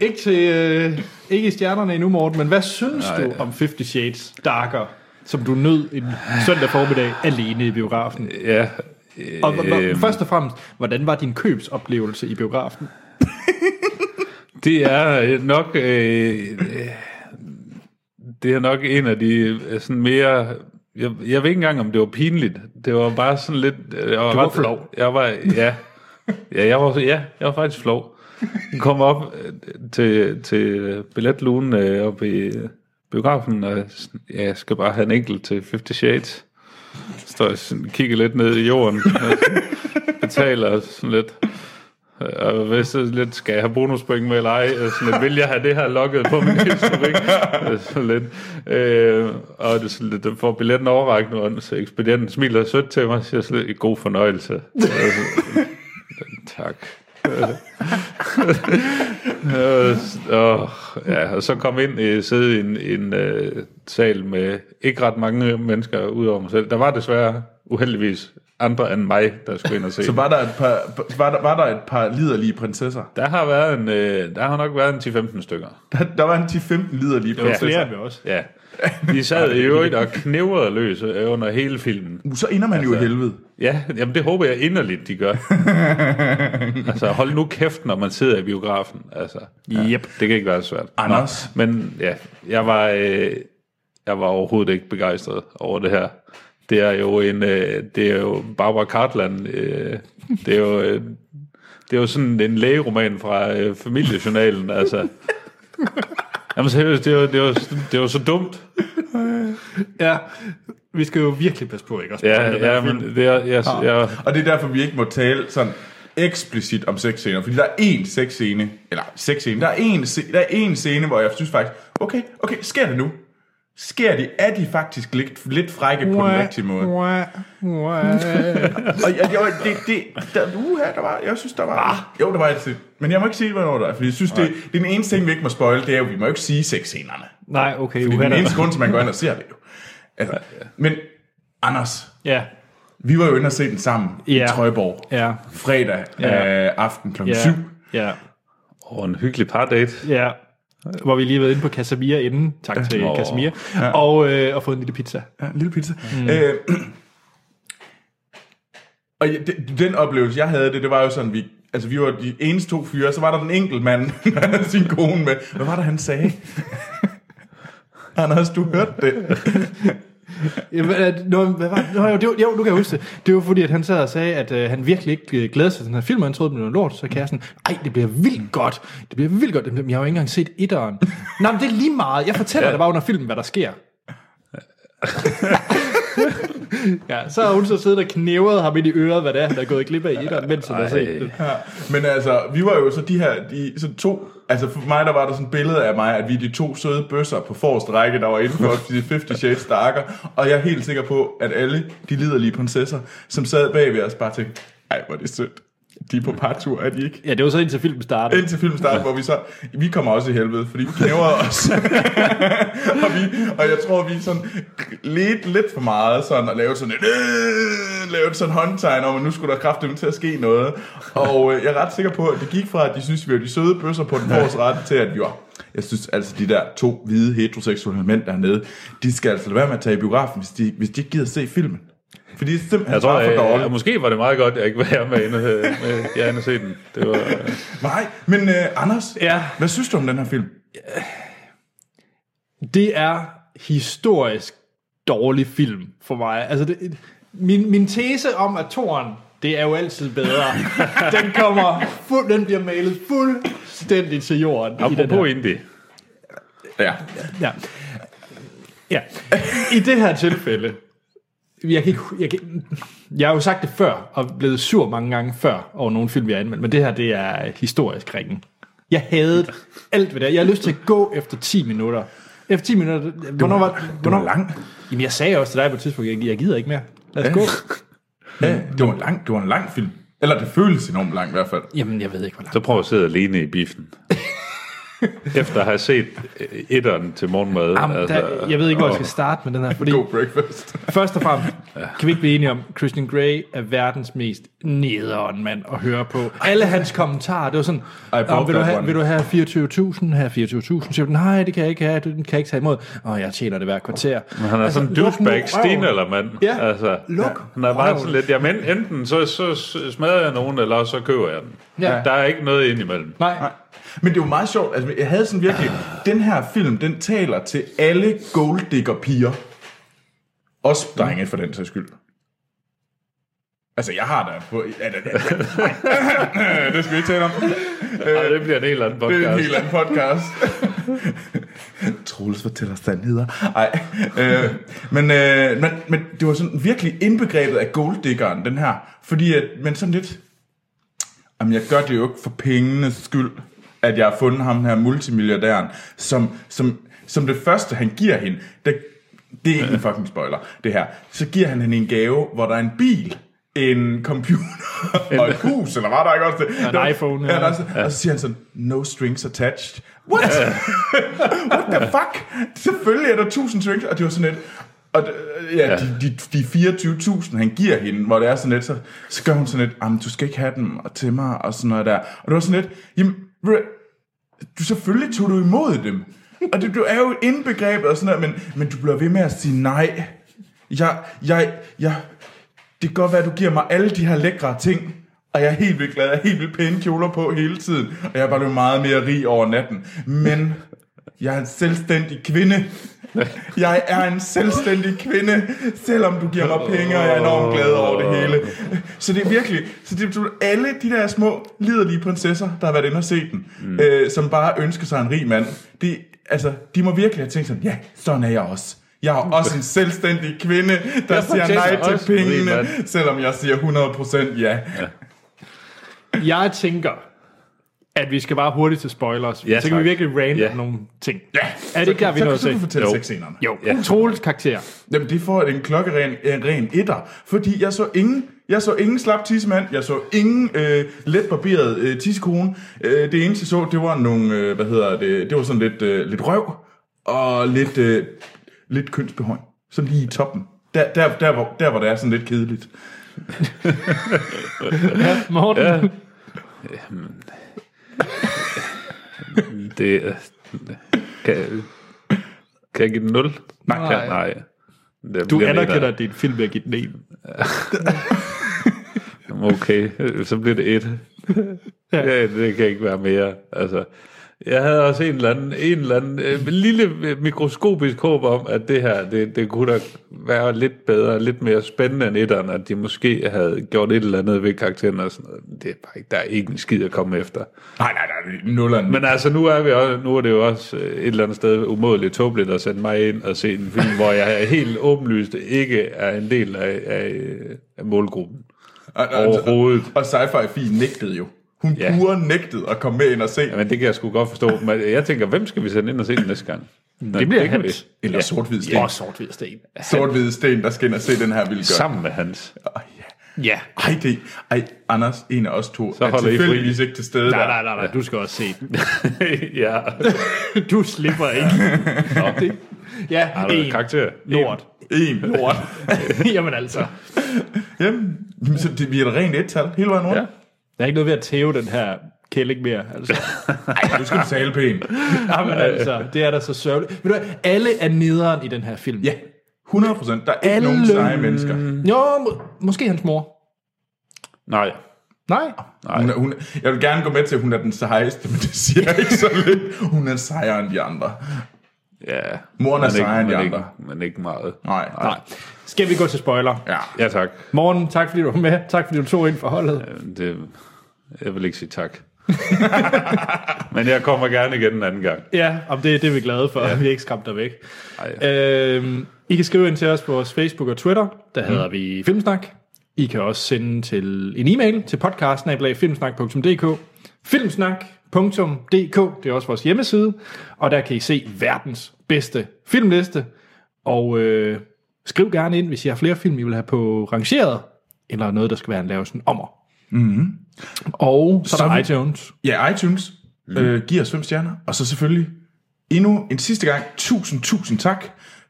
A: ikke, til, øh, ikke i stjernerne endnu, Morten, men hvad synes Nej, du om 50 Shades Darker, som du nød en søndag formiddag alene i biografen?
C: ja,
A: Og h- h-
C: Øhm.
A: først og fremmest, hvordan var din købsoplevelse i biografen?
C: det er øh, nok... Øh, øh, det er nok en af de øh, sådan mere... Jeg, jeg ved ikke engang, om det var pinligt. Det var bare sådan lidt... øh, Jeg var,
A: var flov.
C: Jeg var, ja. Ja, jeg var, ja, jeg var faktisk flov. Jeg kom op øh, til, til billetlugen øh, op i øh, biografen, og sådan, ja, jeg skal bare have en enkelt til 50 Shades. Så står jeg sådan, kigger lidt ned i jorden, og sådan, betaler sådan lidt. Og hvis så lidt, skal jeg have bonuspoint med eller ej? Øh, Sådan lidt, vil jeg have det her lukket på min historik? Øh, sådan lidt. Øh, og det, er sådan lidt, den får billetten overrækt nu, og så ekspedienten smiler sødt til mig og siger sådan lidt, god fornøjelse. Og jeg sådan, tak. Øh, og, ja, og så kom ind øh, sidde i en, en øh, sal med ikke ret mange mennesker ud over mig selv. Der var desværre uheldigvis andre end mig, der skulle ind og se.
B: Så var der et par, var der, var der et par liderlige prinsesser?
C: Der har været en, øh, der har nok været en 10-15 stykker.
B: Der, der var en 10-15 liderlige
A: Det var
B: prinsesser.
A: flere end vi også.
C: Ja. De sad i øvrigt og knevrede løs øh, under hele filmen.
B: Uh, Så ender man jo i helvede.
C: Ja, jamen det håber jeg inderligt, de gør. altså hold nu kæft, når man sidder i biografen. Altså, ja. yep. Det kan ikke være svært.
B: Anders.
C: Nå, men ja, jeg var, øh, jeg var overhovedet ikke begejstret over det her. Det er jo en, øh, det er jo Barbara Cartland. Øh, det er jo, øh, det er jo sådan en lægeroman fra øh, familiejournalen. altså. Jamen seriøst, det er jo, det er jo, det er jo så dumt.
A: Ja, vi skal jo virkelig passe på, ikke? Også
C: Ja, ja, men det er, jeg, jeg,
B: Og det er derfor, vi ikke må tale sådan eksplicit om sexscener, fordi der er én sexscene, eller sexscene, der er én, se- der er én scene, hvor jeg synes faktisk, okay, okay, sker det nu? Sker de? Er de faktisk lidt, lidt frække på den rigtige måde? Og jeg, jeg, det, det, der, uha, der var, jeg synes, der var... Jo, der var altid. Men jeg må ikke sige, hvornår der er, fordi jeg synes, det, det er den eneste ting, vi ikke må spoil, det er jo, vi må ikke sige sexscenerne.
A: Nej, okay.
B: Det er
A: uha,
B: den
A: der-
B: eneste grund til, man går ind og ser det jo. Altså, men Anders,
A: Ja,
B: vi var jo inde og se den sammen
A: Ja.
B: i Trøjborg.
A: ja,
B: fredag
A: Ja.
B: øh, aften kl.
A: ja.
B: 7.
A: Ja,
C: og en hyggelig pardate.
A: ja. Hvor vi lige har været inde på Casamia inden. Tak til
C: Åh.
A: Casamia. Og, øh, og fået en lille pizza.
B: Ja, en lille pizza. Mm. Øh, og ja, det, den oplevelse, jeg havde det, det var jo sådan, vi, altså, vi var de eneste to fyre, så var der den enkelt mand, der havde sin kone med. Hvad var det, han sagde? Anders, du hørte det.
A: Jamen, at- Nå, hvad var det? Nå, jo, det var, jo, nu kan jeg huske det. Det var fordi, at han sad og sagde, at øh, han virkelig ikke øh, glædede sig til den her film, og han troede, det blev noget lort. Så kan jeg sådan, ej, det bliver vildt godt. Det bliver vildt godt. Jamen, Jeg har jo ikke engang set etteren. Nå, men det er lige meget. Jeg fortæller ja. dig bare under filmen, hvad der sker. ja, så har hun så siddet og knævret ham ind i øret, hvad det er, han er gået glip af i etteren, mens han har set det.
B: Ja. Men altså, vi var jo så de her, de, så to, altså for mig, der var der sådan et billede af mig, at vi er de to søde bøsser på forreste række, der var inde for de 50 Shades Darker, og jeg er helt sikker på, at alle de liderlige prinsesser, som sad bag ved os, bare tænkte, ej, hvor er det sødt. De er på partur, er de ikke?
A: Ja, det var så indtil filmen startede.
B: Indtil filmen startede, hvor vi så, vi kommer også i helvede, fordi vi knæver os. og, vi, og jeg tror, vi sådan lidt, lidt for meget sådan, og lavede sådan et, øh, lavede sådan håndtegn om, at nu skulle der kraftigt til at ske noget. Og øh, jeg er ret sikker på, at det gik fra, at de synes, vi var de søde bøsser på den forreste ret, til at vi var, jeg synes altså, de der to hvide heteroseksuelle mænd dernede, de skal altså lade være med at tage i biografen, hvis de, hvis de ikke gider se filmen. Fordi det er simpelthen
C: Jeg tror,
B: bare for dårligt.
C: øh, måske var det meget godt, at jeg ikke var her med, inde, øh, med jeg inde og se den. Det var, øh,
B: Nej, men øh, Anders,
A: Ja.
B: hvad synes du om den her film?
A: det er historisk dårlig film for mig. Altså, det, min, min tese om, at toren, det er jo altid bedre, den kommer, fuld, den bliver malet fuldstændig til jorden. i den her.
C: apropos indie.
B: Ja.
A: Ja. ja. I det her tilfælde, jeg, kan ikke, hu- jeg, kan, jeg har jo sagt det før, og blevet sur mange gange før over nogle film, jeg har anmeldt, men det her, det er historisk ringen. Jeg havde alt ved det. her. Jeg har lyst til at gå efter 10 minutter. Efter 10 minutter, hvornår var,
B: Det
A: hvornår,
B: var lang.
A: Jamen, jeg sagde også til dig på et tidspunkt, jeg, jeg gider ikke mere. Lad os gå.
B: Ja, det var en lang, det var en lang film. Eller det føles enormt lang i hvert fald.
A: Jamen, jeg ved ikke, hvor langt.
C: Så prøv at sidde alene i biffen. Efter at have set øh, etteren til morgenmad. Altså,
A: Jamen, altså- der, jeg ved ikke, hvor jeg skal starte med den her, fordi
B: Go breakfast.
A: Først og fremmest, kan vi ikke blive enige om, Christian Grey er verdens mest nederen mand at høre på. Alle hans kommentarer, det var sådan,
B: bought
A: om, vil, du
B: that
A: have,
B: one."
A: vil du have 24.000, have 24.000? Så siger du, nej, det kan jeg ikke have, den kan jeg ikke tage imod. Åh, jeg tjener det hver kvarter.
C: Han er sådan en
A: altså, luk nu
C: douchebag,
A: røven.
C: stenaldermand.
A: Ja,
C: altså,
A: luk
C: Han er bare
A: røven.
C: sådan lidt, jamen enten så, så smadrer jeg nogen, eller også så køber jeg den.
A: Ja.
C: Der er ikke noget indimellem.
A: Nej,
B: Men det var meget sjovt. Altså, jeg havde sådan virkelig... Den her film, den taler til alle golddigger-piger. Også drenge, for den sags skyld. Altså, jeg har da på... Ja, det, det, det, det skal vi ikke tale om.
C: Ej, det bliver en helt anden
B: Det er en
C: podcast.
B: helt anden podcast. Troels fortæller sandheder. Ej. Øh, men, øh, men, men det var sådan virkelig indbegrebet af golddiggeren, den her. Fordi at, men sådan lidt... Jamen, jeg gør det jo ikke for pengenes skyld, at jeg har fundet ham her multimilliardæren, som, som, som det første, han giver hende. Det, det er ikke en fucking spoiler, det her. Så giver han hende en gave, hvor der er en bil, en computer og et hus, eller var der ikke også det?
A: en
B: Der var-
A: iPhone,
B: Ja,
A: ja.
B: der er, så- altså, og så siger han sådan, no strings attached. What? What the fuck? Selvfølgelig er der tusind strings, og det var sådan lidt, Og d- ja, ja. De, de, de 24.000, han giver hende, hvor det er sådan lidt, så, så gør hun sådan lidt, "Jamen, du skal ikke have dem og til mig, og sådan noget der. Og det var sådan lidt, jamen, ved du hvad, du selvfølgelig tog du imod dem. Og det, du er jo indbegrebet og sådan noget, men, men du bliver ved med at sige nej. Jeg, jeg, jeg, det kan godt være, at du giver mig alle de her lækre ting, og jeg er helt vildt glad, jeg har helt vildt pæne kjoler på hele tiden, og jeg er bare blevet meget mere rig over natten. Men jeg er en selvstændig kvinde. Jeg er en selvstændig kvinde, selvom du giver mig penge, og jeg er enormt glad over det hele. Så det er virkelig, så det er alle de der små liderlige prinsesser, der har været inde og set den, mm. øh, som bare ønsker sig en rig mand, de, altså, de må virkelig have tænkt sådan, ja, sådan er jeg også. Jeg er også en selvstændig kvinde, der jeg siger
C: fortjener
B: nej til
C: også en rig
B: pengene,
C: mand.
B: selvom jeg siger 100% ja. ja.
A: Jeg tænker, at vi skal bare hurtigt til spoilers.
C: Ja,
A: så kan vi
C: tak.
A: virkelig rant
C: Ja.
A: ja. nogle ting.
B: Ja,
A: Er det ikke der, vi nåede
B: så, så, så
A: til?
B: du fortælle
C: Jo.
B: sexscenerne.
A: Jo, ja. Troels karakter.
B: Jamen, det får en klokkeren en ren etter, fordi jeg så ingen, jeg så ingen slap tissemand, jeg så ingen øh, let barberet øh, tissekone. Øh, det eneste jeg så, det var nogle, øh, hvad hedder det, det var sådan lidt, øh, lidt røv og lidt, øh, lidt kønsbehøjning. Sådan lige i toppen. Der, der, der, hvor, der, hvor det er sådan lidt kedeligt.
A: Morten. Ja.
C: Hmm. Det er... Kan, kan jeg give den 0?
A: Nej.
C: Kan, nej. Det
A: Du
C: bliver en
A: anerkender,
C: etter.
A: at det er en film, jeg giver den en.
C: Okay, så bliver det et. ja. det kan ikke være mere. Altså, jeg havde også en eller anden, en eller anden øh, lille øh, mikroskopisk håb om, at det her, det, det kunne da være lidt bedre, lidt mere spændende end etteren, at de måske havde gjort et eller andet ved karakteren og sådan noget. Det er bare ikke, der er ikke en skid at komme efter.
B: Nej, nej, nej, nulleren.
C: Men altså, nu er, vi også, nu er det jo også øh, et eller andet sted umådeligt tåbeligt at sende mig ind og se en film, hvor jeg helt åbenlyst ikke er en del af, af, af målgruppen.
B: og,
C: Overhovedet.
B: Og sci-fi fi nægtede jo. Hun
C: Ja.
B: ja. pure nægtede at komme med ind og se.
C: Jamen, det kan jeg sgu godt forstå. Men jeg tænker, hvem skal vi sende ind og se den næste gang? Nå,
A: Det bliver
C: kan
A: Hans.
C: vi.
B: Eller sort-hvid sten.
A: Åh, sort sten.
B: Sort-hvid sten, der skal ind og se den her vildt godt.
C: Sammen med Hans.
A: Ja.
B: Ej, det, ej, Anders, en af os to, så er
C: holder I fri.
B: tilfældigvis ikke til stede
A: Nej,
B: der.
A: nej, nej, nej, Ah, du skal også se den.
C: ja.
A: Du slipper ikke. Nå, det, ja,
C: Har du en
A: en
C: karakter?
A: lort.
B: En lort.
A: Jamen altså.
B: Jamen, jamen, så det, vi er et rent et-tal hele vejen rundt.
C: Ja.
B: Ja.
A: Der er ikke noget ved at tæve den her kælling mere. Altså.
B: Ej, nu skal du tale pænt.
A: Jamen altså, det er da så sørgeligt. Ved du hvad, alle er nederen i den her film.
B: Ja, 100 procent. Der er ikke
A: Alle-
B: nogen seje mennesker.
A: Jo, må, måske hans mor.
C: Nej.
A: Nej.
B: Hun er, hun, jeg vil gerne gå med til, at hun er den sejeste, men det siger jeg ikke så lidt. Hun er sejere end de andre.
C: Ja.
B: Moren er
C: Men ikke-
B: sejere end de
C: men
B: andre.
C: ikke- Men ikke meget.
B: Nej.
A: Nej. Skal vi gå til spoiler?
B: Ja.
C: Ja, tak.
A: Morgen, tak fordi du var med. Tak fordi du tog ind for holdet.
C: Det, jeg vil ikke sige tak. men jeg kommer gerne igen en anden gang.
A: Ja, om det, det er vi glade for. Ja. Vi er ikke skræmt dig væk.
C: Ej.
A: Øhm, I kan skrive ind til os på vores Facebook og Twitter. Der hedder vi Filmsnak. I kan også sende til en e-mail til podcast-filmsnak.dk filmsnak.dk, det er også vores hjemmeside, og der kan I se verdens bedste filmliste. Og øh, skriv gerne ind, hvis I har flere film, I vil have på rangeret, eller noget, der skal være en lavesen ommer. Mm-hmm. Og så,
B: Så
A: er der
B: vi-
A: iTunes.
B: Ja, iTunes. Mm. Øh, giv os fem stjerner. Og så selvfølgelig endnu en sidste gang, tusind, tusind tak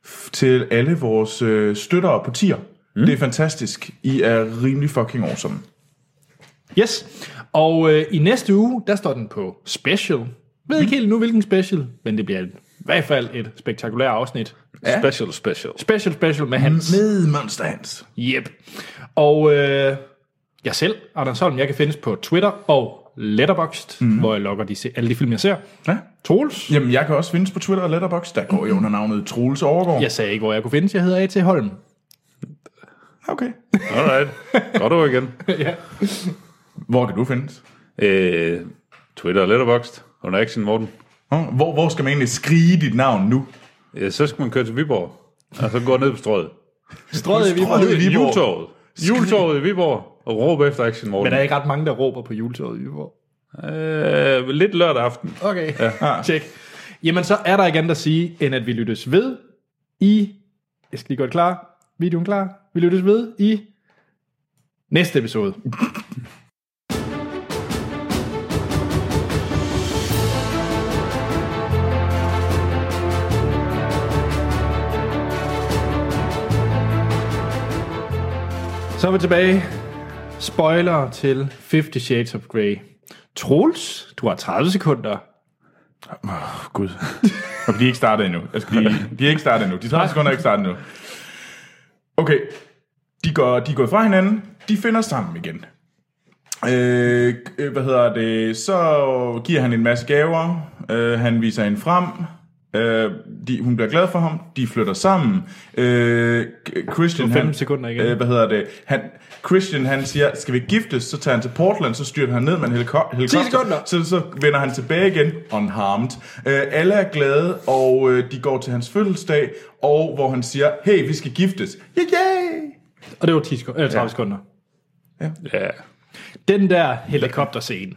B: f- til alle vores øh, støttere på tier. Mm. Det er fantastisk. I er rimelig fucking awesome.
A: Yes. Og øh, i næste uge, der står den på special. Jeg ved
B: Mhm.
A: ikke helt nu, hvilken special, men det bliver et, i hvert fald et spektakulært afsnit.
B: Ja.
C: Special, special.
A: Special, special med Hans.
B: Med Monster Hans.
A: Yep. Og øh, jeg selv, Anders Holm, jeg kan findes på Twitter og Letterboxd, mm. hvor jeg logger de, se- alle de film, jeg ser.
B: Mhm. Ja.
A: Troels.
B: Jamen, jeg kan også findes på Twitter og Letterboxd. Der går jeg under navnet Troels Overgaard.
A: Jeg sagde ikke, hvor jeg kunne findes. Jeg hedder A.T. Holm.
B: Okay.
C: Alright. Godt over igen.
A: ja.
B: Hvor kan du findes?
C: Øh, Twitter og Letterboxd. Under Action Morten.
B: Hå? Hvor, hvor skal man egentlig skrige dit navn nu?
C: Ja, Øh, så skal man køre til Viborg. Og så gå ned på strøget.
A: Strøget i Viborg.
B: Strøget i Viborg.
C: Juletorvet. Juletorvet i Viborg. Og råbe efter Action Morten.
A: Men der er ikke ret mange, der råber på juletøjet i Viborg.
C: Øh, lidt lørdag aften.
A: Okay, ja. tjek. Jamen, så er der ikke andet at sige, end at vi lyttes ved i... Jeg skal lige gøre det klar. Videoen klar. Vi lyttes ved i næste episode. Så er vi tilbage. Spoiler til 50 Shades of Grey. Troels, du har 30 sekunder.
B: Oh, Gud. Og de er ikke startet endnu. Jeg skal lige, de er ikke startet endnu. De 30 sekunder er ikke startet endnu. Okay. De går, de går fra hinanden. De finder sammen igen. Øh, øh, hvad hedder det? Så giver han en masse gaver. Øh, han viser hende frem. Øh, de, hun bliver glad for ham. De flytter sammen. Øh, Christian,
A: Du har fem
B: han,
A: sekunder igen.
B: Øh, hvad hedder det? Han, Christian, han siger, skal vi giftes? Så tager han til Portland, så styrter han ned med en heliko- helikopter.
A: sekunder.
B: Så, så vender han tilbage igen, unharmed. Øh, alle er glade, og øh, de går til hans fødselsdag, og hvor han siger, hey, vi skal giftes. Yeah, yeah.
A: Og det var 10 sekunder, øh, 30 ja. sekunder.
C: Ja.
A: Den der helikopterscene.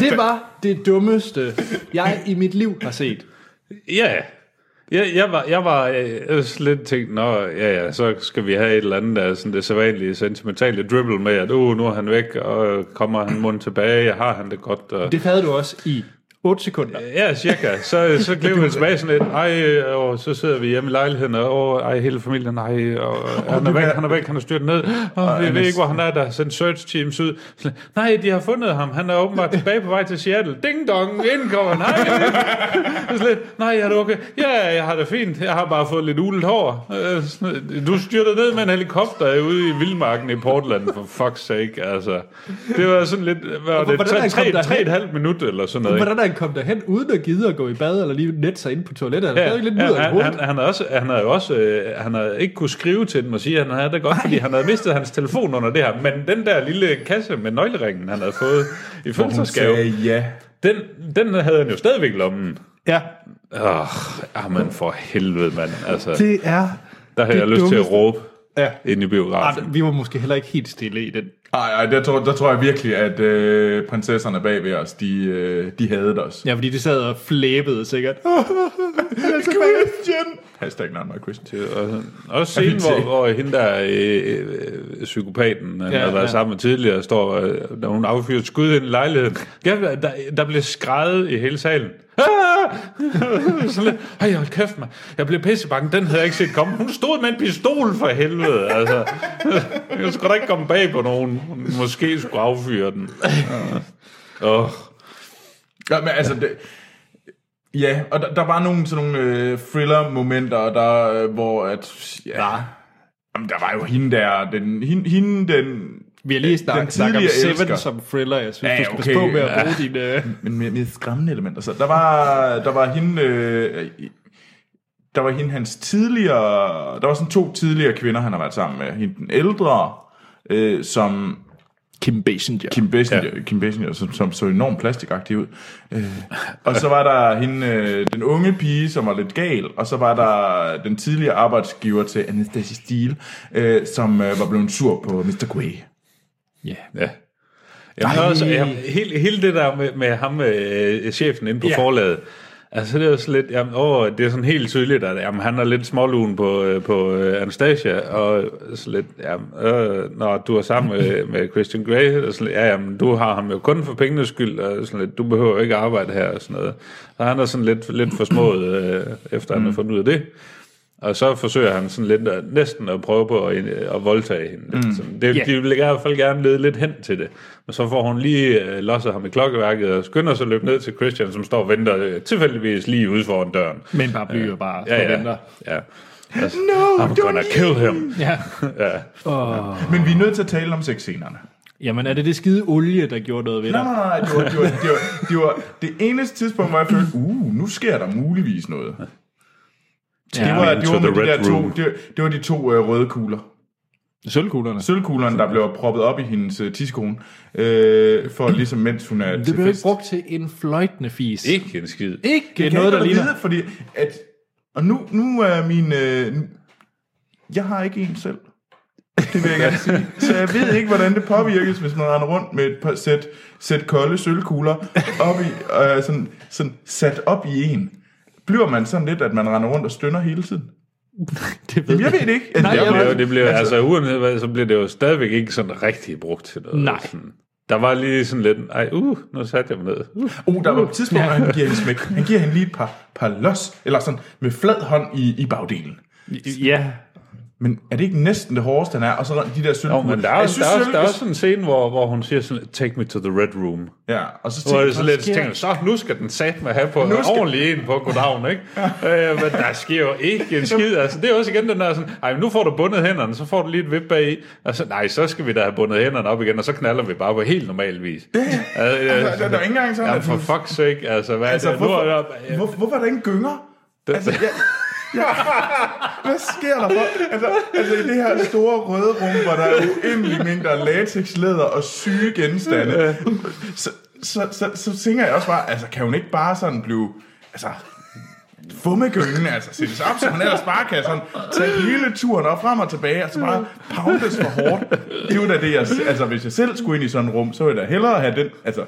A: det var det dummeste, jeg i mit liv har set.
C: Ja. Jeg, jeg var, jeg var, øh, jeg var lidt tænkt, nå, ja, ja, så skal vi have et eller andet, der er sådan det sædvanlige sentimentale dribble med, at uh, nu er han væk, og kommer han mund tilbage, og har han det godt, og...
A: Det havde du også i 8 sekunder.
C: Ja, cirka. Så, så glemmer vi tilbage sådan lidt. Ej, øh, og så sidder vi hjemme i lejligheden, og åh, ej, hele familien, ej, og han er væk, han er væk, han er styrt ned. Og vi ved ikke, hvor han er, der har sendt search teams ud. Så, Nej, de har fundet ham. Han er åbenbart tilbage på vej til Seattle. Ding dong, ind kommer han. Hej. Og så lidt, nej, er du okay? Ja, jeg har det fint. Jeg har bare fået lidt ulet hår. Øh, sådan, Du styrtede ned med en helikopter ude i Vildmarken i Portland, for fuck's sake, altså. Det var sådan lidt, hvad var det,
A: Hvordan er han kommet derhen?
C: 3,5 minut eller sådan noget. ikke?
A: Hvordan er han kom derhen, uden at gide at gå i bad, eller lige net sig ind på toilettet? Han ja, stadig lidt
C: ja,
A: mudder i
C: han,
A: hovedet.
C: han, han, er også, han er jo også, øh, han har ikke kunne skrive til dem og sige, at han havde det godt, fordi han havde mistet hans telefon under det her. Men den der lille kasse med nøgleringen, han havde fået i fødselsdagsgave,
B: ja.
C: den, den havde han jo stadigvæk i lommen.
A: Ja,
C: Åh, oh, men for helvede, mand. Altså,
A: det er...
C: der havde jeg lyst til at
A: dummeste-
C: råbe
A: Ja.
C: ind i biografen.
A: Ej, vi var måske heller ikke helt stille i den.
B: Ej, ej der, tror, der tror jeg virkelig, at øh, prinsesserne bag ved os, de, øh, de havde os.
A: Ja, fordi de sad og flæbede sikkert.
B: Christian! Hashtag not my Christian.
C: Og, også scenen, hvor, hvor hende der øh, øh, psykopaten, han ja, havde været
A: ja.
C: ja. sammen med tidligere, står, øh, da hun affyrer et skud ind i lejligheden. Ja, der, der blev skrejet i hele salen. Ah! Sådan lidt, Ej, hold kæft mig. Jeg blev pissebange, den havde jeg ikke set komme. Hun stod med en pistol for helvede. Altså, jeg skulle da ikke komme bag på nogen. Hun Måske skulle affyre den. Åh, oh,
B: Ja, men altså... Det, ja, og der, der var nogle sådan nogle øh, thriller-momenter, der, øh, hvor at... Ja, jamen, der var jo hende der, den, hende, hende den...
A: Vi har lige
B: Den
A: snakket snakket om
B: tidligere
A: Seven
B: elsker.
A: elsker. som thriller. Jeg synes,
B: Ja,
A: ja, okay. du
B: okay,
A: skal passe på med at bruge dine... øh,
B: Men med, med skræmmende elementer. Så der var, der var hende... Øh, der var hende hans tidligere... Der var sådan to tidligere kvinder, han har været sammen med. Hende den ældre, øh, som...
A: Kim Basinger. Kim.
B: Kim Basinger, ja. Kim Basinger som, som så enormt plastikagtig ud. Øh, og så var der hende, øh, den unge pige, som var lidt gal, og så var der den tidligere arbejdsgiver til Anastasia Steele, øh, som øh, var blevet sur på Mr. Grey.
C: Ja. Jamen,
B: Ej.
C: også, jamen, hele, hele det der med, med ham, øh, chefen inde på
A: Ja.
C: ja. forlaget, altså det er også lidt, jamen, åh, det er sådan helt tydeligt, at jamen, han er lidt smålun på, øh, på øh, Anastasia, og så lidt, jamen, øh, når du er sammen med, med Christian Grey, og sådan, lidt, ja, jamen, du har ham jo kun for pengenes skyld, og sådan lidt, du behøver jo ikke arbejde her, og sådan noget. Så han er sådan lidt, lidt forsmået, øh, efter han har fundet ud af det. Og så forsøger han sådan lidt at, næsten at prøve på at, at voldtage hende. Mm. Sådan, det, yeah. De vil i hvert fald gerne lede lidt hen til det. Men så får hun lige øh, losset ham i klokkeværket og skynder sig at løbe ned til Christian, som står og venter øh, tilfældigvis lige ude foran døren.
A: Men bare bliver øh, bare
C: Ja, ja.
A: venter.
C: ja. Altså, no, I'm gonna kill him.
A: Ja.
C: Ja.
B: Men vi er nødt til at tale om sexscenerne.
A: Jamen, er det det skide olie, der gjorde noget ved dig?
B: Nej, nej, nej, det var det, var, det, var, det, var det eneste tidspunkt, hvor jeg følte, uh, nu sker der muligvis noget. Det var, det
C: Into
B: var, med
C: the
B: de
C: red
B: der to,
C: room.
B: det, det var de to øh, røde kugler.
A: Sølvkuglerne.
B: Sølvkuglerne, der blev proppet op i hendes øh, tidskone, øh, for ligesom mens hun er
A: Det
B: til
A: blev ikke
B: fest.
A: brugt til en fløjtende fis.
C: Ikke en skid.
A: Ikke
B: Det er noget, der ligner. Fordi at, og nu, nu er min... Øh, jeg har ikke en selv. Det vil jeg gerne sige. Så jeg ved ikke, hvordan det påvirkes, hvis man render rundt med et par sæt, sæt kolde sølvkugler op i, øh, sådan, sådan sat op i en. Bliver man sådan lidt, at man render rundt og stønner hele tiden?
A: Det ved
B: Jamen, jeg ved det ikke.
A: Nej,
B: jeg
A: jeg
C: Det
A: ved
C: blev, det blev, altså, altså uanset hvad, så blev det jo stadigvæk ikke sådan rigtig brugt til noget.
A: Nej.
C: Sådan. Der var lige sådan lidt, ej, uh, nu satte jeg mig ned. Uh.
B: Oh, der var et tidspunkt, hvor han giver hende smæk. Han giver hende lige et par, par los, eller sådan med flad hånd i, i bagdelen.
A: Ja.
B: Men er det ikke næsten det hårdeste, han er? Og så de der
C: Jo,
B: sølvkugler.
C: men der er,
B: Uh, Jeg
C: også, der, er, også-
B: sølv-
C: der er også sådan en scene, hvor, hvor hun siger sådan, take me to the red room.
B: Ja, og så
C: Hvor
B: tænker
C: det er så lidt,
B: sker-
C: tænker, jeg, så nu skal den sat med have på en
B: Nu skal-
C: ordentlig en på goddagen, ikke? øh, men der sker jo ikke en skid. Altså, det er også igen den der sådan, ej, men nu får du bundet hænderne, så får du lige et vip bag i. Altså, nej, så skal vi da have bundet hænderne op igen, og så knaller vi bare på helt normal vis. Det, altså,
B: Altså, der er jo ikke engang sådan,
C: Ja,
B: at
C: for
B: hun-
C: fuck's sake, altså, hvad altså,
B: Altså,
C: er det? Nu
B: hvorfor,
C: er der,
B: hvor, hvorfor er der ingen gynger? Altså, ja, ja, hvad sker der for? Altså, altså, i det her store røde rum, hvor der er uendelig mængder af latexlæder og syge genstande, så, så, så, så tænker jeg også bare, altså, kan hun ikke bare sådan blive... Altså, fummegyngen, altså sættes op, så hun ellers bare kan sådan tage hele turen op frem og tilbage, og så bare poundes for hårdt. Det er jo da det, jeg, altså hvis jeg selv skulle ind i sådan et rum, så ville jeg da hellere have den, altså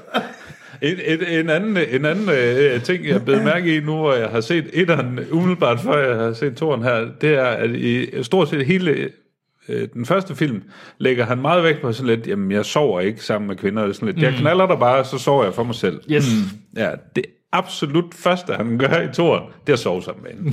C: En, en, en anden, en anden øh, ting, jeg blev mærke i nu, hvor jeg har set etteren umiddelbart før jeg har set toren her, det er, at i stort set hele øh, den første film lægger han meget vægt på sådan lidt, jamen jeg sover ikke sammen med kvinder, eller sådan lidt. Jeg knaller der bare, så sover jeg for mig selv.
A: Yes.
C: Ja, det absolut første, han gør i toren, det er at sove sammen med hende.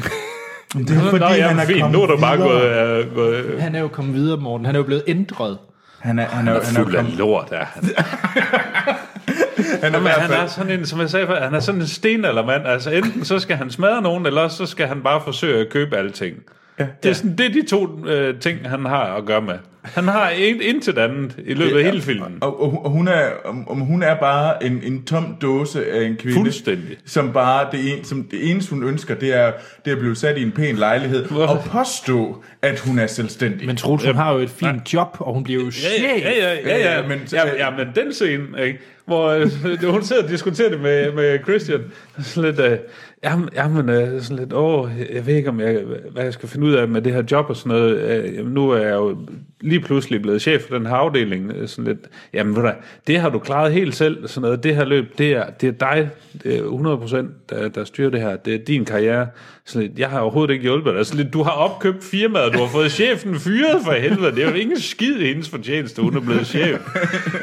B: Det er
C: Nå, jamen, fint, nu er du bare gået, øh, gået øh,
A: Han er jo kommet videre, Morten. Han er jo blevet ændret.
B: Han er, han er, han er,
C: fuld
B: kommet-
C: af lort, er han.
B: han er, i
C: Men
B: hvert
C: han er
B: fald-
C: sådan en, som jeg sagde før, han er sådan en stenaldermand. Altså enten så skal han smadre nogen, eller også så skal han bare forsøge at købe alting. Ja, det, er sådan, det er de to øh, ting, han har at gøre med. Han har en, intet andet i løbet af hele filmen.
B: og, og, og hun er, om, om hun er bare en, en tom dåse af en kvinde.
C: Fuldstændig.
B: Som bare, det, en, som det eneste hun ønsker, det er, det er at blive sat i en pæn lejlighed og påstå, at hun er selvstændig.
A: Men Troels, hun har jo et fint job, og hun bliver jo chef.
C: Ja, ja, ja, ja, ja, ja, men, Øh, ja, ja, men den scene, ikke? hvor øh, hun sidder og diskuterer det med, med Christian, sådan lidt, øh, jamen, jamen øh, sådan lidt, åh, jeg ved ikke, om jeg, hvad jeg skal finde ud af med det her job og sådan noget, øh, jamen, nu er jeg jo lige pludselig blevet chef for den her afdeling, øh, sådan lidt, jamen ved du, hvad, det har du klaret helt selv, sådan noget, det her løb, det er, det er dig, øh, 100%, der, der styrer det her, det er din karriere, sådan lidt, jeg har overhovedet ikke hjulpet dig, sådan lidt, du har opkøbt firmaet, du har fået chefen fyret for helvede, det er jo ingen skid i hendes fortjeneste, hun er blevet chef,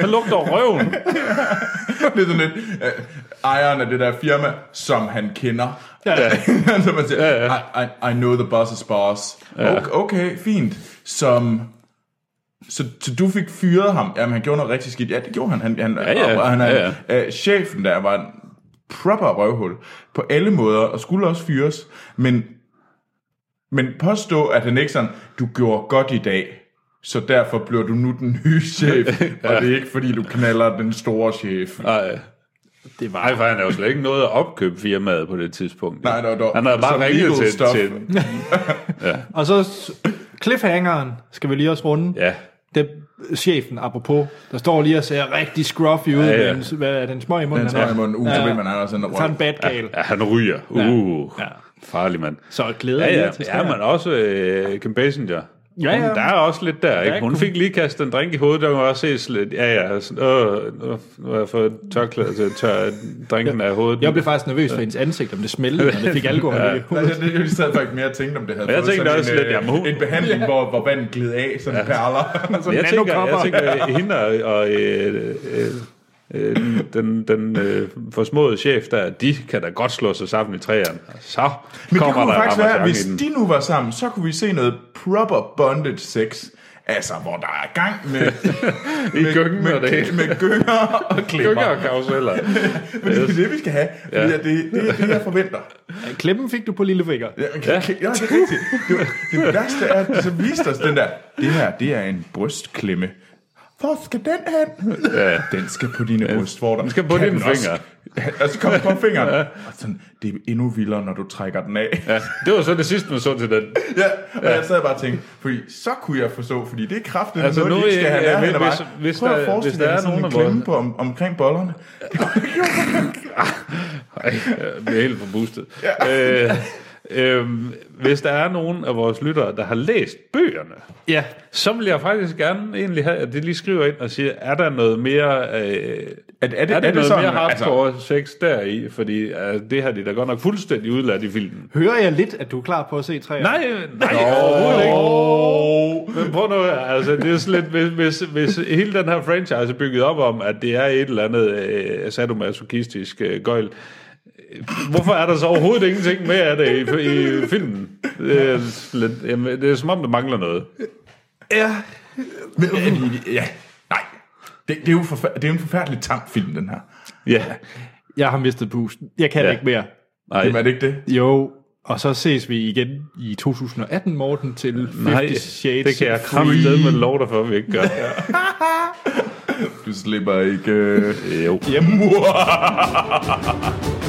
C: han lugter af røven,
B: det er sådan lidt øh, ejeren af det der firma, som han kender. Ja. så man siger, ja, ja. I, I, I know the boss's boss. Ja. Okay, okay, fint. Som... Så, så du fik fyret ham? Jamen, han gjorde noget rigtig skidt. Ja, det gjorde han. Han, han,
C: ja.
B: Og han
C: Ja,
B: ja. Øh, chefen der var en proper røvhul på alle måder, og skulle også fyres. Men, men påstå, at han ikke sådan, du gjorde godt i dag, så derfor bliver du nu den nye chef, og det er ikke fordi, du knaller den store chef.
C: Nej. Det var... Nej, for han er jo slet ikke noget at opkøbe firmaet på det tidspunkt.
B: Nej, dog, dog.
C: Han havde
B: Som
C: bare ringet
B: legal
C: til,
B: stuff.
C: til...
A: Og så s- cliffhangeren skal vi lige også runde.
C: Ja.
A: Det er chefen, apropos, der står lige og ser rigtig scruffy ud. Ja,
C: ja.
A: ja. Med en, hvad er den smøg i munden?
B: Den
A: han
B: tror
A: har?
B: jeg må en uge, så ved man, han er sådan en
A: Så er
B: røv.
A: han bad gal.
C: ja, han ryger. Uh,
A: Ja.
C: ja. farlig mand.
A: Så jeg glæder
C: Ja,
A: jeg
C: ja,
A: mig til
C: ja, men også øh, Kim Basinger.
A: Ja, ja.
C: Hun, der er også lidt der, ikke?
A: er
C: Hun
A: kun-
C: fik lige kastet en drink i hovedet, der var også ses lidt, ja, ja, sådan, åh, nu- nu har jeg fået tørklæde til at tørre drinken af hovedet.
A: Jeg blev faktisk nervøs for hendes ansigt, om det smelte, når det fik alkohol. ja.
B: Nej, jeg, jeg, jeg sad faktisk mere og tænkte, om det havde
C: Men jeg
B: fået
C: tænkte
B: sådan
C: også
B: en,
C: lidt,
B: øh,
C: jamen, hun-
B: en behandling, hvor, hvor vandet gled af, sådan ja. perler.
C: Men jeg tænker, jeg
A: nanokopper.
C: tænker øh, hende og, og øh, øh, øh, den, den øh, forsmåede chef der, de kan da godt slå sig sammen i træerne. Så
B: Men det
C: kommer
B: kunne
C: der
B: faktisk være, at hvis
C: i den.
B: de nu var sammen, så kunne vi se noget proper bondage sex. Altså, hvor der er gang med,
C: I
B: med,
C: gyngen
B: med,
C: og det hele.
B: med gynger og
C: Gynger
B: klemmer.
C: og karuseller.
B: Men det er det, vi skal have. Ja.
C: Ja.
B: Det, det, det er det, jeg forventer.
A: Klemmen fik du på lillefinger.
B: Ja, okay, okay. ja det er rigtigt. Det, var- det værste er, at de så viste os den der, det her, det er en brystklemme. Hvor skal den hen? Ja. Den skal på dine ja. brystvorter. Den
C: skal på dine
B: også- Og så kommer på fingeren. Ja. Og sådan, det er endnu vildere, når du trækker den af.
C: Ja, det var så det sidste, man så til den.
B: Ja, og jeg sad bare og tænkte, fordi så kunne jeg forstå, fordi det er kraftigt,
C: Altså,
B: altså, noget,
C: nu
B: de ikke skal
C: er-
B: have
C: ja,
B: nærheden af
C: hvis-
B: mig.
C: hvis
B: Prøv
C: der-
B: at
C: hvis
B: forestille
C: der
B: dig
C: er
B: sådan
C: nogen,
B: en
C: der må-
B: klemme på, om, omkring bollerne.
C: Ej, jeg bliver helt forpustet. Øh, øhm, hvis der er nogen af vores lyttere, der har læst bøgerne,
A: Ja.
C: så vil jeg faktisk gerne egentlig have, at de lige skriver ind og siger, er der noget mere... Øh,
B: Er, er,
C: er,
B: det,
C: der noget
B: sådan,
C: mere
B: altså,
C: hardcore sex deri? Fordi øh, det har de da godt nok fuldstændig udladt i filmen.
A: Hører jeg lidt, at du er klar på at se træer?
C: Nej, nej, overhovedet ikke. Men prøv nu, altså, det er sådan lidt, hvis, hvis, hvis hele den her franchise er bygget op om, at det er et eller andet øh, sadomasochistisk øh, gøjl, øh, hvorfor er der så overhovedet ingenting med af det i, i filmen? Det er, lidt, jamen, det er som om, der mangler noget.
B: Ja. Men, ja, ja, nej. Det, det, er jo forfæ- det er jo en forfærdelig tam film, den her.
C: Ja,
A: Jeg har mistet pusten. Jeg kan ja.
C: Ja.
A: ikke mere.
C: nej.
B: Jamen, er det ikke det?
A: Jo, og så ses vi igen i 2018, Morten, til 50
C: Nej,
A: Shades
C: det kan jeg
A: of
C: kraftedeme med lov dig for, at vi ikke gør.
B: Du slipper ikke... Øh...
C: Jo.
B: Yep.